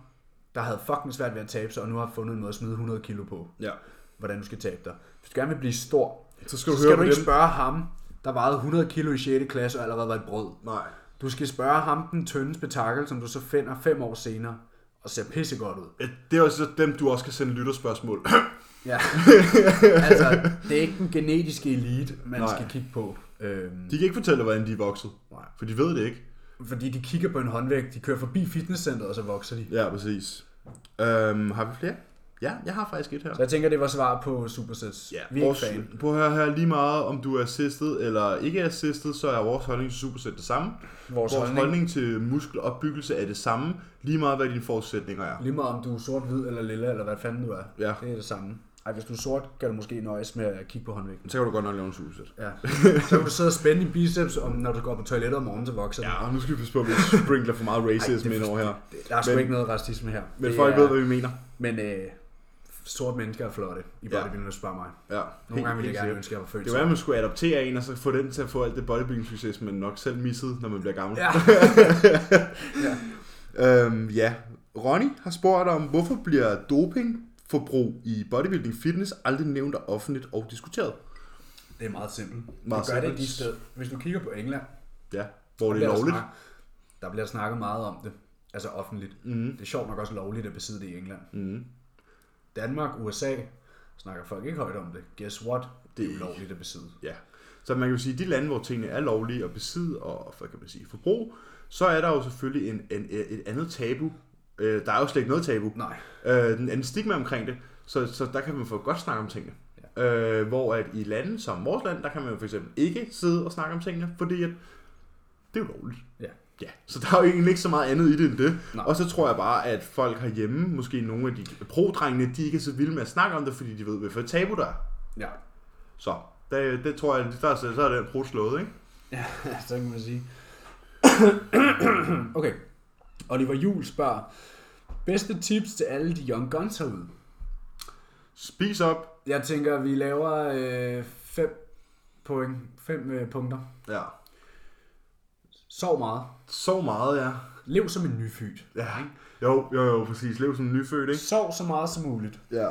[SPEAKER 1] der havde fucking svært ved at tabe sig, og nu har fundet en måde at smide 100 kilo på,
[SPEAKER 2] Ja.
[SPEAKER 1] hvordan du skal tabe dig. Hvis du gerne vil blive stor,
[SPEAKER 2] Så skal
[SPEAKER 1] så
[SPEAKER 2] du
[SPEAKER 1] skal
[SPEAKER 2] høre
[SPEAKER 1] du
[SPEAKER 2] på
[SPEAKER 1] ikke
[SPEAKER 2] dem.
[SPEAKER 1] spørge ham, der vejede 100 kilo i 6. klasse og allerede var et brød.
[SPEAKER 2] Nej.
[SPEAKER 1] Du skal spørge ham den tynde spektakel, som du så finder fem år senere, og ser pissegodt ud.
[SPEAKER 2] Ja, Det er også dem, du også kan sende lytterspørgsmål.
[SPEAKER 1] Ja. altså, det er ikke den genetiske elite, man
[SPEAKER 2] Nej.
[SPEAKER 1] Nej. skal kigge på. Øhm,
[SPEAKER 2] De kan ikke fortælle, hvordan de er vokset.
[SPEAKER 1] Nej.
[SPEAKER 2] For de ved det ikke.
[SPEAKER 1] fordi de kigger på en håndvægt, de kører forbi fitnesscenteret, og så vokser de.
[SPEAKER 2] Ja, præcis. Øhm, har vi flere? Ja, jeg har faktisk et her.
[SPEAKER 1] Så jeg tænker, det var svar på supersets.
[SPEAKER 2] Ja,
[SPEAKER 1] Vi er ikke
[SPEAKER 2] vores,
[SPEAKER 1] fan.
[SPEAKER 2] prøv at høre her lige meget, om du er assistet eller ikke er assistet, så er vores holdning til supersæt det samme. Vores,
[SPEAKER 1] Vores,
[SPEAKER 2] holdning.
[SPEAKER 1] holdning.
[SPEAKER 2] holdning til muskelopbyggelse er det samme, lige meget hvad dine forudsætninger er.
[SPEAKER 1] Lige meget om du er sort, hvid eller lilla, eller hvad fanden du er.
[SPEAKER 2] Ja.
[SPEAKER 1] Det er det samme. Ej, hvis du er sort, kan du måske nøjes med at kigge på håndvægten.
[SPEAKER 2] Så kan du godt nok lave en supersæt.
[SPEAKER 1] Ja. Så kan du sidde og spænde din biceps, om når du går på toilettet om morgenen, så vokser den.
[SPEAKER 2] Ja, og nu skal vi passe på, at vi ikke sprinkler for meget racism
[SPEAKER 1] Ej, det
[SPEAKER 2] ind over her.
[SPEAKER 1] Det- Der er sgu
[SPEAKER 2] Men-
[SPEAKER 1] ikke noget racisme her.
[SPEAKER 2] Men
[SPEAKER 1] Det
[SPEAKER 2] folk
[SPEAKER 1] er,
[SPEAKER 2] ved, hvad vi mener.
[SPEAKER 1] Men øh, sorte mennesker er flotte i
[SPEAKER 2] Ja.
[SPEAKER 1] bodybuilding, hvis du spørger mig.
[SPEAKER 2] Ja,
[SPEAKER 1] Nogle gange ville jeg gerne
[SPEAKER 2] sikkert.
[SPEAKER 1] ønske, at jeg var født
[SPEAKER 2] Det var, at man skulle adoptere en, og så få den til at få alt det bodybuilding-succes, man nok selv missede, når man bliver gammel.
[SPEAKER 1] Ja.
[SPEAKER 2] Øhm, ja. Ronny har spurgt om, hvorfor bliver dopingforbrug i bodybuilding fitness aldrig nævnt og offentligt og diskuteret?
[SPEAKER 1] Det er meget simpelt.
[SPEAKER 2] Meget
[SPEAKER 1] Meget du gør
[SPEAKER 2] simpelt.
[SPEAKER 1] det de steder. Hvis du kigger på England,
[SPEAKER 2] Ja, hvor det
[SPEAKER 1] bliver
[SPEAKER 2] er
[SPEAKER 1] der
[SPEAKER 2] lovligt.
[SPEAKER 1] snak- der bliver snakket meget om det. Altså offentligt. Mm. Det er sjovt nok også lovligt at besidde det i England. Mm.
[SPEAKER 2] Mhm,
[SPEAKER 1] Danmark, USA, snakker folk ikke højt om det. Guess what? Det er
[SPEAKER 2] Det-
[SPEAKER 1] ulovligt at besidde.
[SPEAKER 2] Ja. Så man kan jo sige, at de lande, hvor tingene er lovlige at besidde og hvad kan man sige, forbrug, så er der jo selvfølgelig en, en, et andet tabu. Øh, der er jo slet ikke noget tabu.
[SPEAKER 1] Nej.
[SPEAKER 2] Øh, den anden stigma omkring det, så, så der kan man få godt snakke om tingene. Ja. Øh, hvor at i lande som vores land, der kan man jo for eksempel ikke sidde og snakke om tingene, fordi at det er jo lovligt.
[SPEAKER 1] Ja.
[SPEAKER 2] Ja, så der er jo egentlig ikke så meget andet i det end det. Nej.
[SPEAKER 1] Nej.
[SPEAKER 2] Og så tror jeg bare, at folk herhjemme, måske nogle af de pro-drengene, de ikke er så vilde med at snakke om det, fordi de ved, hvad for et tabu der er.
[SPEAKER 1] Ja.
[SPEAKER 2] Så det, det tror jeg, der, så, så er den brud slået, ikke?
[SPEAKER 1] Ja, så kan man sige. okay. Oliver Jul spørger, bedste tips til alle de young guns herude?
[SPEAKER 2] Spis op.
[SPEAKER 1] Jeg tænker, vi laver 5 øh, fem point, fem øh, punkter.
[SPEAKER 2] Ja.
[SPEAKER 1] Sov meget.
[SPEAKER 2] Sov meget, ja.
[SPEAKER 1] Lev som en nyfødt.
[SPEAKER 2] ja. Jo, jo, jo, præcis. Lev som en nyfødt, ikke?
[SPEAKER 1] Sov så meget som muligt.
[SPEAKER 2] Ja.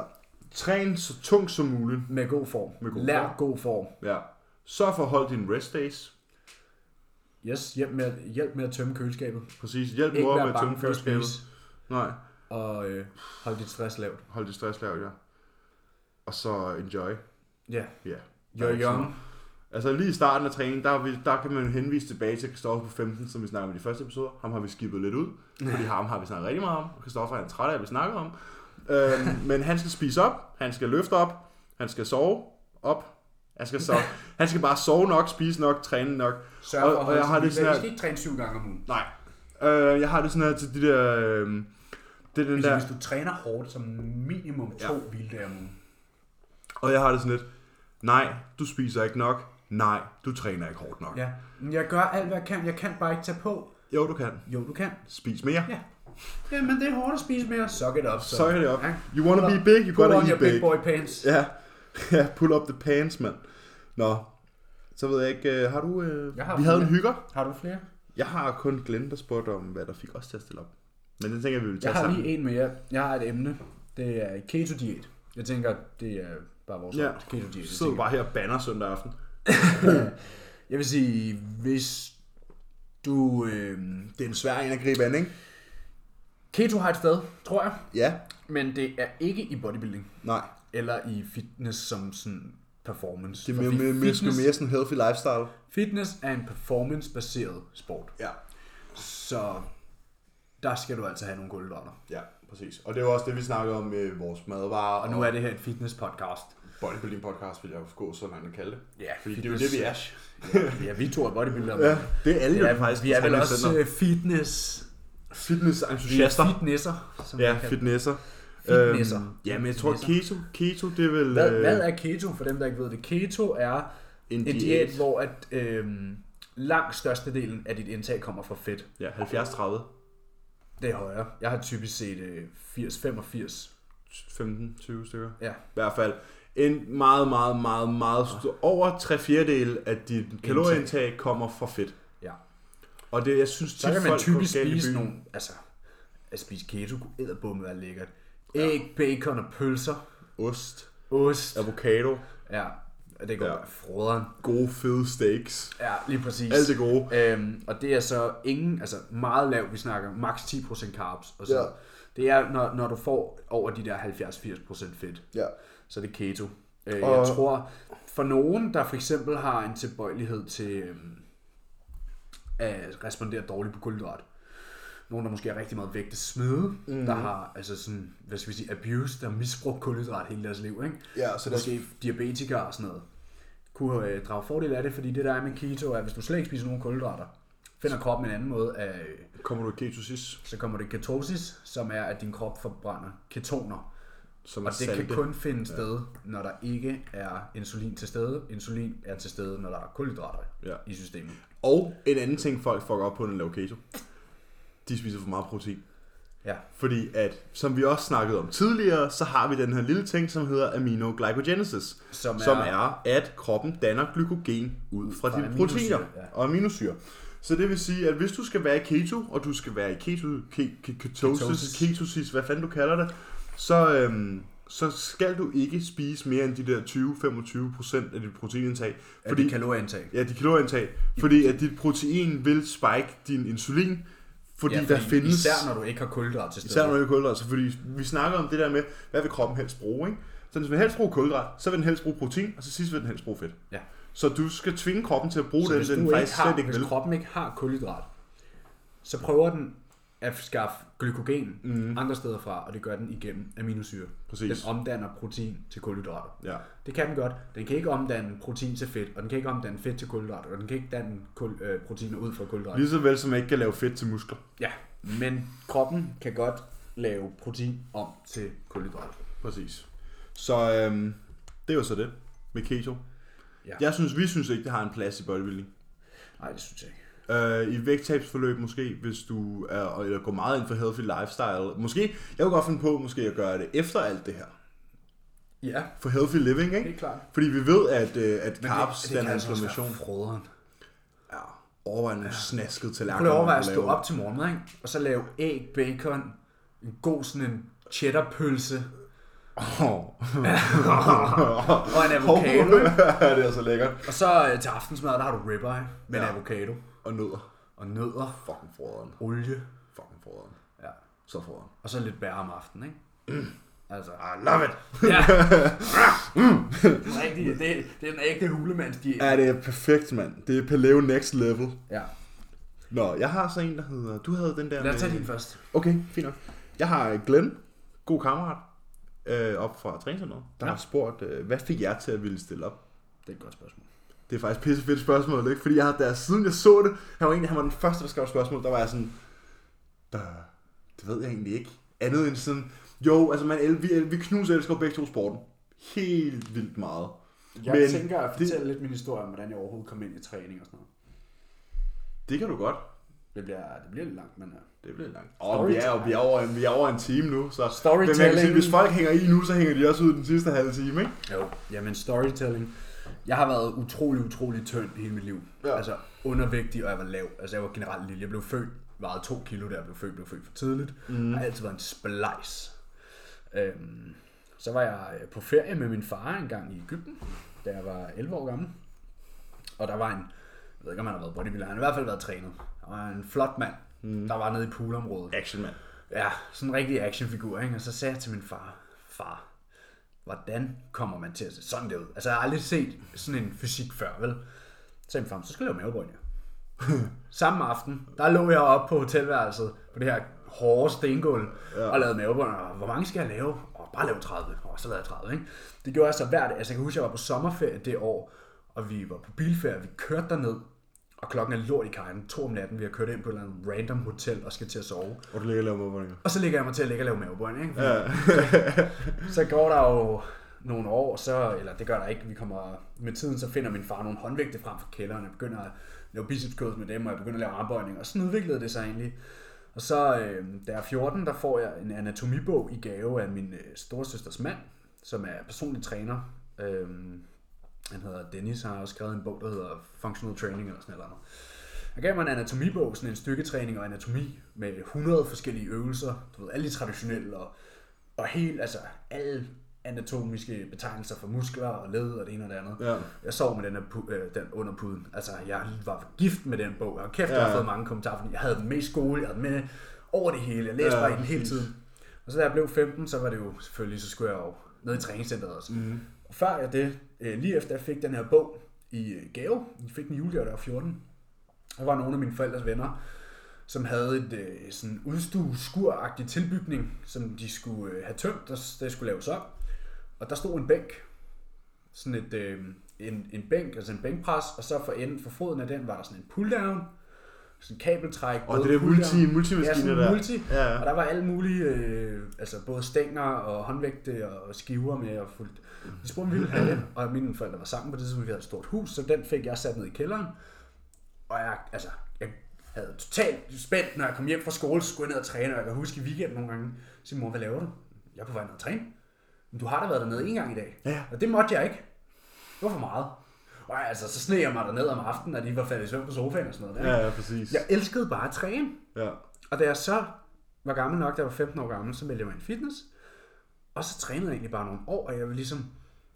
[SPEAKER 2] Træn så tungt som muligt.
[SPEAKER 1] Med god form.
[SPEAKER 2] Med god
[SPEAKER 1] Lær
[SPEAKER 2] form.
[SPEAKER 1] god form.
[SPEAKER 2] Ja. Sørg for at holde dine rest days.
[SPEAKER 1] Yes, hjælp med, at- hjælp med at tømme køleskabet.
[SPEAKER 2] Præcis. Hjælp
[SPEAKER 1] Ikke
[SPEAKER 2] mor med
[SPEAKER 1] være
[SPEAKER 2] at tømme
[SPEAKER 1] bange for at
[SPEAKER 2] køleskabet.
[SPEAKER 1] spise.
[SPEAKER 2] Nej,
[SPEAKER 1] Og øh, hold dit stress lavt.
[SPEAKER 2] hold det stress lavt, ja. Og så enjoy.
[SPEAKER 1] Ja,
[SPEAKER 2] Ja. Yeah.
[SPEAKER 1] you're young.
[SPEAKER 2] Altså lige i starten af træningen, der, er vi, der kan man henvise tilbage til Kristoffer på 15, som vi snakker om i de første episode. Ham har vi skippet lidt ud, fordi ham har vi snakket rigtig meget om. Kristoffer er en træt af, at vi snakker om. Øhm, men han skal spise op, han skal løfte op, han skal sove op. Han skal, sove. han skal bare sove nok, spise nok, træne nok.
[SPEAKER 1] Sørg
[SPEAKER 2] Og-
[SPEAKER 1] for at
[SPEAKER 2] og
[SPEAKER 1] holde
[SPEAKER 2] jeg har
[SPEAKER 1] sådan-
[SPEAKER 2] det sådan
[SPEAKER 1] Vi
[SPEAKER 2] her-
[SPEAKER 1] skal ikke træne syv gange om ugen.
[SPEAKER 2] Nej. Øh, jeg har det sådan her til de der... Øh, det er den
[SPEAKER 1] Hvis,
[SPEAKER 2] der...
[SPEAKER 1] hvis du træner hårdt, som minimum to ja. hviledage om ugen.
[SPEAKER 2] Og jeg har det sådan lidt... Nej, du spiser ikke nok. Nej, du træner ikke hårdt nok.
[SPEAKER 1] Ja. Men Jeg gør alt, hvad jeg kan. Jeg kan bare ikke tage på.
[SPEAKER 2] Jo, du kan.
[SPEAKER 1] Jo, du kan.
[SPEAKER 2] Spis mere.
[SPEAKER 1] Ja. Jamen, det er hårdt at spise mere. Suck it up, så.
[SPEAKER 2] Så er det op.
[SPEAKER 1] Ja.
[SPEAKER 2] You wanna be big,
[SPEAKER 1] Put
[SPEAKER 2] you gotta
[SPEAKER 1] on
[SPEAKER 2] eat
[SPEAKER 1] your big
[SPEAKER 2] big.
[SPEAKER 1] boy pants.
[SPEAKER 2] Ja, ja pull up the pants, mand. Nå, så ved jeg ikke, øh, har du... Øh,
[SPEAKER 1] Jeg har
[SPEAKER 2] vi havde en
[SPEAKER 1] flere.
[SPEAKER 2] hygger.
[SPEAKER 1] Har du flere?
[SPEAKER 2] Jeg har kun Glenn, der spurgte om, hvad der fik os til at stille op. Men det tænker jeg, vi vil tage
[SPEAKER 1] Jeg har
[SPEAKER 2] sammen.
[SPEAKER 1] lige en mere. Jeg har et emne. Det er keto-diæt. Jeg tænker, at det er bare vores
[SPEAKER 2] Ja,
[SPEAKER 1] keto diæt.
[SPEAKER 2] så sidder du bare her og banner søndag aften.
[SPEAKER 1] Jeg vil sige, hvis du... Øh,
[SPEAKER 2] Det er en svær en at gribe an, ikke?
[SPEAKER 1] keto har et sted, tror jeg.
[SPEAKER 2] Ja.
[SPEAKER 1] Men det er ikke i bodybuilding.
[SPEAKER 2] Nej.
[SPEAKER 1] Eller i fitness som sådan performance.
[SPEAKER 2] Det er
[SPEAKER 1] Fordi
[SPEAKER 2] mere, mere, mere, sgu
[SPEAKER 1] fitness,
[SPEAKER 2] mere sådan healthy lifestyle.
[SPEAKER 1] fitness er en performance-baseret sport.
[SPEAKER 2] Ja.
[SPEAKER 1] Så der skal du altså have nogle kulhydrater.
[SPEAKER 2] Ja, præcis. Og det er jo også det, vi snakkede om med vores madvarer.
[SPEAKER 1] Og nu er det her et fitness-podcast.
[SPEAKER 2] bodybuilding podcast, vil jeg jo gå så langt og kalde det.
[SPEAKER 1] Ja,
[SPEAKER 2] Fordi det er jo det, vi er.
[SPEAKER 1] Ja, vi to er bodybuildere.
[SPEAKER 2] Ja,
[SPEAKER 1] men
[SPEAKER 2] det er alle
[SPEAKER 1] det
[SPEAKER 2] jo
[SPEAKER 1] er,
[SPEAKER 2] faktisk.
[SPEAKER 1] vi er vel
[SPEAKER 2] Træner
[SPEAKER 1] også
[SPEAKER 2] center.
[SPEAKER 1] øh, fitness...
[SPEAKER 2] fitness
[SPEAKER 1] Vi er
[SPEAKER 2] entusiaster.
[SPEAKER 1] fitnesser. Som
[SPEAKER 2] Ja,
[SPEAKER 1] man kalder det.
[SPEAKER 2] fitnesser.
[SPEAKER 1] Fitnesser.
[SPEAKER 2] Øhm, ja, men jeg tror, keto, keto, det er vel...
[SPEAKER 1] Hvad,
[SPEAKER 2] øh,
[SPEAKER 1] hvad er keto, for dem der ikke ved det? Keto er
[SPEAKER 2] en
[SPEAKER 1] en diæt, hvor at, øhm, langt størstedelen af dit indtag kommer fra fedt.
[SPEAKER 2] Ja, 70-30,
[SPEAKER 1] Det er højere. Jeg har typisk set øh, 80-85.
[SPEAKER 2] 15-20 stykker.
[SPEAKER 1] Ja. Ah.
[SPEAKER 2] I hvert fald en meget, meget, meget, meget stor... Over tre fjerdedel af dit kalorieindtag kommer fra fedt.
[SPEAKER 1] ja.
[SPEAKER 2] Og det, jeg synes
[SPEAKER 1] Så
[SPEAKER 2] tit,
[SPEAKER 1] kan man
[SPEAKER 2] folk
[SPEAKER 1] typisk
[SPEAKER 2] går galt i
[SPEAKER 1] spise
[SPEAKER 2] byen.
[SPEAKER 1] nogle... Altså, at spise keto kunne edderbumme være lækkert. Æg, bacon og pølser.
[SPEAKER 2] Ost,
[SPEAKER 1] Ost.
[SPEAKER 2] avocado,
[SPEAKER 1] Ja. Og det går
[SPEAKER 2] Ja.
[SPEAKER 1] ja. froderen.
[SPEAKER 2] gode fede steaks.
[SPEAKER 1] Ja, lige præcis.
[SPEAKER 2] Alt det gode.
[SPEAKER 1] Øhm, og det er så ingen, altså meget lav, vi snakker maks 10% carbs. Og så.
[SPEAKER 2] Ja.
[SPEAKER 1] Ja. Det er, når, når du får over de der 70-80% fedt,
[SPEAKER 2] Ja.
[SPEAKER 1] så er det keto. Øh,
[SPEAKER 2] Og-
[SPEAKER 1] Jeg tror, for nogen, der for eksempel har en tilbøjelighed til øhm, at respondere dårligt på kulhydrat, nogen, der måske er rigtig meget vægt at smide,
[SPEAKER 2] Mhm.
[SPEAKER 1] mm. der har altså sådan, hvad skal vi sige, abused, der har misbrugt kulhydrat hele deres liv, ikke?
[SPEAKER 2] Ja, så deres-
[SPEAKER 1] Måske diabetikere og sådan noget, kunne øh, drage fordel af det, fordi det der er med keto, er, at hvis du slet ikke spiser nogen kulhydrater, finder kroppen en anden måde af, øh,
[SPEAKER 2] Kommer du i ketosis,
[SPEAKER 1] så kommer det ketosis, som er, at din krop forbrænder ketoner.
[SPEAKER 2] som er
[SPEAKER 1] Og det
[SPEAKER 2] salte.
[SPEAKER 1] kan kun finde sted, når der ikke er insulin til stede. Insulin er til stede, når der er kulhydrater
[SPEAKER 2] Ja.
[SPEAKER 1] i systemet.
[SPEAKER 2] Og en anden ting, folk fucker op på, når de laver keto. De spiser for meget protein.
[SPEAKER 1] Ja,
[SPEAKER 2] Fordi at, som vi også snakkede om tidligere, så har vi den her lille ting, som hedder aminoglycogenesis.
[SPEAKER 1] Som er-
[SPEAKER 2] som er at kroppen danner glykogen ud fra,
[SPEAKER 1] fra
[SPEAKER 2] dine
[SPEAKER 1] aminosyre,
[SPEAKER 2] proteiner
[SPEAKER 1] ja.
[SPEAKER 2] og aminosyre. Så det vil sige, at hvis du skal være i keto, og du skal være i keto, ke, ke, ketosis, ketosis,
[SPEAKER 1] Ketosis.
[SPEAKER 2] ketosis, hvad fanden du kalder det, så, øhm, så skal du ikke spise mere end de der 20-25% af dit proteinindtag.
[SPEAKER 1] fordi kalorieindtag.
[SPEAKER 2] Ja, dit kalorieindtag. Fordi at dit protein vil spike din insulin, fordi,
[SPEAKER 1] Ja,
[SPEAKER 2] ja, fordi der findes...
[SPEAKER 1] Især når du ikke har kulhydrat til stede.
[SPEAKER 2] især når det er kulhydrat. Så fordi vi snakker om det der med, hvad vil kroppen helst bruge, ikke? Så hvis den vil helst bruge kulhydrat, så vil den helst bruge protein, og så sidst vil den helst bruge fedt.
[SPEAKER 1] Ja.
[SPEAKER 2] Så du skal tvinge kroppen til at bruge
[SPEAKER 1] Så
[SPEAKER 2] den,
[SPEAKER 1] hvis,
[SPEAKER 2] den
[SPEAKER 1] du ikke
[SPEAKER 2] faktisk
[SPEAKER 1] har,
[SPEAKER 2] slet ikke vil.
[SPEAKER 1] hvis kroppen ikke har kulhydrat, så prøver den at skaffe glykogen mm. andre steder fra, og det gør den igennem aminosyre.
[SPEAKER 2] Mhm. Præcis.
[SPEAKER 1] Den omdanner protein til kulhydrater.
[SPEAKER 2] Ja.
[SPEAKER 1] Det kan den godt. Den kan ikke omdanne protein til fedt, og den kan ikke omdanne fedt til kulhydrater, og den kan ikke danne kul, øh, proteiner ud fra kulhydrater.
[SPEAKER 2] Lige så vel som man ikke kan lave fedt til muskler.
[SPEAKER 1] Ja, men kroppen kan godt lave protein om til kulhydrater.
[SPEAKER 2] Præcis. Så øhm, det er jo så det med keto.
[SPEAKER 1] Ja.
[SPEAKER 2] Jeg synes, vi synes ikke, det har en plads i bodybuilding.
[SPEAKER 1] Nej, det synes jeg ikke.
[SPEAKER 2] Øh, I vægttabsforløb måske, hvis du er, eller går meget ind for healthy lifestyle. Måske, jeg kunne godt finde på måske at gøre det efter alt det her.
[SPEAKER 1] Ja,
[SPEAKER 2] For healthy living, ikke?
[SPEAKER 1] helt klart.
[SPEAKER 2] Fordi vi ved, at, øh, at carbs,
[SPEAKER 1] det
[SPEAKER 2] den
[SPEAKER 1] kan altså også være
[SPEAKER 2] inflammation,
[SPEAKER 1] Froderen.
[SPEAKER 2] ja, overvej nogle snaskede tallerkener.
[SPEAKER 1] Prøv lige at overveje
[SPEAKER 2] man
[SPEAKER 1] at stå
[SPEAKER 2] laver.
[SPEAKER 1] op til morgenmad, ikke? Og så lave æg, bacon, en god sådan en cheddarpølse
[SPEAKER 2] Åh.
[SPEAKER 1] og en avocado. ikke?
[SPEAKER 2] Ja, det er så lækkert.
[SPEAKER 1] og så øh, til aftensmad, der har du ribeye med ja. en avocado
[SPEAKER 2] Og nødder.
[SPEAKER 1] og nødder,
[SPEAKER 2] Fucking froderen.
[SPEAKER 1] olie.
[SPEAKER 2] Fucking froderen.
[SPEAKER 1] Ja.
[SPEAKER 2] Så froderen.
[SPEAKER 1] Og så lidt bær om aftenen, ikke? Altså,
[SPEAKER 2] I love it.
[SPEAKER 1] ja. Mm. Rigtig, det, det er den ægte hulemandsdiæt.
[SPEAKER 2] Ja, det er perfekt, mand. Det er Paleo next level.
[SPEAKER 1] Ja.
[SPEAKER 2] Nå, jeg har så en, der hedder... Du havde den der
[SPEAKER 1] Lad os tage
[SPEAKER 2] med-
[SPEAKER 1] din først.
[SPEAKER 2] Okay, fint nok. Jeg har øh, Glenn, god kammerat, øh, op fra træningscenteret, der ja.
[SPEAKER 1] Ja.
[SPEAKER 2] har spurgt, øh, hvad fik jeg til at ville stille op?
[SPEAKER 1] Det er et godt spørgsmål.
[SPEAKER 2] Det er faktisk pisse fedt spørgsmål, ikke? Fordi jeg har der siden jeg så det, han var, egentlig, han var den første, der skrev spørgsmål, der var jeg sådan, der, det ved jeg egentlig ikke. Andet end sådan, jo, altså man, el- vi, vi knuser elsker begge to sporten. Helt vildt meget.
[SPEAKER 1] Jeg
[SPEAKER 2] Men
[SPEAKER 1] Men tænker at
[SPEAKER 2] det-
[SPEAKER 1] fortælle det... lidt min historie om, hvordan jeg overhovedet kom ind i træning og sådan noget.
[SPEAKER 2] Det kan du godt.
[SPEAKER 1] Det bliver, det bliver lidt langt, men... øh. ja.
[SPEAKER 2] Det bliver langt. Og vi er, jo- vi, er over, en- vi er over en time nu, så
[SPEAKER 1] Storytelling.
[SPEAKER 2] Men man kan sige, hvis folk hænger i nu, så hænger de også ud den sidste halve time, ikke?
[SPEAKER 1] Jo, jamen storytelling. Jeg har været utrolig, utrolig tynd hele mit liv.
[SPEAKER 2] Ja.
[SPEAKER 1] Ja. Altså undervægtig, og jeg var lav. Altså jeg var generelt lille. Jeg blev født, vejede to kilo, da jeg blev født, blev født for tidligt. Mm. Jeg har altid været en splice. Øhm, Så var jeg øh, på ferie med min far engang i Ægypten, da jeg var 11 år gammel. Og der var en, jeg ved ikke om han har været bodybuilder, han har i hvert fald været træner. Der var en flot mand, mm. der var nede i poolområdet.
[SPEAKER 2] Action, mand.
[SPEAKER 1] Ja, sådan en rigtig actionfigur, ikke? Og så sagde jeg til min far, far, hvordan kommer man til at se sådan der ud? Altså, jeg har aldrig set sådan en fysik før, vel? Så sagde min far, så skal jeg lave mavebøjninger. Samme aften, der lå jeg oppe på hotelværelset på det her hårde stengulv ja. og lavede mavebånd. Og hvor mange skal jeg lave? Og bare lave 30. Og så lavede jeg 30, ikke? Det gjorde jeg så hver dag. Altså, jeg kan huske, at jeg var på sommerferie det år, og vi var på bilferie, vi kørte derned, og klokken er lort i kajen, to om natten, vi har kørt ind på et eller andet random hotel og skal til at sove.
[SPEAKER 2] Og du ligger og laver målbåndinger.
[SPEAKER 1] Og så ligger jeg mig til at ligge og lave mavebånd, ikke?
[SPEAKER 2] Ja.
[SPEAKER 1] så går der jo nogle år, så, eller det gør der ikke, vi kommer, med tiden så finder min far nogle håndvægte frem fra kælderen, og begynder at lave biceps curls med dem, og jeg begynder at lave armbøjninger, og sådan udviklede det sig egentlig. Og så, øh, da jeg er 14, der får jeg en anatomibog i gave af min øh, storesøsters mand, som er personlig træner. Øh, han hedder Dennis, han har også skrevet en bog, der hedder Functional Training eller sådan noget. Han gav mig en anatomibog, sådan en styrketræning og anatomi, med 100 forskellige øvelser, du ved, alle de traditionelle, og, og helt, altså alle anatomiske betegnelser for muskler og led og det ene og det andet.
[SPEAKER 2] Ja.
[SPEAKER 1] Jeg sov med den, her pu- øh, den under puden. Altså, jeg var gift med den bog. Og kæft, ja. jeg har
[SPEAKER 2] Ja.
[SPEAKER 1] fået mange kommentarer, fordi jeg havde den med i skole, jeg havde den med over det hele. Jeg læste
[SPEAKER 2] Ja,
[SPEAKER 1] ja, bare i den hele
[SPEAKER 2] præcis.
[SPEAKER 1] tiden. Og så da jeg blev 15, så var det jo selvfølgelig, så skulle jeg jo ned i træningscenteret også.
[SPEAKER 2] Mhm.
[SPEAKER 1] Mm. Og før jeg det, øh, lige efter jeg fik den her bog i øh, gave, jeg fik den i julegave, der var 14, der var nogle af mine forældres venner, som havde et øh, sådan udstue skuragtig tilbygning, som de skulle øh, have tømt, og s- det skulle laves op. Og der stod en bænk, sådan et, øh, en, en bænk, altså en bænkpres, og så for enden for foden af den var der sådan en pulldown, sådan en kabeltræk.
[SPEAKER 2] Og
[SPEAKER 1] både
[SPEAKER 2] det der
[SPEAKER 1] pulldown-
[SPEAKER 2] multi- multimaskiner
[SPEAKER 1] ja, sådan
[SPEAKER 2] der.
[SPEAKER 1] en multi,
[SPEAKER 2] Ja, ja.
[SPEAKER 1] og der var alle mulige, øh, altså både stænger og håndvægte og skiver med og fuldt.
[SPEAKER 2] Mhm.
[SPEAKER 1] Vi spurgte, om vi ville have det, og mine forældre var sammen på det, så vi havde et stort hus, så den fik jeg sat ned i kælderen. Og jeg, altså, jeg havde totalt spændt, når jeg kom hjem fra skole, så skulle jeg ned og træne, og jeg kan huske i weekenden nogle gange, så sagde, mor, hvad laver du? Jeg er på vej ned og træne. Men du har da været dernede en gang i dag.
[SPEAKER 2] Ja.
[SPEAKER 1] Og det måtte jeg ikke. Det var for meget. Og altså, så sneg jeg mig derned om aftenen, og de var faldet i søvn på sofaen og sådan noget. Der.
[SPEAKER 2] Ja, ja, præcis.
[SPEAKER 1] Jeg elskede bare at træne.
[SPEAKER 2] Ja.
[SPEAKER 1] Og da jeg så var gammel nok, da jeg var 15 år gammel, så meldte jeg mig ind i fitness. Og så trænede jeg egentlig bare nogle år, og jeg var ligesom,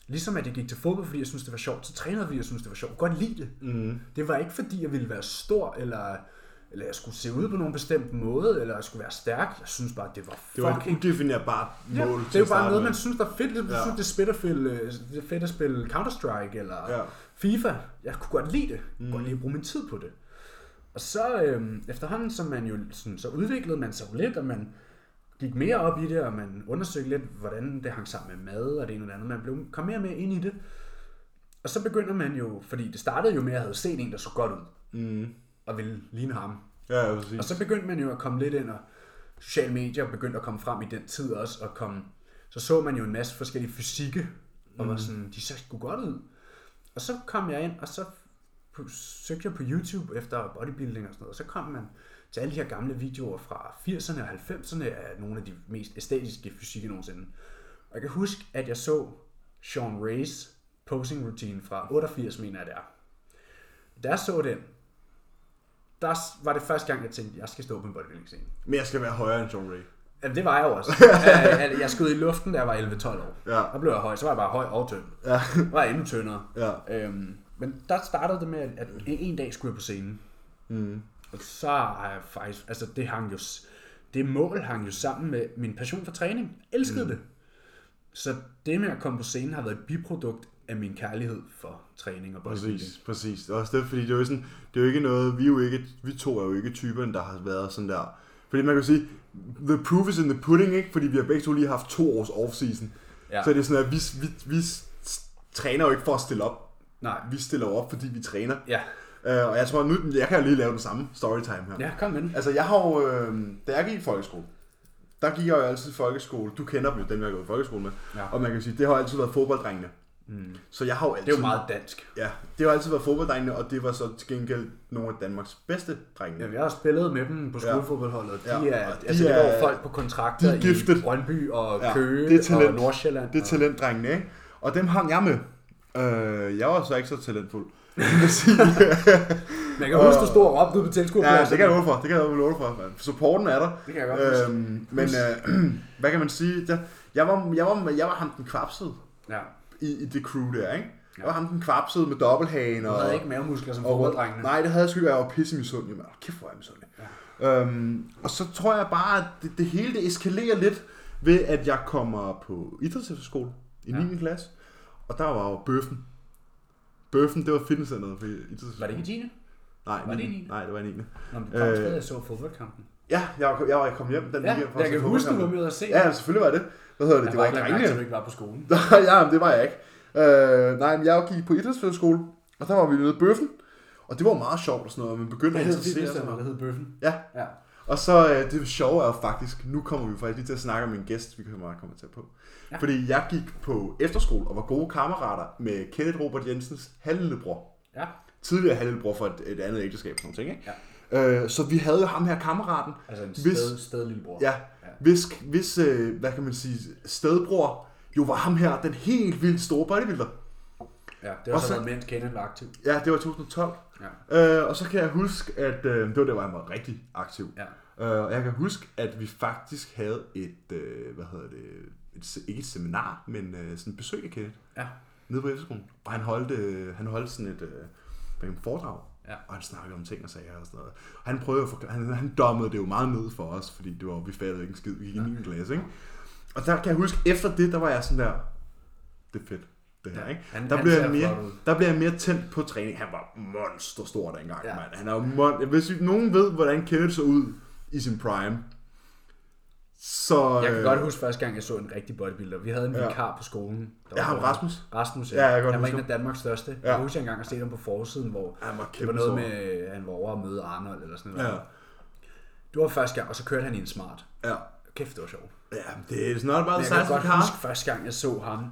[SPEAKER 1] ligesom at jeg gik til fodbold, fordi jeg syntes, det var sjovt, så trænede jeg, fordi jeg syntes, det var sjovt. Jeg kunne godt lide det. Mm. Det var ikke, fordi jeg ville være stor, eller, eller jeg skulle se ud på nogen bestemt måde, eller jeg skulle være stærk. Jeg synes bare, det var
[SPEAKER 2] Det var et
[SPEAKER 1] fucking
[SPEAKER 2] udefinerbart
[SPEAKER 1] Ja,
[SPEAKER 2] mål
[SPEAKER 1] det
[SPEAKER 2] til
[SPEAKER 1] er jo
[SPEAKER 2] at
[SPEAKER 1] bare
[SPEAKER 2] starte
[SPEAKER 1] noget,
[SPEAKER 2] med.
[SPEAKER 1] man synes, der er fedt. Ligesom, ja.
[SPEAKER 2] Ja.
[SPEAKER 1] synes, det er fedt at spille, øh, det er fedt at spille Counter-Strike eller
[SPEAKER 2] Ja.
[SPEAKER 1] ja. FIFA. Jeg kunne godt lide det. Jeg kunne mm. godt lide at bruge min tid på det. Og så øhm, efterhånden, som man jo sådan, så udviklede man sig jo lidt, og man gik mere op i det, og man undersøgte lidt, hvordan det hang sammen med mad og det ene og det andet. Man blev, kom mere og mere ind i det. Og så begynder man jo, fordi det startede jo med, at jeg havde set en, der så godt ud,
[SPEAKER 2] Mm.
[SPEAKER 1] og ville ligne ham.
[SPEAKER 2] Ja, ja, præcis.
[SPEAKER 1] Og så begyndte man jo at komme lidt ind, og sociale medier begyndte at komme frem i den tid også, og komme, så så man jo en masse forskellige fysikke, og var sådan, de så sgu godt ud. Og så kom jeg ind, og så p- søgte jeg på YouTube efter bodybuilding og sådan noget, og så kom man til alle de her gamle videoer fra 80'erne og 90'erne af nogle af de mest æstetiske fysikke nogensinde. Og jeg kan huske, at jeg så Sean Ray's posing routine fra 88, mener jeg det er. Da jeg så den, der s- var det første gang, jeg tænkte, at jeg skal stå på en bodybuilding scene.
[SPEAKER 2] Men jeg skal være højere end John Ray.
[SPEAKER 1] Jamen, det var jeg jo også. Øh, altså, jeg skød i luften, da jeg var 11-12 år.
[SPEAKER 2] Ja.
[SPEAKER 1] Der blev jeg høj, så var jeg bare høj og tynd.
[SPEAKER 2] Ja.
[SPEAKER 1] Jeg var endnu tyndere.
[SPEAKER 2] Ja.
[SPEAKER 1] Øhm, men der startede det med, at- at en, en dag skulle jeg på scenen.
[SPEAKER 2] Mm.
[SPEAKER 1] Og så har jeg faktisk, altså det hang jo, s- det mål hang jo sammen med min passion for træning. Jeg elskede mm. det. Så det med at komme på scenen har været et biprodukt af min kærlighed for træning og bodybuilding.
[SPEAKER 2] Præcis, præcis. Det er også det, fordi det er jo sådan, det er jo ikke noget, vi, er jo ikke, vi to er jo ikke typerne, der har været sådan der. Fordi man kan jo sige, the proof is in the pudding, ikke? Fordi vi har begge to lige haft to års off-season.
[SPEAKER 1] Ja.
[SPEAKER 2] Ja. Så det er sådan, at vi, vi, vi s- træner jo ikke for at stille op.
[SPEAKER 1] Nej.
[SPEAKER 2] Vi stiller jo op, fordi vi træner.
[SPEAKER 1] Ja.
[SPEAKER 2] Øh, og jeg tror, nu jeg kan jo lige lave den samme storytime her.
[SPEAKER 1] Ja, kom med den.
[SPEAKER 2] Altså, jeg har jo, øh, da jeg gik i folkeskole, der gik jeg jo altid i folkeskole. Du kender dem jo, dem jeg har gået i folkeskole med.
[SPEAKER 1] Ja.
[SPEAKER 2] Og man kan sige, det har jo altid været fodbolddrengene. Mm. Så jeg har jo altid...
[SPEAKER 1] Det er jo meget dansk.
[SPEAKER 2] Ja, det har altid været fodbolddrengene, og det var så til gengæld nogle af Danmarks bedste drenge.
[SPEAKER 1] Ja, vi har spillet med dem på skolefodboldholdet. De
[SPEAKER 2] Ja.
[SPEAKER 1] er,
[SPEAKER 2] Ja, og de
[SPEAKER 1] altså, det
[SPEAKER 2] er-
[SPEAKER 1] var jo folk på kontrakter
[SPEAKER 2] de er giftet.
[SPEAKER 1] i Brøndby og
[SPEAKER 2] Ja,
[SPEAKER 1] ja, Køge
[SPEAKER 2] det er talent.
[SPEAKER 1] og Nordsjælland.
[SPEAKER 2] Det er talentdrengene, ikke? Og dem hang jeg med. Øh, jeg var så ikke så talentfuld. Det vil sige,
[SPEAKER 1] Men jeg kan huske, du stod og råbte ud på
[SPEAKER 2] ja,
[SPEAKER 1] tilskuerpladsen.
[SPEAKER 2] det kan jeg love for. Det kan jeg love for. mand. Supporten er der.
[SPEAKER 1] Det kan jeg godt huske.
[SPEAKER 2] øhm, Men øh, hvad kan man sige? Der, Jeg var, jeg var, jeg var ham den kvapsede
[SPEAKER 1] Ja.
[SPEAKER 2] i, i det crew der, ikke?
[SPEAKER 1] Ja.
[SPEAKER 2] Jeg var ham den kvapsede med dobbelthagen
[SPEAKER 1] Du
[SPEAKER 2] og...
[SPEAKER 1] havde ikke mavemuskler som
[SPEAKER 2] og-
[SPEAKER 1] fodbolddrengene.
[SPEAKER 2] Nej, det havde jeg sgu ikke. Jeg var pisse misundelig, mand. Hold Kæft, hvor er jeg misundelig. Ja. Øhm, og så tror jeg bare, at det, det hele det eskalerer lidt ved, at jeg kommer på idrætsefterskole i
[SPEAKER 1] Ja.
[SPEAKER 2] ja. 9. klasse. Og der var jo bøffen. Bøffen, det var fitnesscenteret for idrætsefterskole.
[SPEAKER 1] Var det ikke dine?
[SPEAKER 2] Nej,
[SPEAKER 1] var det
[SPEAKER 2] 9.
[SPEAKER 1] en?
[SPEAKER 2] Nej, det var en 9.
[SPEAKER 1] Når du kom
[SPEAKER 2] Øh.
[SPEAKER 1] stadig og så fodboldkampen.
[SPEAKER 2] Ja, jeg var, jeg var kommet hjem den
[SPEAKER 1] Ja,
[SPEAKER 2] weekend. fra
[SPEAKER 1] jeg kan
[SPEAKER 2] fodboldkamp.
[SPEAKER 1] huske, du var med at se.
[SPEAKER 2] Ja, selvfølgelig var det. Hvad hedder det?
[SPEAKER 1] Jeg
[SPEAKER 2] det
[SPEAKER 1] var
[SPEAKER 2] var
[SPEAKER 1] ikke lagt
[SPEAKER 2] ikke
[SPEAKER 1] mærke til, at
[SPEAKER 2] drengene.
[SPEAKER 1] du ikke var på skolen.
[SPEAKER 2] Nej, ja, men det var jeg ikke. Øh, nej, men jeg gik på idrætsfællesskole, og der var vi nede i bøffen. Og det var meget sjovt og sådan noget, og man begyndte
[SPEAKER 1] Hvad
[SPEAKER 2] at
[SPEAKER 1] hed
[SPEAKER 2] interessere sig.
[SPEAKER 1] det, der hed Bøffen?
[SPEAKER 2] Ja,
[SPEAKER 1] Ja.
[SPEAKER 2] og så øh, det sjove er jo faktisk, nu kommer vi faktisk lige til at snakke om en gæst, vi kan meget komme til på.
[SPEAKER 1] Ja.
[SPEAKER 2] Ja. Fordi jeg gik på efterskole og var gode kammerater med Kenneth Robert Jensens halvlillebror.
[SPEAKER 1] Ja.
[SPEAKER 2] Tidligere halvlillebror for et, et andet ægteskab og sådan noget, ikke? Ja. Øh, så vi havde jo ham her kammeraten,
[SPEAKER 1] Altså en
[SPEAKER 2] Hvis-
[SPEAKER 1] sted, sted lillebror.
[SPEAKER 2] Ja, hvis, hvis øh, hvad kan man sige, stedbror jo var ham her, den helt vildt store bodybuilder.
[SPEAKER 1] ja det har
[SPEAKER 2] Og
[SPEAKER 1] så,
[SPEAKER 2] så-
[SPEAKER 1] været mens Kenneth var aktiv.
[SPEAKER 2] Ja, det var 2012. Ja. Øh, og så kan jeg huske, at øh, det var der, hvor han var rigtig aktiv.
[SPEAKER 1] Ja.
[SPEAKER 2] Øh, og jeg kan huske, at vi faktisk havde et, øh, hvad hedder det, et, se- ikke et seminar, men øh, sådan et besøg af Kenneth,
[SPEAKER 1] Ja.
[SPEAKER 2] nede på efterskolen. Og han holdt, øh, han holdt sådan et, øh, hvad kan man- foredrag.
[SPEAKER 1] Ja.
[SPEAKER 2] Og han snakkede om ting og sager og sådan noget. Og han prøvede at forklare, han, han dommede det jo meget ned for os, fordi det var, vi fattede ikke en skid, vi gik i 9. klasse, ikke? Og der kan jeg huske, efter det, der var jeg sådan der, det er fedt, det her,
[SPEAKER 1] Ja,
[SPEAKER 2] ikke?
[SPEAKER 1] han-
[SPEAKER 2] der,
[SPEAKER 1] han
[SPEAKER 2] blev
[SPEAKER 1] ser
[SPEAKER 2] jeg mere,
[SPEAKER 1] flot ud.
[SPEAKER 2] der blev jeg mere tændt på træning. Han var monster stor dengang,
[SPEAKER 1] Ja.
[SPEAKER 2] ja. mand. Han er jo mon- Hvis nogen ved, hvordan Kenneth så ud i sin prime, så...
[SPEAKER 1] Jeg kan
[SPEAKER 2] øh,
[SPEAKER 1] godt huske første gang, jeg så en rigtig bodybuilder. Vi havde en
[SPEAKER 2] Ja.
[SPEAKER 1] vikar på skolen. Der
[SPEAKER 2] Ja, ham
[SPEAKER 1] bodybuilder.
[SPEAKER 2] Rasmus.
[SPEAKER 1] Rasmus,
[SPEAKER 2] Ja, jeg kan godt
[SPEAKER 1] Han var
[SPEAKER 2] huske
[SPEAKER 1] en af Danmarks største. Ja. Jeg husker engang at se ham på forsiden, hvor
[SPEAKER 2] Han var
[SPEAKER 1] det var
[SPEAKER 2] kæmpe
[SPEAKER 1] noget
[SPEAKER 2] stor.
[SPEAKER 1] med, at han var over at møde Arnold eller sådan noget.
[SPEAKER 2] Ja,
[SPEAKER 1] Det var første gang, og så kørte han i en smart.
[SPEAKER 2] ja.
[SPEAKER 1] Kæft, det var sjovt.
[SPEAKER 2] Ja, det er snart bare
[SPEAKER 1] Jeg kan
[SPEAKER 2] 16
[SPEAKER 1] godt
[SPEAKER 2] kar.
[SPEAKER 1] huske første gang, jeg så ham.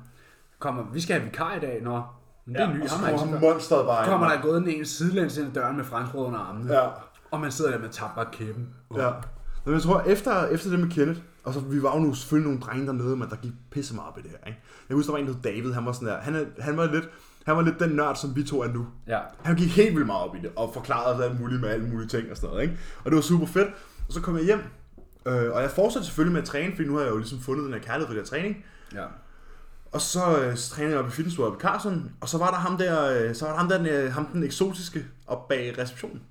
[SPEAKER 1] Kommer, vi skal have vikar i dag, når men det er ja, ny,
[SPEAKER 2] Og så
[SPEAKER 1] ham har jeg ikke
[SPEAKER 2] kommer
[SPEAKER 1] set
[SPEAKER 2] han
[SPEAKER 1] før.
[SPEAKER 2] monsteret bare. ind,
[SPEAKER 1] kommer
[SPEAKER 2] mand.
[SPEAKER 1] der gået en en sidelæns ind ad døren med franskbrød under armene.
[SPEAKER 2] Ja.
[SPEAKER 1] Og man sidder der med tabt bare kæben. Uh.
[SPEAKER 2] Ja. Nå, Men jeg tror, efter, efter det med Kenneth, og så vi var jo nu selvfølgelig nogle drenge dernede, men der gik pisse meget op i det her, ikke? Jeg husker, der var en, der hed David, han var sådan der, han, er- han var lidt, han var lidt den nørd, som vi to er nu.
[SPEAKER 1] Ja.
[SPEAKER 2] Han gik helt vildt meget op i det, og forklarede os alt muligt med alle mulige ting og sådan noget, ikke? Og det var super fedt. Og så kom jeg hjem, øh, og jeg fortsatte selvfølgelig med at træne, fordi nu har jeg jo ligesom fundet den her kærlighed for det her træning.
[SPEAKER 1] ja.
[SPEAKER 2] Og så øh, så trænede jeg op i fitnessstudiet oppe i Carson, og så var der ham der, øh, så var der ham, der, den, øh, ham den eksotiske op bag receptionen,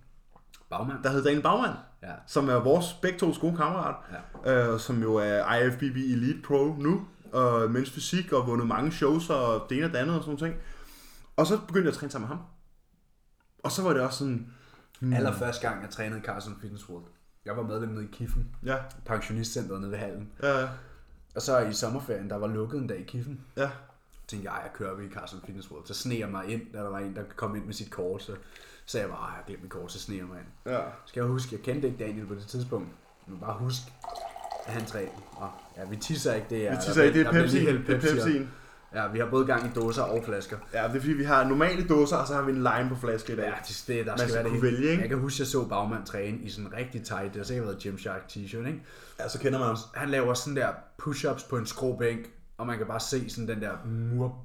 [SPEAKER 1] Bagmand.
[SPEAKER 2] der hed Daniel Bagmand
[SPEAKER 1] Ja.
[SPEAKER 2] som er vores begge tos gode kammerat, ja. øh, som jo er IFBB Elite Pro nu, og mens fysik og vundet mange shows og det ene og det andet og sådan noget. Og så begyndte jeg at træne sammen med ham. Og så var det også sådan, Mm.
[SPEAKER 1] Allerførste gang, jeg trænede i Carson Fitness World. Jeg var med dem nede i Kiffen.
[SPEAKER 2] ja,
[SPEAKER 1] Pensionistcenteret nede ved hallen.
[SPEAKER 2] ja,
[SPEAKER 1] Og så i sommerferien, der var lukket en dag i Kiffen.
[SPEAKER 2] ja,
[SPEAKER 1] tænkte jeg, jeg kører vi i Carson Fitness World. Så sneer jeg mig ind, da der var en, der kom ind med sit kort. Så sagde jeg bare, "Ah, jeg har glemt mit kort, så sneer jeg mig ind.
[SPEAKER 2] ja.
[SPEAKER 1] Skal jeg huske, jeg kendte ikke Daniel på det tidspunkt. Men bare husk, at han træner. Og ja, vi tisser ikke det. Er,
[SPEAKER 2] Vi tisser ikke, det er Pepsi, det er
[SPEAKER 1] Pepsi.
[SPEAKER 2] Pepsi'en.
[SPEAKER 1] Ja, vi har både gang i dåser og flasker.
[SPEAKER 2] Ja, det er fordi, vi har normale dåser, og så har vi en lime på flaske i dag.
[SPEAKER 1] Ja, det, det der skal
[SPEAKER 2] skal
[SPEAKER 1] være det
[SPEAKER 2] kunne
[SPEAKER 1] hele.
[SPEAKER 2] vælge, ikke?
[SPEAKER 1] Jeg kan huske, jeg så bagmand træne i sådan en rigtig tight, det har sikkert været Gymshark t-shirt, ikke?
[SPEAKER 2] Ja, så kender man os.
[SPEAKER 1] han laver sådan der push-ups på en skråbænk, og man kan bare se sådan den der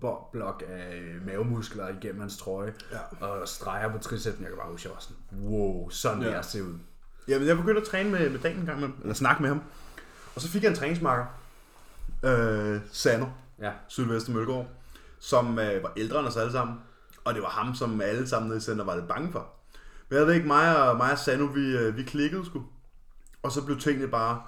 [SPEAKER 1] murblok af mavemuskler igennem hans trøje, ja. og streger på tricepsen. Jeg kan bare huske, jeg var sådan, wow, sådan ja.
[SPEAKER 2] Ja.
[SPEAKER 1] jeg ser ud.
[SPEAKER 2] Jamen, jeg begyndte at træne med, med Dan en gang med eller snakke med ham. Og så fik jeg en træningsmarker, øh, Sander.
[SPEAKER 1] Ja,
[SPEAKER 2] Sylvester Mølgaard, som øh, var ældre end os alle sammen. Og det var ham, som alle sammen nede i center var lidt bange for. Men jeg ved ikke, mig og, mig og Sanu, vi, øh, vi klikkede sgu. Og så blev tingene bare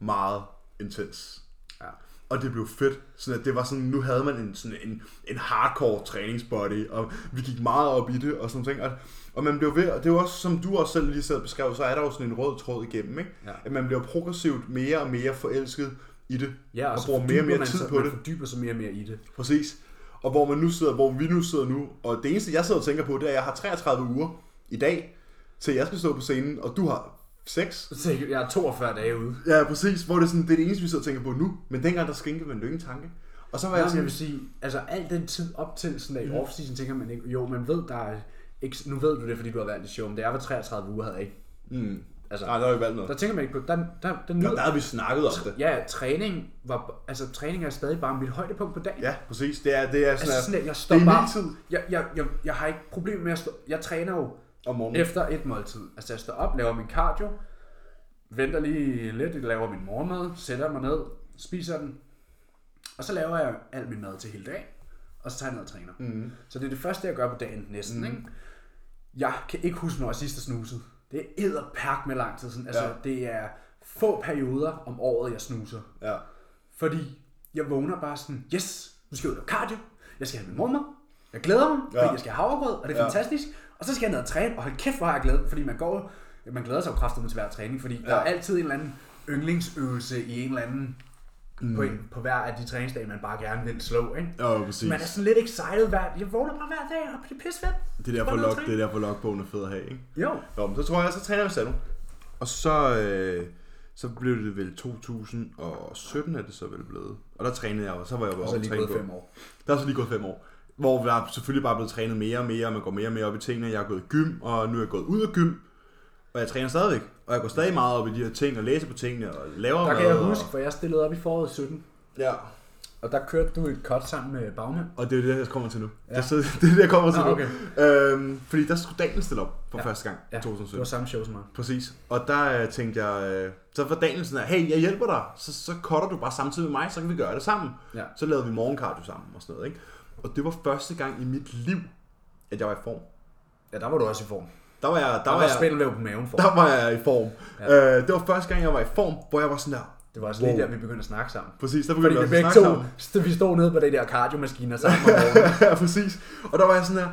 [SPEAKER 2] meget intens.
[SPEAKER 1] ja.
[SPEAKER 2] Og det blev fedt. Sådan at det var sådan, nu havde man en, sådan en, en hardcore træningsbody, og vi gik meget op i det og sådan ting. Og, og man blev ved, og det er jo også, som du også selv lige sad og beskrev, så er der jo sådan en rød tråd igennem, ikke?
[SPEAKER 1] Ja.
[SPEAKER 2] At man bliver progressivt mere og mere forelsket i det,
[SPEAKER 1] ja og,
[SPEAKER 2] og
[SPEAKER 1] så
[SPEAKER 2] bruger mere og mere
[SPEAKER 1] man
[SPEAKER 2] tid
[SPEAKER 1] sig,
[SPEAKER 2] på
[SPEAKER 1] man
[SPEAKER 2] det.
[SPEAKER 1] fordyber sig mere og mere i det.
[SPEAKER 2] Præcis. Og hvor man nu sidder, hvor vi nu sidder nu, og det eneste, jeg sidder og tænker på, det er, at jeg har 33 uger i dag, til jeg skal stå på scenen, og du har 6.
[SPEAKER 1] Så tænker jeg, jeg er 42 dage ude.
[SPEAKER 2] Ja, præcis, hvor det er, sådan, det er det eneste, vi sidder og tænker på nu, men dengang, der skænkede man jo ikke en tanke. Og så var jeg
[SPEAKER 1] Altså, jeg
[SPEAKER 2] sådan,
[SPEAKER 1] vil sige, altså al den tid op til sådan
[SPEAKER 2] Mhm.
[SPEAKER 1] der i off-season, tænker man ikke, jo, man ved, der er, ikke, nu ved du det, fordi du har valgt det show, men da jeg var 33 uger, havde jeg ikke.
[SPEAKER 2] mm,
[SPEAKER 1] Altså,
[SPEAKER 2] nej, der har jo ikke valgt noget.
[SPEAKER 1] der tænker man ikke på, der, der, der,
[SPEAKER 2] Nå,
[SPEAKER 1] nød,
[SPEAKER 2] der har vi snakket om det.
[SPEAKER 1] Ja, træning var, altså træning er stadig bare mit højdepunkt på dagen.
[SPEAKER 2] Ja, præcis, det er, det er sådan,
[SPEAKER 1] Altså sådan,
[SPEAKER 2] at,
[SPEAKER 1] at jeg
[SPEAKER 2] det
[SPEAKER 1] står
[SPEAKER 2] er
[SPEAKER 1] bare...
[SPEAKER 2] min tid
[SPEAKER 1] Jeg, jeg, jeg, jeg har ikke problem med at stå... Jeg træner jo
[SPEAKER 2] om morgenen.
[SPEAKER 1] efter et måltid. Altså jeg står op, laver min cardio, venter lige lidt, laver min morgenmad, sætter mig ned, spiser den, Og så laver jeg al min mad til hele dagen, og så tager jeg ned og træner.
[SPEAKER 2] Mhm.
[SPEAKER 1] Mm. Så det er det første, jeg gør på dagen næsten. Mm. Ikke? Jeg kan ikke huske, når jeg sidst har snuset. Det er edderperk med lang tid siden. Altså,
[SPEAKER 2] Ja.
[SPEAKER 1] ja. det er få perioder om året, jeg snuser.
[SPEAKER 2] Ja.
[SPEAKER 1] Fordi jeg vågner bare sådan, yes, nu skal jeg ud og lave cardio, jeg skal have min mormor, jeg glæder mig,
[SPEAKER 2] Ja.
[SPEAKER 1] ja. fordi jeg skal have havregrød, og det er
[SPEAKER 2] Ja.
[SPEAKER 1] ja. fantastisk. Og så skal jeg ned og træne, og hold kæft, hvor har jeg glædet, fordi man går, man glæder sig jo kraftigt til hver træning, fordi ja. der er altid en eller anden yndlingsøvelse i en eller anden, mm. på, en, på hver af de træningsdage, man bare gerne vil slå, ikke?
[SPEAKER 2] Ja, jo, præcis.
[SPEAKER 1] Man er sådan lidt excited hver, jeg vågner bare hver dag, og det er pisse fedt.
[SPEAKER 2] Det er derfor,
[SPEAKER 1] Bare ned og
[SPEAKER 2] log,
[SPEAKER 1] træne.
[SPEAKER 2] det er derfor logbogen er fed at have, ikke?
[SPEAKER 1] Jo,
[SPEAKER 2] Nå, men så tror jeg, så træner jeg med Sanu. Og så, øh, så blev det vel 2017, er det så vel blevet. Og der trænede jeg, og så var jeg jo
[SPEAKER 1] og så
[SPEAKER 2] oppe
[SPEAKER 1] lige
[SPEAKER 2] træne
[SPEAKER 1] gået
[SPEAKER 2] på.
[SPEAKER 1] fem år.
[SPEAKER 2] Der er så lige gået fem år. Hvor jeg er selvfølgelig bare blevet trænet mere og mere, og man går mere og mere op i tingene. Jeg er gået i gym, og nu er jeg gået ud af gym. Og jeg træner stadigvæk. Og jeg går stadig meget op i de her ting, og læser på tingene, og laver
[SPEAKER 1] Der kan
[SPEAKER 2] mad,
[SPEAKER 1] jeg huske,
[SPEAKER 2] Og,
[SPEAKER 1] for jeg stillede op i foråret 17,
[SPEAKER 2] ja.
[SPEAKER 1] og der kørte du et cut sammen med bagmand.
[SPEAKER 2] Og det er det, jeg kommer til nu. Ja.
[SPEAKER 1] Ja.
[SPEAKER 2] Det, er, så- det er det, jeg kommer til
[SPEAKER 1] Nå,
[SPEAKER 2] nu.
[SPEAKER 1] okay.
[SPEAKER 2] Øhm, fordi der skulle Daniel stille op for ja.
[SPEAKER 1] Ja.
[SPEAKER 2] første gang i
[SPEAKER 1] Ja, det
[SPEAKER 2] 2017.
[SPEAKER 1] var samme show som mig.
[SPEAKER 2] Præcis. Og der øh, tænkte jeg, øh, så var Daniel sådan her, hey, jeg hjælper dig, så, så cutter du bare samtidig med mig, så kan vi gøre det sammen.
[SPEAKER 1] Ja.
[SPEAKER 2] Så lavede vi morgenkardio sammen og sådan noget, ikke? Og det var første gang i mit liv, at jeg var i form.
[SPEAKER 1] Ja, der var du også i form.
[SPEAKER 2] Der var jeg, der,
[SPEAKER 1] Der
[SPEAKER 2] var
[SPEAKER 1] var
[SPEAKER 2] jeg,
[SPEAKER 1] spindelvæv på maven for.
[SPEAKER 2] der var jeg i form. Ja. Øh, det var første gang, jeg var i form, hvor jeg var sådan der,
[SPEAKER 1] Det var også lige
[SPEAKER 2] Wow.
[SPEAKER 1] der, vi begyndte at snakke sammen.
[SPEAKER 2] præcis, der
[SPEAKER 1] Fordi
[SPEAKER 2] begyndte
[SPEAKER 1] vi
[SPEAKER 2] jeg også
[SPEAKER 1] begge
[SPEAKER 2] at
[SPEAKER 1] to,
[SPEAKER 2] snakke sammen.
[SPEAKER 1] st- vi stod nede på det der kardiomaskiner sammen om morgenen.
[SPEAKER 2] ja, præcis. Og der var jeg sådan her,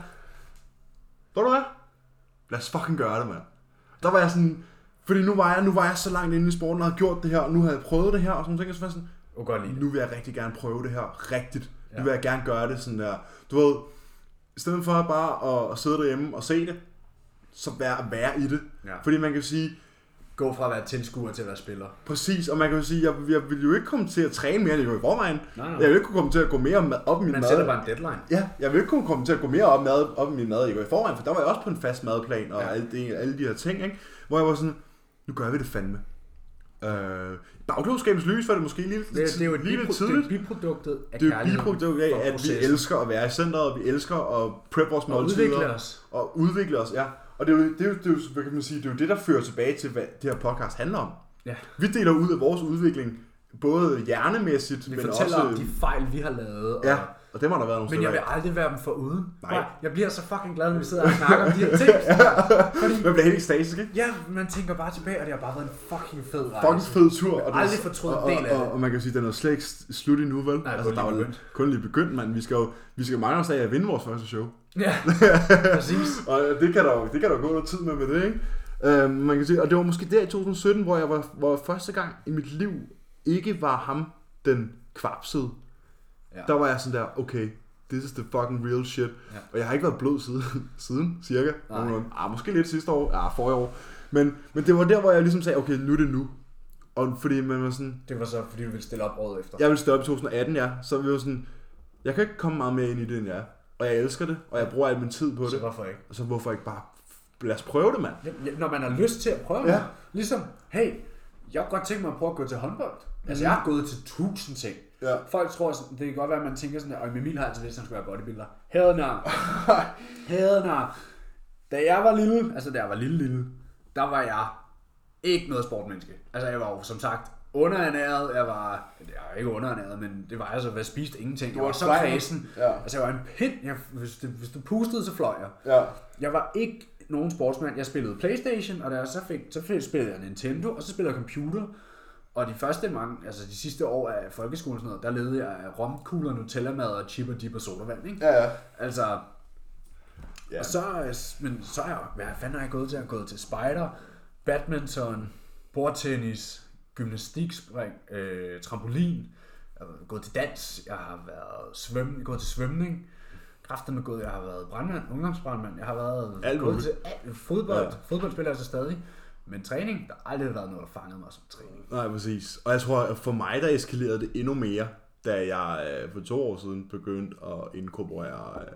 [SPEAKER 2] ved du hvad? Lad os fucking gøre det, mand. Der var jeg sådan, fordi nu var jeg, nu var jeg så langt inde i sporten, og havde gjort det her, og nu havde jeg prøvet det her, og sådan nogle ting, og så var jeg sådan,
[SPEAKER 1] Og godt lide det.
[SPEAKER 2] nu vil jeg rigtig gerne prøve det her rigtigt. Ja. Nu
[SPEAKER 1] Ja.
[SPEAKER 2] vil jeg gerne gøre det sådan der. Du ved, i stedet for bare at, at sidde derhjemme og se det, så være, være i det.
[SPEAKER 1] Ja.
[SPEAKER 2] Fordi man kan jo sige,
[SPEAKER 1] Gå fra at være tilskuer til at være spiller.
[SPEAKER 2] præcis, og man kan jo sige, jeg, jeg vil jo ikke komme til at træne mere, end jeg gjorde i forvejen.
[SPEAKER 1] Nej, nej.
[SPEAKER 2] Jeg vil ikke kunne komme til at gå mere mad- op i min
[SPEAKER 1] Man
[SPEAKER 2] mad.
[SPEAKER 1] sætter bare en deadline.
[SPEAKER 2] Ja, jeg vil ikke kunne komme til at gå mere op, mad, op i min mad, end jeg gjorde i forvejen, for der var jeg også på en fast madplan og ja.
[SPEAKER 1] Ja.
[SPEAKER 2] alle, de, alle de her ting, ikke? hvor jeg var sådan, nu gør vi det fandme. Øh, i bagklogskabens lys var det måske lige,
[SPEAKER 1] Det, det er jo et
[SPEAKER 2] lige lidt
[SPEAKER 1] biprodukt,
[SPEAKER 2] tidligt.
[SPEAKER 1] det er biproduktet af
[SPEAKER 2] Det er jo
[SPEAKER 1] kærligheden
[SPEAKER 2] biprodukt af,
[SPEAKER 1] for
[SPEAKER 2] at vi
[SPEAKER 1] processen.
[SPEAKER 2] elsker at være i centret, og vi elsker at prep vores
[SPEAKER 1] og
[SPEAKER 2] måltider.
[SPEAKER 1] udvikle os.
[SPEAKER 2] Og udvikle os, ja. Og det er jo det, er jo, det, er jo, hvad kan man sige, det, er jo det der fører tilbage til, hvad det her podcast handler om.
[SPEAKER 1] Ja.
[SPEAKER 2] Vi deler ud af vores udvikling, både hjernemæssigt,
[SPEAKER 1] Vi
[SPEAKER 2] men
[SPEAKER 1] fortæller
[SPEAKER 2] også...
[SPEAKER 1] om de fejl, vi har lavet. Og
[SPEAKER 2] Ja, og dem har der været nogle
[SPEAKER 1] Men jeg
[SPEAKER 2] steder.
[SPEAKER 1] vil
[SPEAKER 2] af.
[SPEAKER 1] aldrig være dem for uden.
[SPEAKER 2] Nej.
[SPEAKER 1] Jeg bliver så fucking glad, når vi sidder og snakker om de her ting. Fordi,
[SPEAKER 2] Man bliver helt ekstatisk, ikke?
[SPEAKER 1] ja, man tænker bare tilbage, og det har bare været en fucking fed rejse.
[SPEAKER 2] Fucking fed tur. Og
[SPEAKER 1] Jeg har aldrig fortrudt
[SPEAKER 2] og,
[SPEAKER 1] en del af
[SPEAKER 2] og, og,
[SPEAKER 1] det.
[SPEAKER 2] og, man kan sige, den er slet ikke slut endnu, vel? Altså,
[SPEAKER 1] Nej, kun lige
[SPEAKER 2] der er jo
[SPEAKER 1] begyndt.
[SPEAKER 2] kun lige begyndt, mand. Vi skal jo vi skal jo mange af at vinde vores første show.
[SPEAKER 1] Ja, præcis.
[SPEAKER 2] Og øh, det kan der jo, det kan der jo gå noget tid med med det, ikke? Øh, man kan sige, og det var måske der i 2017, hvor jeg var, hvor jeg første gang i mit liv ikke var ham, den kvapsede. Ja.
[SPEAKER 1] Ja.
[SPEAKER 2] Der var jeg sådan der, okay, this is the fucking real shit. Ja.
[SPEAKER 1] Ja.
[SPEAKER 2] Og jeg har ikke været blød siden, siden cirka.
[SPEAKER 1] Nej.
[SPEAKER 2] Nogenlunde. Ah, måske lidt sidste år, ja, ah, forrige år. Men, men det var der, hvor jeg ligesom sagde, okay, nu er det nu. Og fordi man var sådan,
[SPEAKER 1] Det var så, fordi du ville stille op året efter.
[SPEAKER 2] jeg ville stille op i 2018, ja. Så vi var sådan, jeg kan ikke komme meget mere ind i det, end jeg er. Og jeg elsker det, og jeg bruger al min tid på
[SPEAKER 1] Så
[SPEAKER 2] det.
[SPEAKER 1] hvorfor ikke?
[SPEAKER 2] Så hvorfor ikke bare, lad os prøve det, mand.
[SPEAKER 1] Ja, ja, Når man har lyst til at prøve
[SPEAKER 2] Ja.
[SPEAKER 1] ja. det. Ligesom, hey, jeg kunne godt tænke mig at prøve at gå til håndbold. Altså, jeg har gået til tusind ting.
[SPEAKER 2] Mm. Ja.
[SPEAKER 1] Folk tror, sådan, det kan godt være, at man tænker sådan, at Emil har altid vidst, at han skulle være bodybuilder. Hædner. Hædner. Da jeg var lille, altså da jeg var lille, lille, der var jeg ikke noget sportmenneske. Altså, jeg var jo som sagt underernæret, jeg var, jeg var ikke underernæret, men det var altså, jeg spiste ingenting. Jeg
[SPEAKER 2] var
[SPEAKER 1] var så
[SPEAKER 2] klein.
[SPEAKER 1] kredsen.
[SPEAKER 2] Ja.
[SPEAKER 1] Altså, jeg var en pind. Jeg, hvis, det, hvis du pustede, så fløj jeg.
[SPEAKER 2] Ja.
[SPEAKER 1] Jeg var ikke nogen sportsmand. Jeg spillede Playstation, og da jeg så, fik, så fik- spillede jeg Nintendo, og så spillede jeg computer. Og de første mange, altså de sidste år af folkeskolen og sådan noget, der levede jeg af romkugler, Nutella-mad og chip og dip og sodavand, ikke?
[SPEAKER 2] Ja, ja.
[SPEAKER 1] Altså,
[SPEAKER 2] Ja.
[SPEAKER 1] og så, øh, s- men så er jeg, hvad fanden har jeg gået til? Jeg har gået til spider, badminton, bordtennis, gymnastikspring, øh, trampolin, jeg har gået til dans, jeg har været svøm, gået til svømning, kræfter med gået, jeg har været brandmand, ungdomsbrandmand, jeg har været
[SPEAKER 2] Alt
[SPEAKER 1] gået
[SPEAKER 2] muligt.
[SPEAKER 1] til alt, fodbold,
[SPEAKER 2] Ja.
[SPEAKER 1] ja. fodbold spiller jeg så stadig, men træning, der har aldrig været noget, der fangede mig som træning.
[SPEAKER 2] Nej, præcis. Og jeg tror, at for mig, der eskalerede det endnu mere, da jeg øh, for to år siden begyndte at inkorporere øh,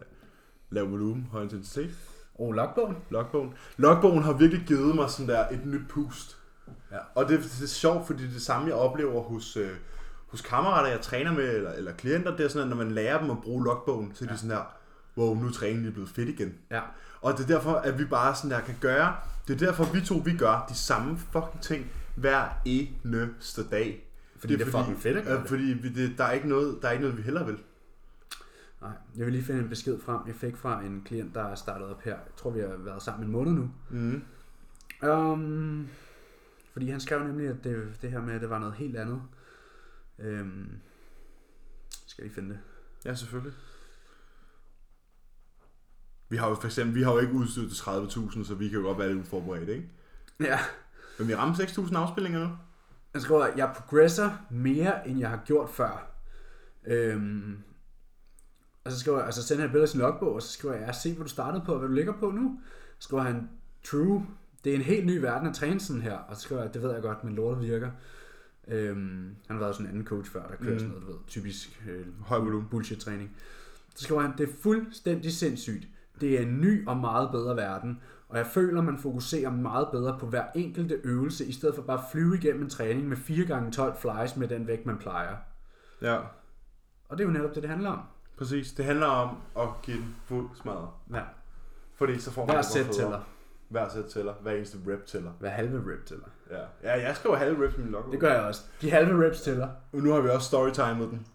[SPEAKER 2] lav volumen, høj intensitet,
[SPEAKER 1] Og logbogen,
[SPEAKER 2] logbogen. Logbogen har virkelig givet mig sådan der et nyt pust.
[SPEAKER 1] Ja.
[SPEAKER 2] Og det, det er sjovt, fordi det er det samme, jeg oplever hos, øh, hos kammerater, jeg træner med, eller, eller klienter, det er sådan, at når man lærer dem at bruge logbogen, så er de sådan der, wow, nu er træningen lige blevet fedt igen.
[SPEAKER 1] ja,
[SPEAKER 2] Og det er derfor, at vi bare sådan der kan gøre, det er derfor, vi to, vi gør de samme fucking ting hver eneste dag.
[SPEAKER 1] Fordi det er, fucking fedt, ikke?
[SPEAKER 2] Ja, fordi vi, det, der, er ikke noget, der er ikke noget, vi heller vil.
[SPEAKER 1] Nej, jeg vil lige finde en besked frem, jeg fik fra en klient, der er startet op her. Jeg tror, vi har været sammen en måned nu.
[SPEAKER 2] Mm.
[SPEAKER 1] Um, fordi han skrev nemlig, at det, det her med, at det var noget helt andet. Um, skal jeg lige finde det?
[SPEAKER 2] Ja, selvfølgelig. Vi har jo for eksempel, vi har jo ikke udstyret til 30.000, så vi kan jo godt være lidt uforberedte, ikke?
[SPEAKER 1] Ja,
[SPEAKER 2] Men vi rammer 6.000 afspilninger nu.
[SPEAKER 1] han skriver, at jeg progresser mere, end jeg har gjort før. Um, og så skriver jeg, altså sender han et billede af sin logbog, og så skriver jeg, se hvor du startede på, og hvad du ligger på nu. Så skriver han, true, det er en helt ny verden at træne sådan her. Og så skriver jeg, det ved jeg godt, men lortet virker. Øhm, han har været sådan en anden coach før, der kører mm. sådan noget, du ved, typisk øh,
[SPEAKER 2] Høj volumen.
[SPEAKER 1] bullshit træning. Så skriver han, det er fuldstændig sindssygt. Det er en ny og meget bedre verden, og jeg føler, man fokuserer meget bedre på hver enkelte øvelse, i stedet for bare at flyve igennem en træning med 4x12 flies med den vægt, man plejer.
[SPEAKER 2] Ja,
[SPEAKER 1] Og det er jo netop det, det handler om.
[SPEAKER 2] præcis. Det handler om at give den fuld smadret.
[SPEAKER 1] Ja.
[SPEAKER 2] Fordi så får man
[SPEAKER 1] Hver
[SPEAKER 2] det bare
[SPEAKER 1] sæt
[SPEAKER 2] federe.
[SPEAKER 1] tæller.
[SPEAKER 2] Hver sæt tæller. Hver eneste rep tæller.
[SPEAKER 1] Hver halve rep tæller.
[SPEAKER 2] Ja, ja jeg skriver halve reps i min logbog.
[SPEAKER 1] Det gør jeg også. De halve reps tæller.
[SPEAKER 2] Og nu har vi også storytimet den.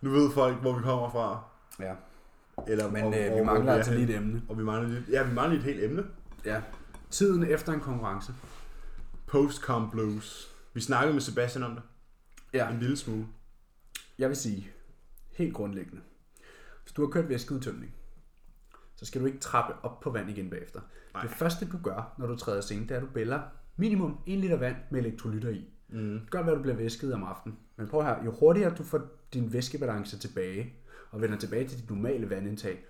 [SPEAKER 2] Nu ved folk, hvor vi kommer fra.
[SPEAKER 1] Ja.
[SPEAKER 2] Eller
[SPEAKER 1] Men
[SPEAKER 2] hvor-
[SPEAKER 1] øh,
[SPEAKER 2] hvor-
[SPEAKER 1] vi
[SPEAKER 2] hvor
[SPEAKER 1] mangler
[SPEAKER 2] er
[SPEAKER 1] altså
[SPEAKER 2] henne.
[SPEAKER 1] lige et emne.
[SPEAKER 2] Og vi mangler lige, ja, vi mangler lige et helt emne.
[SPEAKER 1] Ja. Tiden efter en konkurrence.
[SPEAKER 2] Postcom blues. Vi snakkede med Sebastian om det.
[SPEAKER 1] Ja.
[SPEAKER 2] En lille smule.
[SPEAKER 1] Jeg vil sige, helt grundlæggende, hvis du har kørt væskeudtømning, så skal du ikke trappe op på vand igen bagefter. Nej. Det første, du gør, når du træder scenen, det er, at du bæller minimum 1 liter vand med elektrolytter i. Mm. Gør, hvad du bliver væsket om aftenen. Men prøv her, jo hurtigere du får din væskebalance tilbage, og vender tilbage til dit normale vandindtag,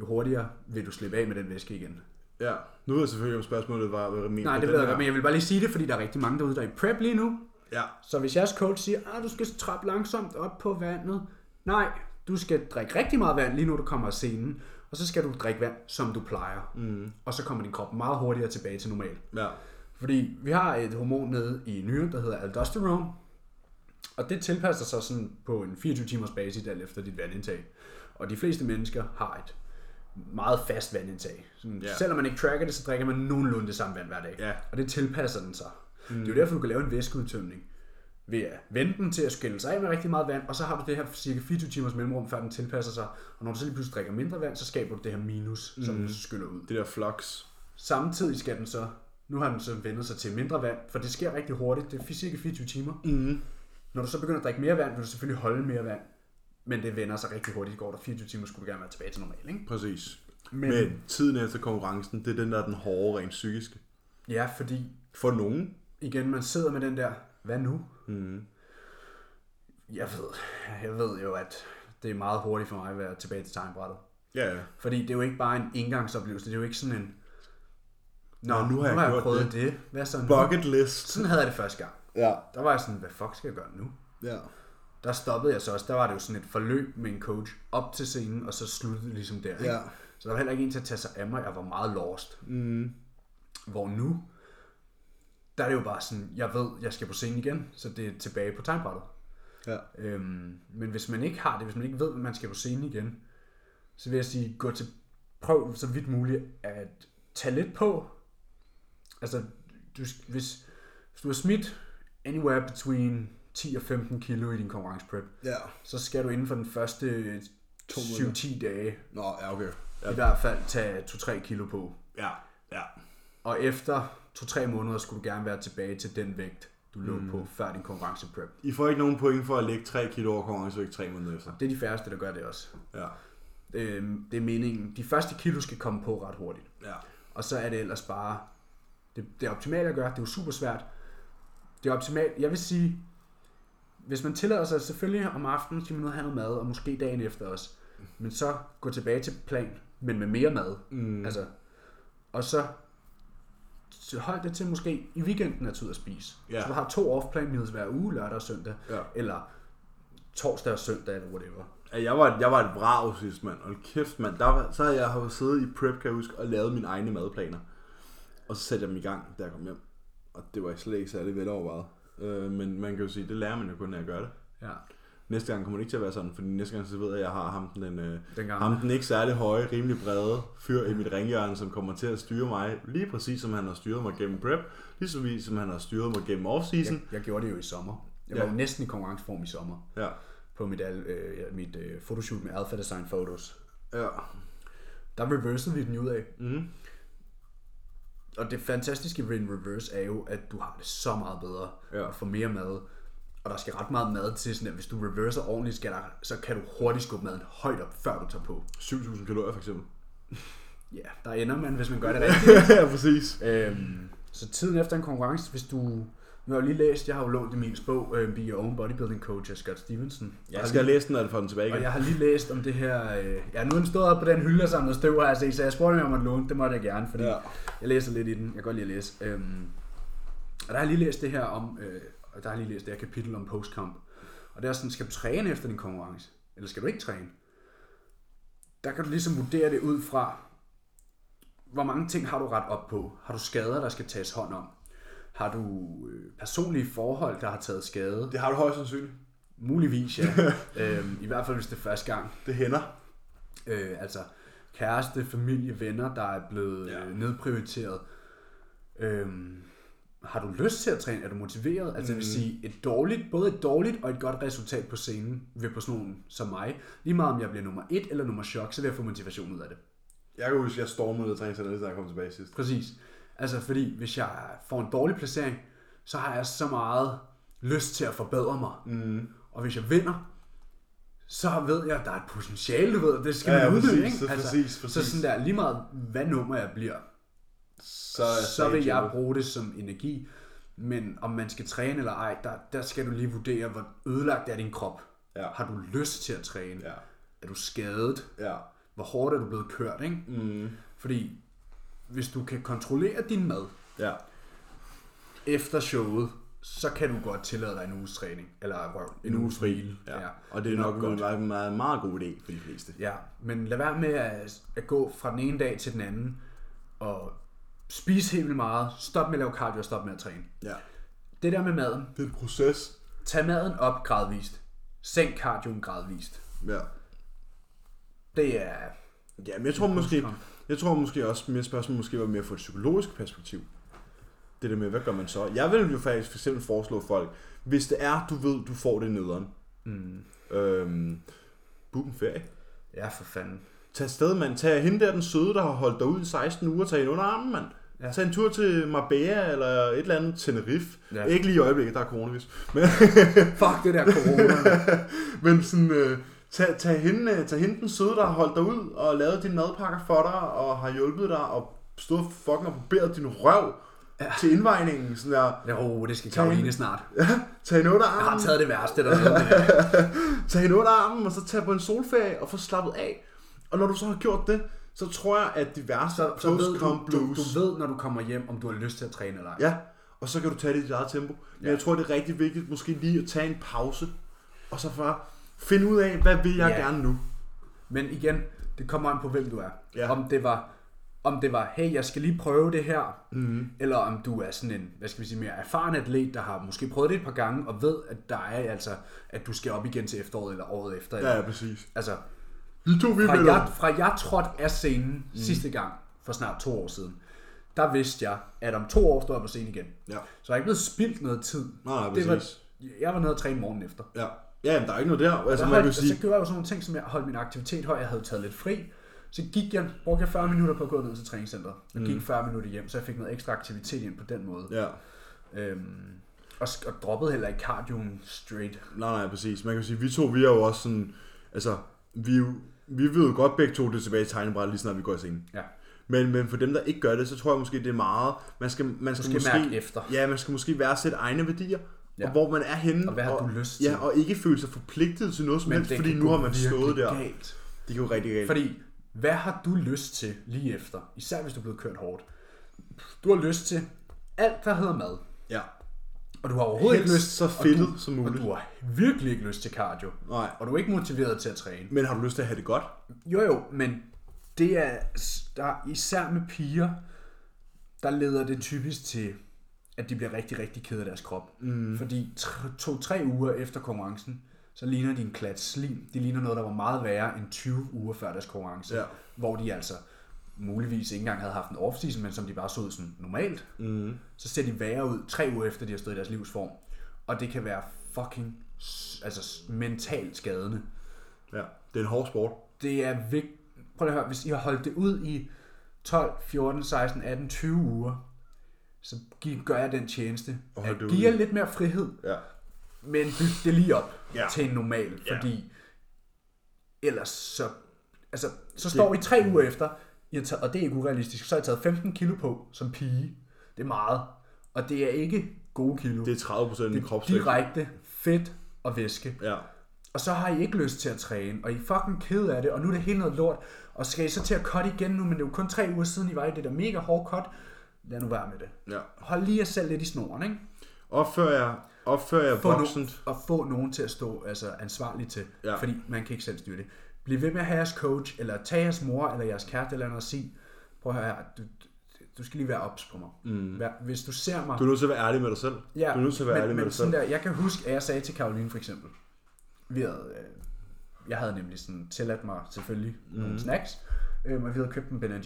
[SPEAKER 1] jo hurtigere vil du slippe af med den væske igen.
[SPEAKER 2] Ja. Nu ved jeg selvfølgelig, om spørgsmålet var, hvad jeg mener.
[SPEAKER 1] Nej,
[SPEAKER 2] med
[SPEAKER 1] det
[SPEAKER 2] den
[SPEAKER 1] ved jeg
[SPEAKER 2] her.
[SPEAKER 1] godt, men jeg vil bare lige sige det, fordi der er rigtig mange derude, der er i prep lige nu,
[SPEAKER 2] Ja.
[SPEAKER 1] Så hvis jeres coach siger, at du skal trappe langsomt op på vandet, nej, du skal drikke rigtig meget vand, lige når du kommer af scenen, og så skal du drikke vand, som du plejer. Mm. Og så kommer din krop meget hurtigere tilbage til normal.
[SPEAKER 2] Ja.
[SPEAKER 1] Fordi vi har et hormon nede i nyren, der hedder aldosterone, og det tilpasser sig sådan på en 24 timers basis alt efter dit vandindtag. Og de fleste mennesker har et meget fast vandindtag. Sådan,
[SPEAKER 2] Ja.
[SPEAKER 1] yeah. Selvom man ikke tracker det, så drikker man nogenlunde det samme vand hver dag.
[SPEAKER 2] Ja.
[SPEAKER 1] Og det tilpasser den sig. Mm. Det er jo derfor, du kan lave en væskeudtømning ved at vente den til at skille sig af med rigtig meget vand, og så har du det her cirka 24 timers mellemrum, før den tilpasser sig. Og når du så lige pludselig drikker mindre vand, så skaber du det her minus, som
[SPEAKER 2] Mm.
[SPEAKER 1] du så skyller ud.
[SPEAKER 2] Det der flux.
[SPEAKER 1] Samtidig skal den så, nu har den så vendt sig til mindre vand, for det sker rigtig hurtigt, det er cirka 24 timer. Mm. Når du så begynder at drikke mere vand, vil du selvfølgelig holde mere vand, men det vender sig rigtig hurtigt, det går der 24 timer, skulle du gerne være tilbage til normal, ikke?
[SPEAKER 2] Præcis.
[SPEAKER 1] Men-
[SPEAKER 2] Men, Men tiden efter konkurrencen, det er den, der er den hårde rent psykiske.
[SPEAKER 1] Ja, fordi
[SPEAKER 2] For nogen.
[SPEAKER 1] igen, man sidder med den der, hvad nu? Mm. Jeg ved, jeg ved jo, at det er meget hurtigt for mig at være tilbage til tegnbrættet.
[SPEAKER 2] Ja, ja.
[SPEAKER 1] Fordi det er jo ikke bare en engangsoplevelse, det er jo ikke sådan en, Nå,
[SPEAKER 2] Nå,
[SPEAKER 1] nu har jeg,
[SPEAKER 2] gjort
[SPEAKER 1] prøvet det. det. Hvad så nu?
[SPEAKER 2] Bucket list.
[SPEAKER 1] Sådan havde jeg det første gang.
[SPEAKER 2] Ja.
[SPEAKER 1] Der var jeg sådan, hvad fuck skal jeg gøre nu?
[SPEAKER 2] Ja.
[SPEAKER 1] der stoppede jeg så også. Der var det jo sådan et forløb med en coach op til scenen, og så sluttede det ligesom der. Ikke?
[SPEAKER 2] Ja.
[SPEAKER 1] Så der var heller ikke en til at tage sig af mig. Jeg var meget lost. Mm. Hvor nu, der er det jo bare sådan, jeg ved, jeg skal på scenen igen, så det er tilbage på tegnbrættet.
[SPEAKER 2] Ja.
[SPEAKER 1] Øhm, men hvis man ikke har det, hvis man ikke ved, at man skal på scenen igen, så vil jeg sige, gå til, prøv så vidt muligt at tage lidt på. Altså, du, hvis, hvis du har smidt anywhere between 10 og 15 kilo i din konkurrenceprep,
[SPEAKER 2] Ja.
[SPEAKER 1] så skal du inden for den første 7-10 dage
[SPEAKER 2] Nå, ja, okay. Ja.
[SPEAKER 1] i hvert fald tage 2-3 kilo på.
[SPEAKER 2] Ja. ja.
[SPEAKER 1] Og efter 2-3 måneder skulle du gerne være tilbage til den vægt, du lå mm. på før din konkurrenceprep.
[SPEAKER 2] I får ikke nogen point for at lægge 3 kilo over konkurrencevægt 3 måneder efter.
[SPEAKER 1] Det er de færreste, der gør det også.
[SPEAKER 2] Ja.
[SPEAKER 1] Øhm, det er meningen. De første kilo skal komme på ret hurtigt.
[SPEAKER 2] Ja.
[SPEAKER 1] Og så er det ellers bare... Det, det er optimalt at gøre. Det er jo super svært. Det er optimalt. Jeg vil sige, hvis man tillader sig selvfølgelig om aftenen, skal man ud og have noget mad, og måske dagen efter også. Men så gå tilbage til plan, men med mere mad. Mm. Altså, og så så hold det til måske i weekenden at tage ud og spise.
[SPEAKER 2] Ja.
[SPEAKER 1] Så du har to off-plan meals hver uge, lørdag og søndag.
[SPEAKER 2] Ja.
[SPEAKER 1] Eller torsdag og søndag, eller whatever.
[SPEAKER 2] Ja, Jeg var, jeg var et vrag sidst, mand. Hold kæft, mand. Der var, så havde jeg jo siddet i prep, kan jeg huske, og lavet mine egne madplaner. Og så satte jeg dem i gang, da jeg kom hjem. Og det var jeg slet ikke særlig velovervejet. Øh, men man kan jo sige, det lærer man jo kun, når jeg gør det.
[SPEAKER 1] Ja.
[SPEAKER 2] Næste gang kommer det ikke til at være sådan, for næste gang så ved jeg, at jeg har ham den, øh,
[SPEAKER 1] Den gamle.
[SPEAKER 2] ham den ikke særlig høje, rimelig brede fyr i mit ringhjørne, som kommer til at styre mig, lige præcis som han har styret mig gennem prep, lige så vis som han har styret mig gennem offseason.
[SPEAKER 1] Jeg gjorde det jo i sommer. Jeg var
[SPEAKER 2] Ja.
[SPEAKER 1] ja. næsten i konkurrenceform i sommer
[SPEAKER 2] Ja.
[SPEAKER 1] på mit, al- øh, ja, mit øh, photoshoot med Alpha Design Photos.
[SPEAKER 2] Ja.
[SPEAKER 1] Der reversede vi den ud af.
[SPEAKER 2] Mm.
[SPEAKER 1] Og det fantastiske ved en reverse er jo, at du har det så meget bedre
[SPEAKER 2] Ja.
[SPEAKER 1] og får mere mad. Og der skal ret meget mad til, sådan at hvis du reverser ordentligt, skal der, så kan du hurtigt skubbe maden højt op, før du tager på.
[SPEAKER 2] 7.000 kalorier for eksempel.
[SPEAKER 1] Ja, der ender man, hvis man gør det rigtigt.
[SPEAKER 2] ja, præcis.
[SPEAKER 1] øhm, så tiden efter en konkurrence, hvis du... Nu har jeg jo lige læst, jeg har jo lånt Emils bog, øh, Be Your Own Bodybuilding Coach af Scott Stevenson.
[SPEAKER 2] Jeg skal læse den, og få den tilbage
[SPEAKER 1] Og
[SPEAKER 2] igen.
[SPEAKER 1] jeg har lige læst om det her... Øh, jeg har nu er den stået op på den hylde og samlet støv, har jeg set, altså, så jeg spurgte, om jeg måtte låne. Det måtte jeg gerne, fordi
[SPEAKER 2] Ja.
[SPEAKER 1] ja. jeg læser lidt i den. Jeg kan godt lide at læse. Øhm, og der har jeg lige læst det her om... Øh, og der har jeg lige læst det her kapitel om postkamp. Og det er sådan, skal du træne efter din konkurrence? Eller skal du ikke træne? Der kan du ligesom vurdere det ud fra, hvor mange ting har du ret op på? Har du skader, der skal tages hånd om? Har du øh, personlige forhold, der har taget skade?
[SPEAKER 2] Det har du højst sandsynligt.
[SPEAKER 1] Muligvis, ja. øhm, I hvert fald, hvis det er første gang.
[SPEAKER 2] Det hænder.
[SPEAKER 1] Øh, altså kæreste, familie, venner, der er blevet
[SPEAKER 2] Ja.
[SPEAKER 1] ja. øh, nedprioriteret. Øhm, har du lyst til at træne? Er du motiveret? Altså mm. det vil sige, et dårligt, både et dårligt og et godt resultat på scenen vil på sådan nogen som mig. Lige meget om jeg bliver nummer et eller nummer chok, så vil jeg få motivation ud af det.
[SPEAKER 2] Jeg kan huske, at jeg stormede og træningscenteret, da jeg kom tilbage sidst.
[SPEAKER 1] Præcis. Altså fordi, hvis jeg får en dårlig placering, så har jeg så meget lyst til at forbedre mig. Mm. Og hvis jeg vinder, så ved jeg, at der er et potentiale, du ved, det skal
[SPEAKER 2] Ja,
[SPEAKER 1] ja,
[SPEAKER 2] ja,
[SPEAKER 1] man udnytte,
[SPEAKER 2] præcis,
[SPEAKER 1] ikke? Altså,
[SPEAKER 2] så præcis,
[SPEAKER 1] Så
[SPEAKER 2] præcis.
[SPEAKER 1] sådan der, lige meget hvad nummer jeg bliver,
[SPEAKER 2] Så, er jeg
[SPEAKER 1] så vil
[SPEAKER 2] stadig
[SPEAKER 1] jeg
[SPEAKER 2] kæmpe.
[SPEAKER 1] bruge det som energi. Men om man skal træne eller ej, der, der skal du lige vurdere, hvor ødelagt er din krop.
[SPEAKER 2] Ja.
[SPEAKER 1] Har du lyst til at træne?
[SPEAKER 2] Ja.
[SPEAKER 1] Er du skadet?
[SPEAKER 2] Ja.
[SPEAKER 1] Hvor hårdt er du blevet kørt, ikke? Mm. Fordi hvis du kan kontrollere din mad,
[SPEAKER 2] Ja.
[SPEAKER 1] efter showet, så kan du godt tillade dig en uges træning, eller røv, en uges hvile.
[SPEAKER 2] ja. Og det er nok en meget, meget, meget god idé for de fleste.
[SPEAKER 1] Ja, men lad være med at, at gå fra den ene dag til den anden, og spise helt vildt meget, stop med at lave cardio, og stop med at træne.
[SPEAKER 2] Ja.
[SPEAKER 1] Det der med maden,
[SPEAKER 2] Det er en proces.
[SPEAKER 1] tag maden op gradvist, sænk cardioen gradvist.
[SPEAKER 2] Ja.
[SPEAKER 1] Det er...
[SPEAKER 2] Ja, men jeg tror måske, jeg tror måske også, mere spørgsmål måske var mere fra et psykologisk perspektiv. Det der med, hvad gør man så? Jeg vil jo faktisk for eksempel foreslå folk, hvis det er, du ved, du får det nederen. Mm. Øhm, book en ferie.
[SPEAKER 1] Ja, for fanden.
[SPEAKER 2] Tag afsted, mand. Tag hende der, den søde, der har holdt dig ud i 16 uger. Tag hende under armen, mand. Ja.
[SPEAKER 1] Ja.
[SPEAKER 2] Tag en tur til Marbella eller et eller andet Tenerife. Ja.
[SPEAKER 1] Ja.
[SPEAKER 2] Ikke lige i øjeblikket, der er coronavirus. Men,
[SPEAKER 1] Fuck det der corona.
[SPEAKER 2] men sådan, øh, tag, tag, hende, øh, tag hende den søde, der har holdt dig ud og lavet dine madpakker for dig og har hjulpet dig og stået fucking og barberet din røv ja. til indvejningen. Sådan der.
[SPEAKER 1] Jo, det skal Karoline snart.
[SPEAKER 2] Tag hende under
[SPEAKER 1] Jeg har
[SPEAKER 2] armen,
[SPEAKER 1] taget det værste dernede.
[SPEAKER 2] tag hende under armen og så tag på en solferie og få slappet af. Og når du så har gjort det, så tror jeg, at de værste
[SPEAKER 1] Så, så ved du,
[SPEAKER 2] post-com
[SPEAKER 1] du,
[SPEAKER 2] blues-
[SPEAKER 1] du ved, når du kommer hjem, om du har lyst til at træne eller ej.
[SPEAKER 2] Ja, og så kan du tage det i dit eget tempo. Men ja.
[SPEAKER 1] Ja.
[SPEAKER 2] jeg tror, det er rigtig vigtigt måske lige at tage en pause, og så bare finde ud af, hvad vil jeg ja.
[SPEAKER 1] Ja.
[SPEAKER 2] gerne nu?
[SPEAKER 1] Men igen, det kommer an på, hvem du er.
[SPEAKER 2] Ja.
[SPEAKER 1] Om det var, om det var, hey, jeg skal lige prøve det her, mm-hmm. eller om du er sådan en, hvad skal vi sige, mere erfaren atlet, der har måske prøvet det et par gange, og ved, at der er altså, at du skal op igen til efteråret, eller året efter.
[SPEAKER 2] Ja,
[SPEAKER 1] Eller,
[SPEAKER 2] ja præcis.
[SPEAKER 1] altså,
[SPEAKER 2] Vi to, vi
[SPEAKER 1] fra
[SPEAKER 2] melder.
[SPEAKER 1] jeg, fra jeg trådte af scenen mm. sidste gang, for snart to år siden, der vidste jeg, at om to år står jeg på scenen igen.
[SPEAKER 2] Ja.
[SPEAKER 1] Så jeg er ikke blevet spildt noget tid.
[SPEAKER 2] Nej, nej,
[SPEAKER 1] det var,
[SPEAKER 2] præcis.
[SPEAKER 1] jeg var nede og træne morgen efter.
[SPEAKER 2] Ja. ja, jamen, der er ikke noget der. Altså,
[SPEAKER 1] Så,
[SPEAKER 2] man
[SPEAKER 1] holdt,
[SPEAKER 2] kan jo
[SPEAKER 1] og så
[SPEAKER 2] sige,
[SPEAKER 1] gjorde jeg jo sådan nogle ting, som jeg holdt min aktivitet høj. Jeg havde taget lidt fri. Så gik jeg, brugte jeg 40 minutter på at gå ned til træningscenteret. Jeg gik 40 minutter hjem, så jeg fik noget ekstra aktivitet ind på den måde.
[SPEAKER 2] Mm. ja.
[SPEAKER 1] Øhm, og, sk- og droppede heller ikke cardioen straight.
[SPEAKER 2] Nej, nej, præcis. Man kan jo sige, vi to, vi er jo også sådan, altså, vi, er jo- vi ved jo godt begge to, det er tilbage i tegnebrættet, lige snart vi går i sengen.
[SPEAKER 1] Ja.
[SPEAKER 2] Men, men for dem, der ikke gør det, så tror jeg måske, det er meget... Man skal, man skal
[SPEAKER 1] skal
[SPEAKER 2] måske,
[SPEAKER 1] mærke efter.
[SPEAKER 2] Ja, man skal måske værdsætte egne værdier, ja.
[SPEAKER 1] Ja.
[SPEAKER 2] og hvor man er henne.
[SPEAKER 1] Og hvad har du lyst til?
[SPEAKER 2] Ja, og ikke føle sig forpligtet til noget som helst, fordi
[SPEAKER 1] kan
[SPEAKER 2] nu
[SPEAKER 1] gå
[SPEAKER 2] har man
[SPEAKER 1] virkelig
[SPEAKER 2] stået der.
[SPEAKER 1] Galt.
[SPEAKER 2] Det går rigtig galt.
[SPEAKER 1] Fordi, hvad har du lyst til lige efter? Især hvis du er blevet kørt hårdt. Du har lyst til alt, der hedder mad.
[SPEAKER 2] Ja.
[SPEAKER 1] Og du har overhovedet
[SPEAKER 2] Helst
[SPEAKER 1] ikke lyst
[SPEAKER 2] så
[SPEAKER 1] og
[SPEAKER 2] fedtet
[SPEAKER 1] du,
[SPEAKER 2] som muligt.
[SPEAKER 1] Og du har virkelig ikke lyst til cardio.
[SPEAKER 2] Nej.
[SPEAKER 1] Og du er ikke motiveret til at træne.
[SPEAKER 2] Men har du lyst til at have det godt?
[SPEAKER 1] Jo jo, men det er der er især med piger, der leder det typisk til, at de bliver rigtig, rigtig ked af deres krop. Mm. Fordi tr- to-tre uger efter konkurrencen, så ligner de en klat slim. De ligner noget, der var meget værre end 20 uger før deres konkurrence.
[SPEAKER 2] Ja.
[SPEAKER 1] Hvor de altså muligvis ikke engang havde haft en off men som de bare så ud sådan normalt. Mm. Så ser de værre ud tre uger efter, de har stået i deres livsform. Og det kan være fucking s- altså, s- mentalt skadende.
[SPEAKER 2] Ja, det er en hård sport.
[SPEAKER 1] Det er vigtigt. Prøv lige at høre, hvis I har holdt det ud i 12, 14, 16, 18, 20 uger, så gi- gør jeg den tjeneste.
[SPEAKER 2] Og hold
[SPEAKER 1] At
[SPEAKER 2] det ud
[SPEAKER 1] give
[SPEAKER 2] i-
[SPEAKER 1] jer lidt mere frihed,
[SPEAKER 2] Ja.
[SPEAKER 1] men byg det lige op
[SPEAKER 2] Ja.
[SPEAKER 1] ja. til en normal,
[SPEAKER 2] Ja.
[SPEAKER 1] fordi ellers så, altså, så står vi tre uger efter, I har taget, og det er ikke urealistisk, så har I taget 15 kilo på som pige. Det er meget, og det er ikke gode kilo.
[SPEAKER 2] Det er 30 procent af kropsvægt.
[SPEAKER 1] Direkte fedt og væske.
[SPEAKER 2] Ja.
[SPEAKER 1] Og så har I ikke lyst til at træne, og I er fucking ked af det, og nu er det helt noget lort. Og skal I så til at cut igen nu, men det er jo kun tre uger siden, I var i det der mega hårde cut. Lad nu være med det.
[SPEAKER 2] ja.
[SPEAKER 1] Hold lige jer selv lidt i snoren, ikke?
[SPEAKER 2] Opfører jeg, opfører jeg
[SPEAKER 1] få no-
[SPEAKER 2] voksent.
[SPEAKER 1] og få nogen til at stå altså, ansvarlig til,
[SPEAKER 2] Ja.
[SPEAKER 1] ja. fordi man kan ikke selv styre det. Bliv ved med at have jeres coach, eller tag jeres mor, eller jeres kæreste, eller andet og sige, prøv at høre her, du, du skal lige være ops på mig. Mm. Hvis du ser mig...
[SPEAKER 2] Du er nødt til at være ærlig med dig selv.
[SPEAKER 1] ja,
[SPEAKER 2] du er nødt til at være
[SPEAKER 1] men,
[SPEAKER 2] ærlig med
[SPEAKER 1] men
[SPEAKER 2] dig
[SPEAKER 1] sådan
[SPEAKER 2] selv.
[SPEAKER 1] der, jeg kan huske, at jeg sagde til Karoline for eksempel, vi havde, øh, jeg havde nemlig sådan tilladt mig selvfølgelig
[SPEAKER 2] Mhm.
[SPEAKER 1] mm. nogle snacks, øh, og vi havde købt en Ben Jerry.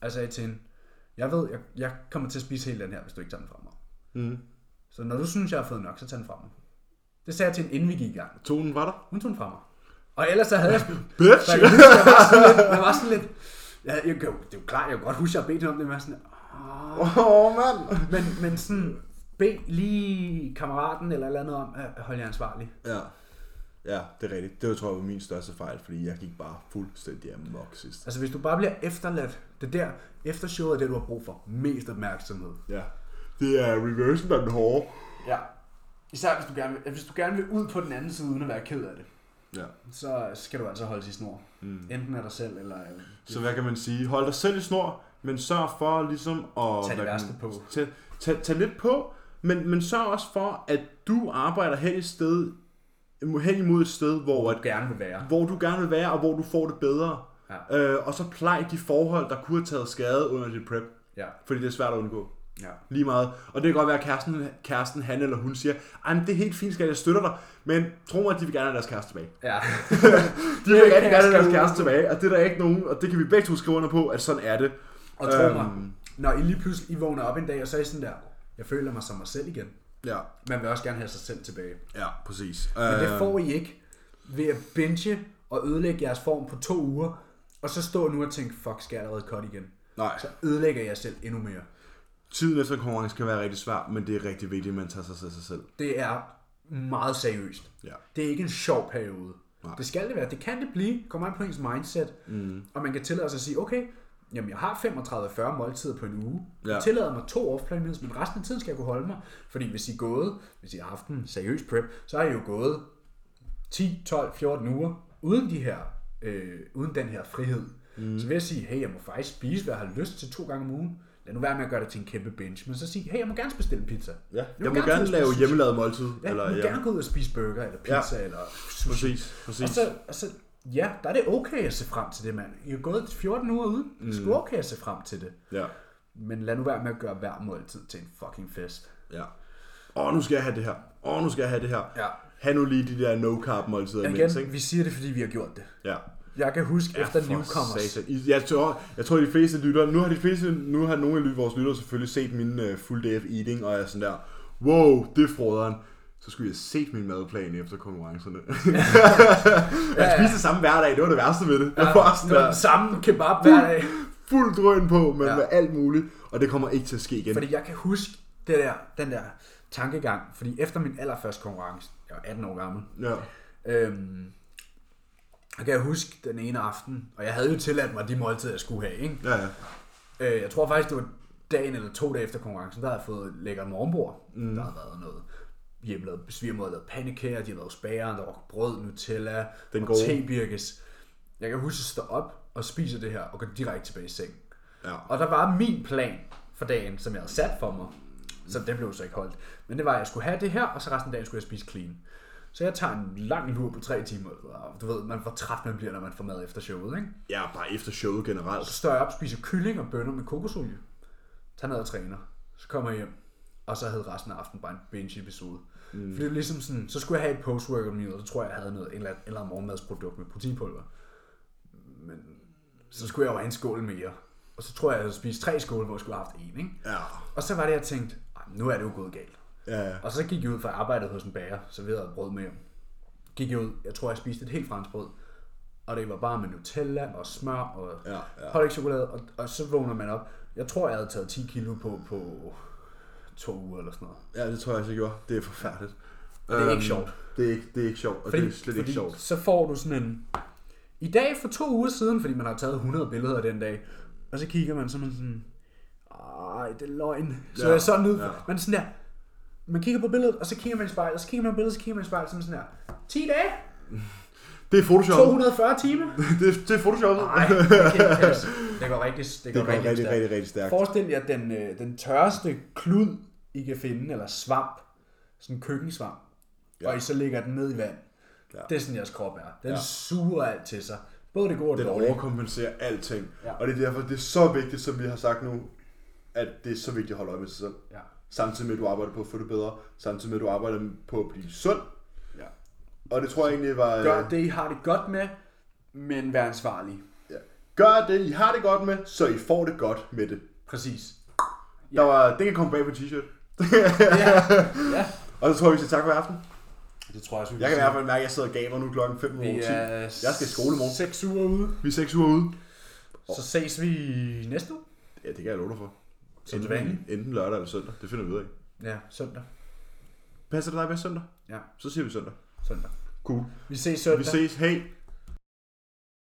[SPEAKER 1] Og jeg sagde til hende, jeg ved, jeg, jeg kommer til at spise hele den her, hvis du ikke tager den fra mig.
[SPEAKER 2] Mm.
[SPEAKER 1] Så når du synes, jeg har fået nok, så tag den fra mig. Det sagde jeg til en inden vi gik i gang.
[SPEAKER 2] Tonen var der.
[SPEAKER 1] Hun tog den fra mig. Og ellers så havde jeg...
[SPEAKER 2] Bitch!
[SPEAKER 1] Så jeg, kan huske, jeg, var sådan lidt, jeg var sådan lidt... Jeg, jeg, kan jo- det er jo klart, jeg kan godt huske, at jeg bedte hende om det, men jeg var sådan... "Åh."
[SPEAKER 2] Åh, oh, mand!
[SPEAKER 1] Men, men sådan... Bed lige kammeraten eller et eller andet om at holde jer ansvarlig.
[SPEAKER 2] Ja. Ja, det er rigtigt. Det tror jeg var min største fejl, fordi jeg gik bare fuldstændig amok sidst.
[SPEAKER 1] Altså hvis du bare bliver efterladt, det der eftershowet er det, du har brug for. Mest opmærksomhed.
[SPEAKER 2] Ja. Det er reversen, der er den hårde.
[SPEAKER 1] Ja. Især hvis du gerne vil, hvis du gerne vil ud på den anden side, uden at være ked af det,
[SPEAKER 2] Ja.
[SPEAKER 1] så skal du altså holde i snor. Mm. Enten af dig selv, eller... øh,
[SPEAKER 2] Så hvad kan man sige? Hold dig selv i snor, men sørg for ligesom at...
[SPEAKER 1] Tag det
[SPEAKER 2] hvad kan
[SPEAKER 1] værste
[SPEAKER 2] man-
[SPEAKER 1] på.
[SPEAKER 2] Tag, tag, tag lidt på, men, men sørg også for, at du arbejder hen, et sted, hen imod et sted, hvor, at,
[SPEAKER 1] du gerne vil være.
[SPEAKER 2] hvor du gerne vil være, og hvor du får det bedre.
[SPEAKER 1] Ja.
[SPEAKER 2] Øh, og så plej de forhold, der kunne have taget skade under dit prep.
[SPEAKER 1] Ja.
[SPEAKER 2] Fordi det er svært at undgå.
[SPEAKER 1] Ja.
[SPEAKER 2] Lige meget. Og det kan godt være, at kæresten, kæresten han eller hun siger, Ej, men det er helt fint, skal jeg støtter dig. Men tro mig, at de vil gerne have deres kæreste tilbage.
[SPEAKER 1] Ja.
[SPEAKER 2] De vil
[SPEAKER 1] Det
[SPEAKER 2] rigtig
[SPEAKER 1] kan
[SPEAKER 2] gerne have
[SPEAKER 1] jeg
[SPEAKER 2] deres
[SPEAKER 1] skrive
[SPEAKER 2] kæreste tilbage, og det er der ikke nogen, og det kan vi begge to skrive under på, at sådan er det. Øhm,
[SPEAKER 1] Og tro mig, når I lige pludselig I vågner op en dag, og så er I sådan der, jeg føler mig som mig selv igen.
[SPEAKER 2] Ja,
[SPEAKER 1] Man vil også gerne have sig selv tilbage.
[SPEAKER 2] ja, præcis.
[SPEAKER 1] Men
[SPEAKER 2] Øh,
[SPEAKER 1] det får I ikke ved at binge og ødelægge jeres form på to uger, og så stå nu og tænke, fuck, skal jeg allerede cut igen?
[SPEAKER 2] Nej,
[SPEAKER 1] Så ødelægger jeg jer selv endnu mere.
[SPEAKER 2] tiden efter konkurrence kan være rigtig svær, men det er rigtig vigtigt, at man tager sig, sig sig selv.
[SPEAKER 1] Det er meget seriøst.
[SPEAKER 2] Ja.
[SPEAKER 1] Det er ikke en sjov periode. Nej. Det skal det være. Det kan det blive. Kommer an på ens mindset. Mm. Og man kan tillade sig at sige, okay, jamen jeg har 35-40 måltider på en uge.
[SPEAKER 2] Ja.
[SPEAKER 1] Ja. Jeg tillader mig to off men resten af tiden skal jeg kunne holde mig. Fordi hvis I er gået, hvis I har haft en seriøs prep, så har I jo gået 10, 12, 14 uger uden, de her, øh, uden den her frihed. Mm. Så vil jeg sige, hey, jeg må faktisk spise, hvad jeg har lyst til to gange om ugen. Lad nu være med at gøre det til en kæmpe binge, men så sige, hey, jeg må gerne bestille en pizza.
[SPEAKER 2] Ja,
[SPEAKER 1] vil
[SPEAKER 2] jeg må gerne,
[SPEAKER 1] tage ud og
[SPEAKER 2] lave
[SPEAKER 1] spise-
[SPEAKER 2] hjemmelavet måltid.
[SPEAKER 1] Ja, eller,
[SPEAKER 2] eller,
[SPEAKER 1] du må
[SPEAKER 2] ja.
[SPEAKER 1] ja. gerne gå ud og spise burger, eller pizza, ja. eller sushi.
[SPEAKER 2] Præcis, præcis.
[SPEAKER 1] Og så, og så, ja, der er det okay at se frem til det, mand. I er gået 14 uger uden. Det er
[SPEAKER 2] Mm.
[SPEAKER 1] sgu okay at se frem til det.
[SPEAKER 2] Ja,
[SPEAKER 1] Men lad nu være med at gøre hver måltid til en fucking fest.
[SPEAKER 2] ja. Åh, nu skal jeg have det her. Åh, nu skal jeg have det her.
[SPEAKER 1] Ja.
[SPEAKER 2] Ha' nu lige de der no-carb måltider imens,
[SPEAKER 1] Igen,
[SPEAKER 2] ikke?
[SPEAKER 1] vi siger det, fordi vi har gjort det.
[SPEAKER 2] Ja.
[SPEAKER 1] Jeg kan huske ja, efter
[SPEAKER 2] For
[SPEAKER 1] Newcomers.
[SPEAKER 2] satan. I- Jeg tror, jeg tror, de fleste lytter, nu har de fleste, nu har nogle af lyt- vores lyttere selvfølgelig set min uh, full day of eating, og er sådan der, wow, det er froderen. Så skulle jeg have set min madplan efter konkurrencerne. jeg spiste det samme hver dag, det var det værste ved det. Jeg var
[SPEAKER 1] Det
[SPEAKER 2] sådan
[SPEAKER 1] var den
[SPEAKER 2] der,
[SPEAKER 1] samme kebab hver dag.
[SPEAKER 2] fuld drøn på, men
[SPEAKER 1] Ja.
[SPEAKER 2] med alt muligt, og det kommer ikke til at ske igen.
[SPEAKER 1] Fordi jeg kan huske det der, den der tankegang. Fordi efter min allerførste konkurrence, jeg var 18 år gammel,
[SPEAKER 2] Ja.
[SPEAKER 1] Øhm, og kan jeg huske den ene aften, og jeg havde jo tilladt mig de måltider, jeg skulle have, ikke?
[SPEAKER 2] Ja, ja.
[SPEAKER 1] Øh, jeg tror faktisk, det var dagen eller to dage efter konkurrencen, der havde jeg fået lækkert morgenbord. Mm. Der har været noget hjemmelavet svigermor, der pandekager, de har lavet spager, der var brød, Nutella,
[SPEAKER 2] Den
[SPEAKER 1] og
[SPEAKER 2] gode.
[SPEAKER 1] tebirkes. Jeg kan huske at stå op og spise det her, og gå direkte tilbage i seng.
[SPEAKER 2] Ja.
[SPEAKER 1] Og der var min plan for dagen, som jeg havde sat for mig. Så den blev så ikke holdt. Men det var, at jeg skulle have det her, og så resten af dagen skulle jeg spise clean. Så jeg tager en lang lur på tre timer. Og du ved, man, hvor træt man bliver, når man får mad efter showet, ikke?
[SPEAKER 2] ja, bare efter showet generelt.
[SPEAKER 1] Så står jeg op, spiser kylling og bønner med kokosolie. Tager ned og træner. Så kommer jeg hjem. Og så havde resten af aftenen bare en binge episode. Mm. Fordi det er ligesom sådan, så skulle jeg have et post-workout meal, og så tror jeg, jeg havde noget, en eller, anden- eller anden morgenmadsprodukt med proteinpulver. Men så skulle jeg jo have en skål mere. Og så tror jeg, jeg havde spist tre skåle, hvor jeg skulle have haft en, ikke?
[SPEAKER 2] Ja.
[SPEAKER 1] Og så var det, jeg tænkte, "Ej, nu er det jo gået galt.
[SPEAKER 2] Ja, ja.
[SPEAKER 1] Og så gik jeg ud fra arbejdet hos en bager, så vi havde brød med hjem. Gik jeg ud, jeg tror jeg spiste et helt fransk brød, og det var bare med Nutella og smør og
[SPEAKER 2] Ja, ja.
[SPEAKER 1] pålægtschokolade, og, og så vågner man op. Jeg tror, jeg havde taget 10 kilo på på to uger eller sådan noget.
[SPEAKER 2] ja, det tror jeg også, jeg gjorde. Det er forfærdeligt. Øhm,
[SPEAKER 1] Det er ikke sjovt.
[SPEAKER 2] Det er ikke, det er ikke sjovt, og fordi, det er slet fordi... ikke sjovt.
[SPEAKER 1] så får du sådan en... I dag for to uger siden, fordi man har taget 100 billeder den dag, og så kigger man så er man sådan... Ej, det er løgn. Så
[SPEAKER 2] Ja,
[SPEAKER 1] ja, er sådan ud.
[SPEAKER 2] ja.
[SPEAKER 1] Ja. Man er sådan der... Man kigger på billedet, og så kigger man i spejlet, og så kigger man på billedet, og så kigger man i spejlet, så er man sådan der... 10 dage?
[SPEAKER 2] Det er Photoshop.
[SPEAKER 1] 240 timer?
[SPEAKER 2] det, er, det er Photoshop.
[SPEAKER 1] Nej, det, kan ikke passe. det går rigtig, det går
[SPEAKER 2] Det går rigtig, rigtig,
[SPEAKER 1] stærkt.
[SPEAKER 2] rigtig, rigtig stærkt.
[SPEAKER 1] Forestil jer den, øh, den tørreste klud, I kan finde, eller svamp, sådan en køkkensvamp,
[SPEAKER 2] Ja.
[SPEAKER 1] ja. og I så lægger den ned i vand.
[SPEAKER 2] Ja.
[SPEAKER 1] Ja. Det er sådan, jeres krop er. Den
[SPEAKER 2] Ja.
[SPEAKER 1] ja. suger alt til sig. Både det gode og det
[SPEAKER 2] Den
[SPEAKER 1] dårlige.
[SPEAKER 2] overkompenserer alting. Ja.
[SPEAKER 1] Ja.
[SPEAKER 2] Og det er derfor, det er så vigtigt, som vi har sagt nu, at det er så vigtigt at holde øje med sig selv.
[SPEAKER 1] Ja.
[SPEAKER 2] Samtidig med, at du arbejder på at få det bedre. Samtidig med, at du arbejder på at blive sund.
[SPEAKER 1] Ja.
[SPEAKER 2] Og det tror jeg egentlig var... øh,
[SPEAKER 1] Gør det, I har det godt med, men vær ansvarlig.
[SPEAKER 2] Ja. Gør det, I har det godt med, så I får det godt med det.
[SPEAKER 1] Præcis.
[SPEAKER 2] Der var, det kan komme bag på en t-shirt.
[SPEAKER 1] Ja. ja.
[SPEAKER 2] Og så tror jeg, vi skal tak for i aften.
[SPEAKER 1] Det tror jeg også, vi
[SPEAKER 2] Jeg kan i hvert fald mærke, at jeg sidder og gamer nu klokken 5
[SPEAKER 1] Vi er
[SPEAKER 2] Jeg skal i skole i morgen.
[SPEAKER 1] 6 uger ude.
[SPEAKER 2] Vi er 6 uger ude.
[SPEAKER 1] Så ses vi næste uge.
[SPEAKER 2] Ja, det kan jeg love dig for.
[SPEAKER 1] Som det vanlige.
[SPEAKER 2] enten lørdag eller søndag. Det finder vi ud af.
[SPEAKER 1] Ja, søndag.
[SPEAKER 2] Passer det dig bedst søndag?
[SPEAKER 1] Ja,
[SPEAKER 2] Så siger vi søndag.
[SPEAKER 1] søndag.
[SPEAKER 2] Cool.
[SPEAKER 1] Vi ses søndag.
[SPEAKER 2] Vi ses. Hej.